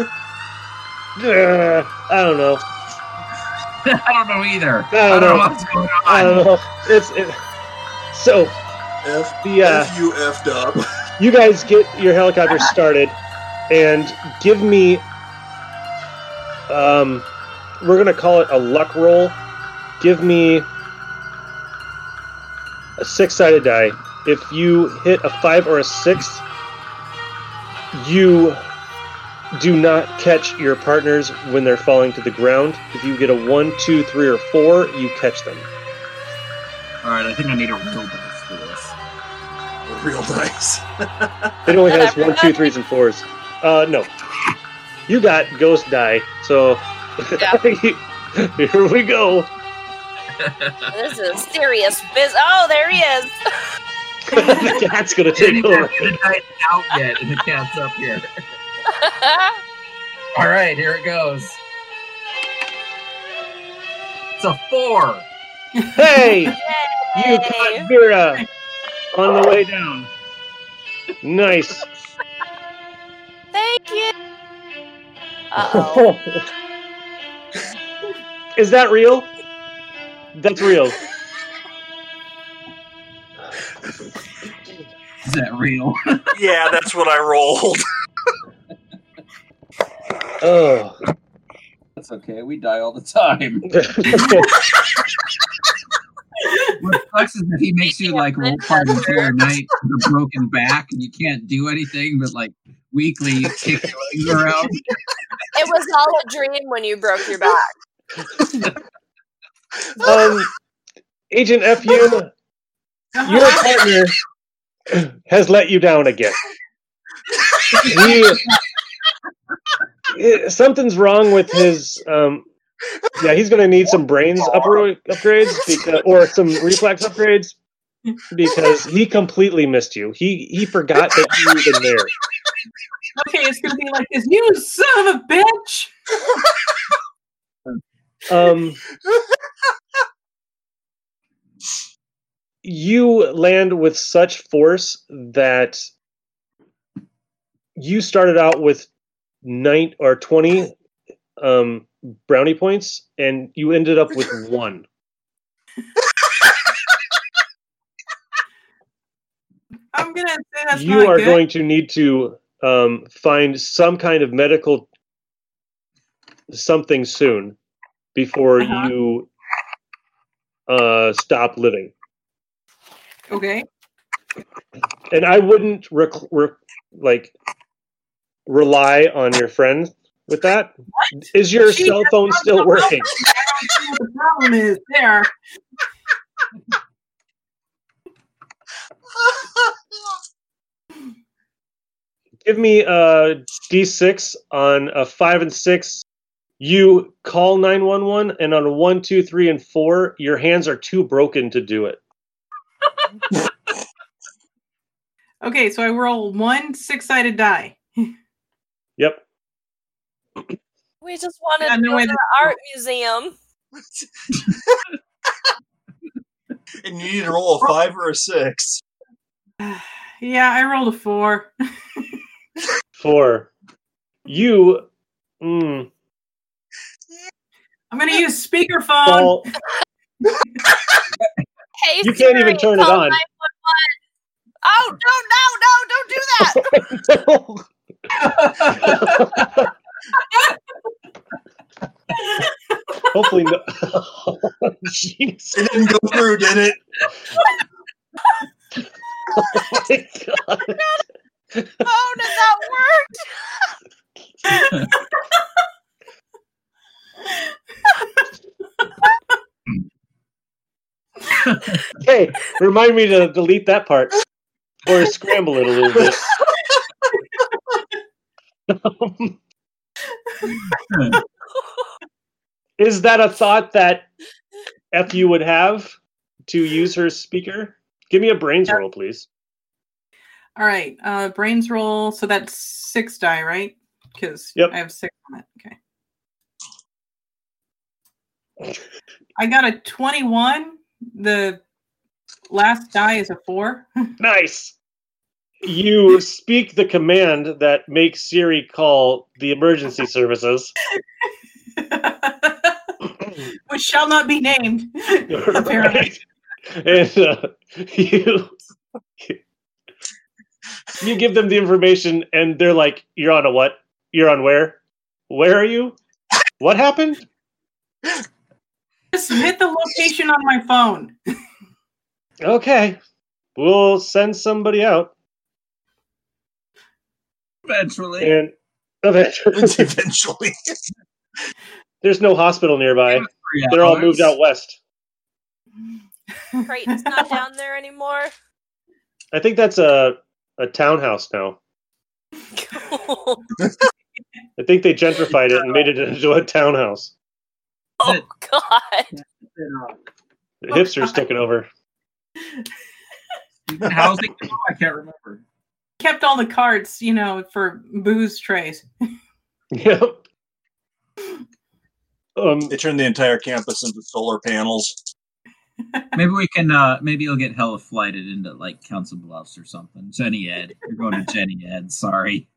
Speaker 1: I don't know,
Speaker 5: fine. I don't know either.
Speaker 1: I don't know.
Speaker 5: what's going on.
Speaker 1: I don't know. Uh, It's it, so
Speaker 7: F,
Speaker 1: the uh,
Speaker 7: F you effed up.
Speaker 1: you guys get your helicopter started and give me um we're gonna call it a luck roll give me a six-sided die if you hit a five or a six you do not catch your partners when they're falling to the ground if you get a one two three or four you catch them
Speaker 5: All right, I think I need a real dice for this.
Speaker 7: Real dice.
Speaker 1: It only has one, two, threes, and fours. Uh, no. You got ghost die, so here we go.
Speaker 4: This is serious biz. Oh, there he is.
Speaker 1: the cat's gonna take over.
Speaker 5: The dice out yet, and the cat's up here. All right, here it goes. It's a four.
Speaker 1: Hey, you
Speaker 4: Yay.
Speaker 1: caught Vera on the way down. Nice.
Speaker 4: Thank you. Uh-oh.
Speaker 1: Is that real? That's real.
Speaker 5: Is that real?
Speaker 2: yeah, that's what I rolled.
Speaker 1: Oh.
Speaker 5: That's okay. We die all the time. What sucks is that he makes you like roll part of the entire night with a broken back, and you can't do anything. But like weekly, you kick your legs around.
Speaker 4: It was all a dream when you broke your back.
Speaker 1: um, Agent FU, your partner has let you down again. He- Eh, something's wrong with his. Um, yeah, he's going to need some brains upper, upgrades because, or some reflex upgrades because he completely missed you. He he forgot that you were even there.
Speaker 3: Okay, it's gonna be like this. You son of a bitch!
Speaker 1: Um, you land with such force that you started out with nine or 20 um, brownie points and you ended up with one.
Speaker 3: I'm gonna say that's
Speaker 1: you
Speaker 3: not
Speaker 1: are
Speaker 3: good.
Speaker 1: going to need to um, find some kind of medical something soon before
Speaker 3: Uh-huh.
Speaker 1: you uh, stop living.
Speaker 3: okay.
Speaker 1: and I wouldn't rec- rec- like rely on your friend with that. Is your
Speaker 3: She
Speaker 1: cell
Speaker 3: has
Speaker 1: phone
Speaker 3: no
Speaker 1: still
Speaker 3: cell
Speaker 1: working?
Speaker 3: See what the problem is there.
Speaker 1: Give me a D6 on a five and six. You call nine one one, and on a one, two, three, and four, your hands are too broken to do it.
Speaker 3: Okay, so I roll one six-sided die.
Speaker 1: Yep.
Speaker 4: We just wanted
Speaker 3: Yeah,
Speaker 4: to
Speaker 3: no
Speaker 4: go
Speaker 3: way
Speaker 4: to the art museum.
Speaker 7: And you need to roll a five or a six.
Speaker 3: Yeah, I rolled a four.
Speaker 1: Four. You mm,
Speaker 3: I'm gonna use speakerphone.
Speaker 1: fall.
Speaker 4: Hey,
Speaker 1: You can't even
Speaker 4: Siri,
Speaker 1: turn it
Speaker 4: call
Speaker 1: on.
Speaker 4: 911. Oh no, no, no! Don't do that.
Speaker 1: Hopefully, no. Jeez.
Speaker 7: It didn't go through, did it?
Speaker 1: my God.
Speaker 4: Oh, does that work?
Speaker 1: Hey, remind me to delete that part or scramble it a little bit. Um, is that a thought that FU would have to use her speaker? Give me a brains roll, please.
Speaker 3: All right, uh, brains roll. So that's six die, right? because
Speaker 1: Yep.
Speaker 3: I have six on it. Okay. I got a 21. The last die is a four.
Speaker 1: Nice. You speak the command that makes Siri call the emergency services.
Speaker 3: Which shall not be named. Apparently.
Speaker 1: and uh, you you give them the information, and they're like, "You're on a what? You're on where? Where are you? What happened?
Speaker 3: Just hit the location on my phone.
Speaker 1: Okay, we'll send somebody out."
Speaker 5: Eventually.
Speaker 1: And eventually,
Speaker 7: Eventually.
Speaker 1: there's no hospital nearby. They're all moved out west.
Speaker 4: Creighton's not down there anymore.
Speaker 1: I think that's a a townhouse now.
Speaker 4: oh,
Speaker 1: I think they gentrified it and made it into a townhouse.
Speaker 4: God.
Speaker 1: The hipsters took it over.
Speaker 5: Housing? Oh, I can't remember.
Speaker 3: Kept all the cards, you know, for booze trays.
Speaker 1: Yep. Um,
Speaker 7: They turned the entire campus into solar panels.
Speaker 5: Maybe we can. uh Maybe you'll get hella flighted into like Council Bluffs or something. Jenny Ed, you're going to Jenny Ed. Sorry.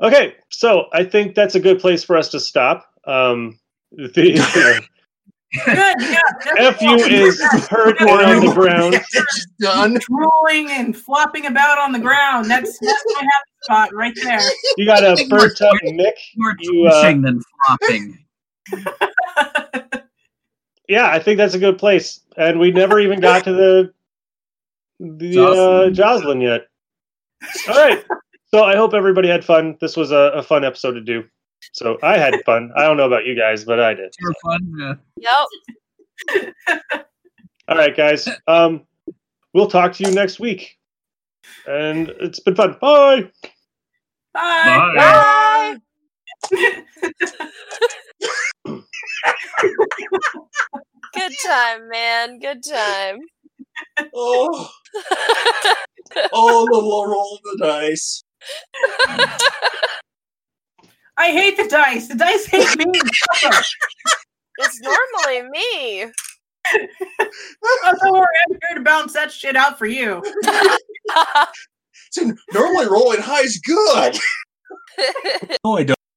Speaker 1: Okay, so I think that's a good place for us to stop. Um, the
Speaker 3: Good. Yeah.
Speaker 1: F you is hurt and on the ground.
Speaker 7: It's done.
Speaker 3: drooling and flopping about on the ground. That's that's my happy spot right there.
Speaker 1: You got a burnt up Mick.
Speaker 5: More
Speaker 1: You, uh,
Speaker 5: twitching than flopping.
Speaker 1: Yeah, I think that's a good place. And we never even got to the the uh,
Speaker 5: Jocelyn.
Speaker 1: Jocelyn yet. All right. So I hope everybody had fun. This was a, a fun episode to do. So I had fun. I don't know about you guys, but I did.
Speaker 5: You're fun. uh,
Speaker 4: Yep.
Speaker 1: All right, guys. Um, we'll talk to you next week. And it's been fun. Bye.
Speaker 3: Bye.
Speaker 5: bye.
Speaker 4: Bye. Good time, man. Good time.
Speaker 7: Oh, oh, the roll of the dice.
Speaker 3: I hate the dice. The dice hate me.
Speaker 4: it's normally me.
Speaker 3: Oh, don't worry, I'm here to balance that shit out for you.
Speaker 7: See, normally rolling high is good. No, I don't.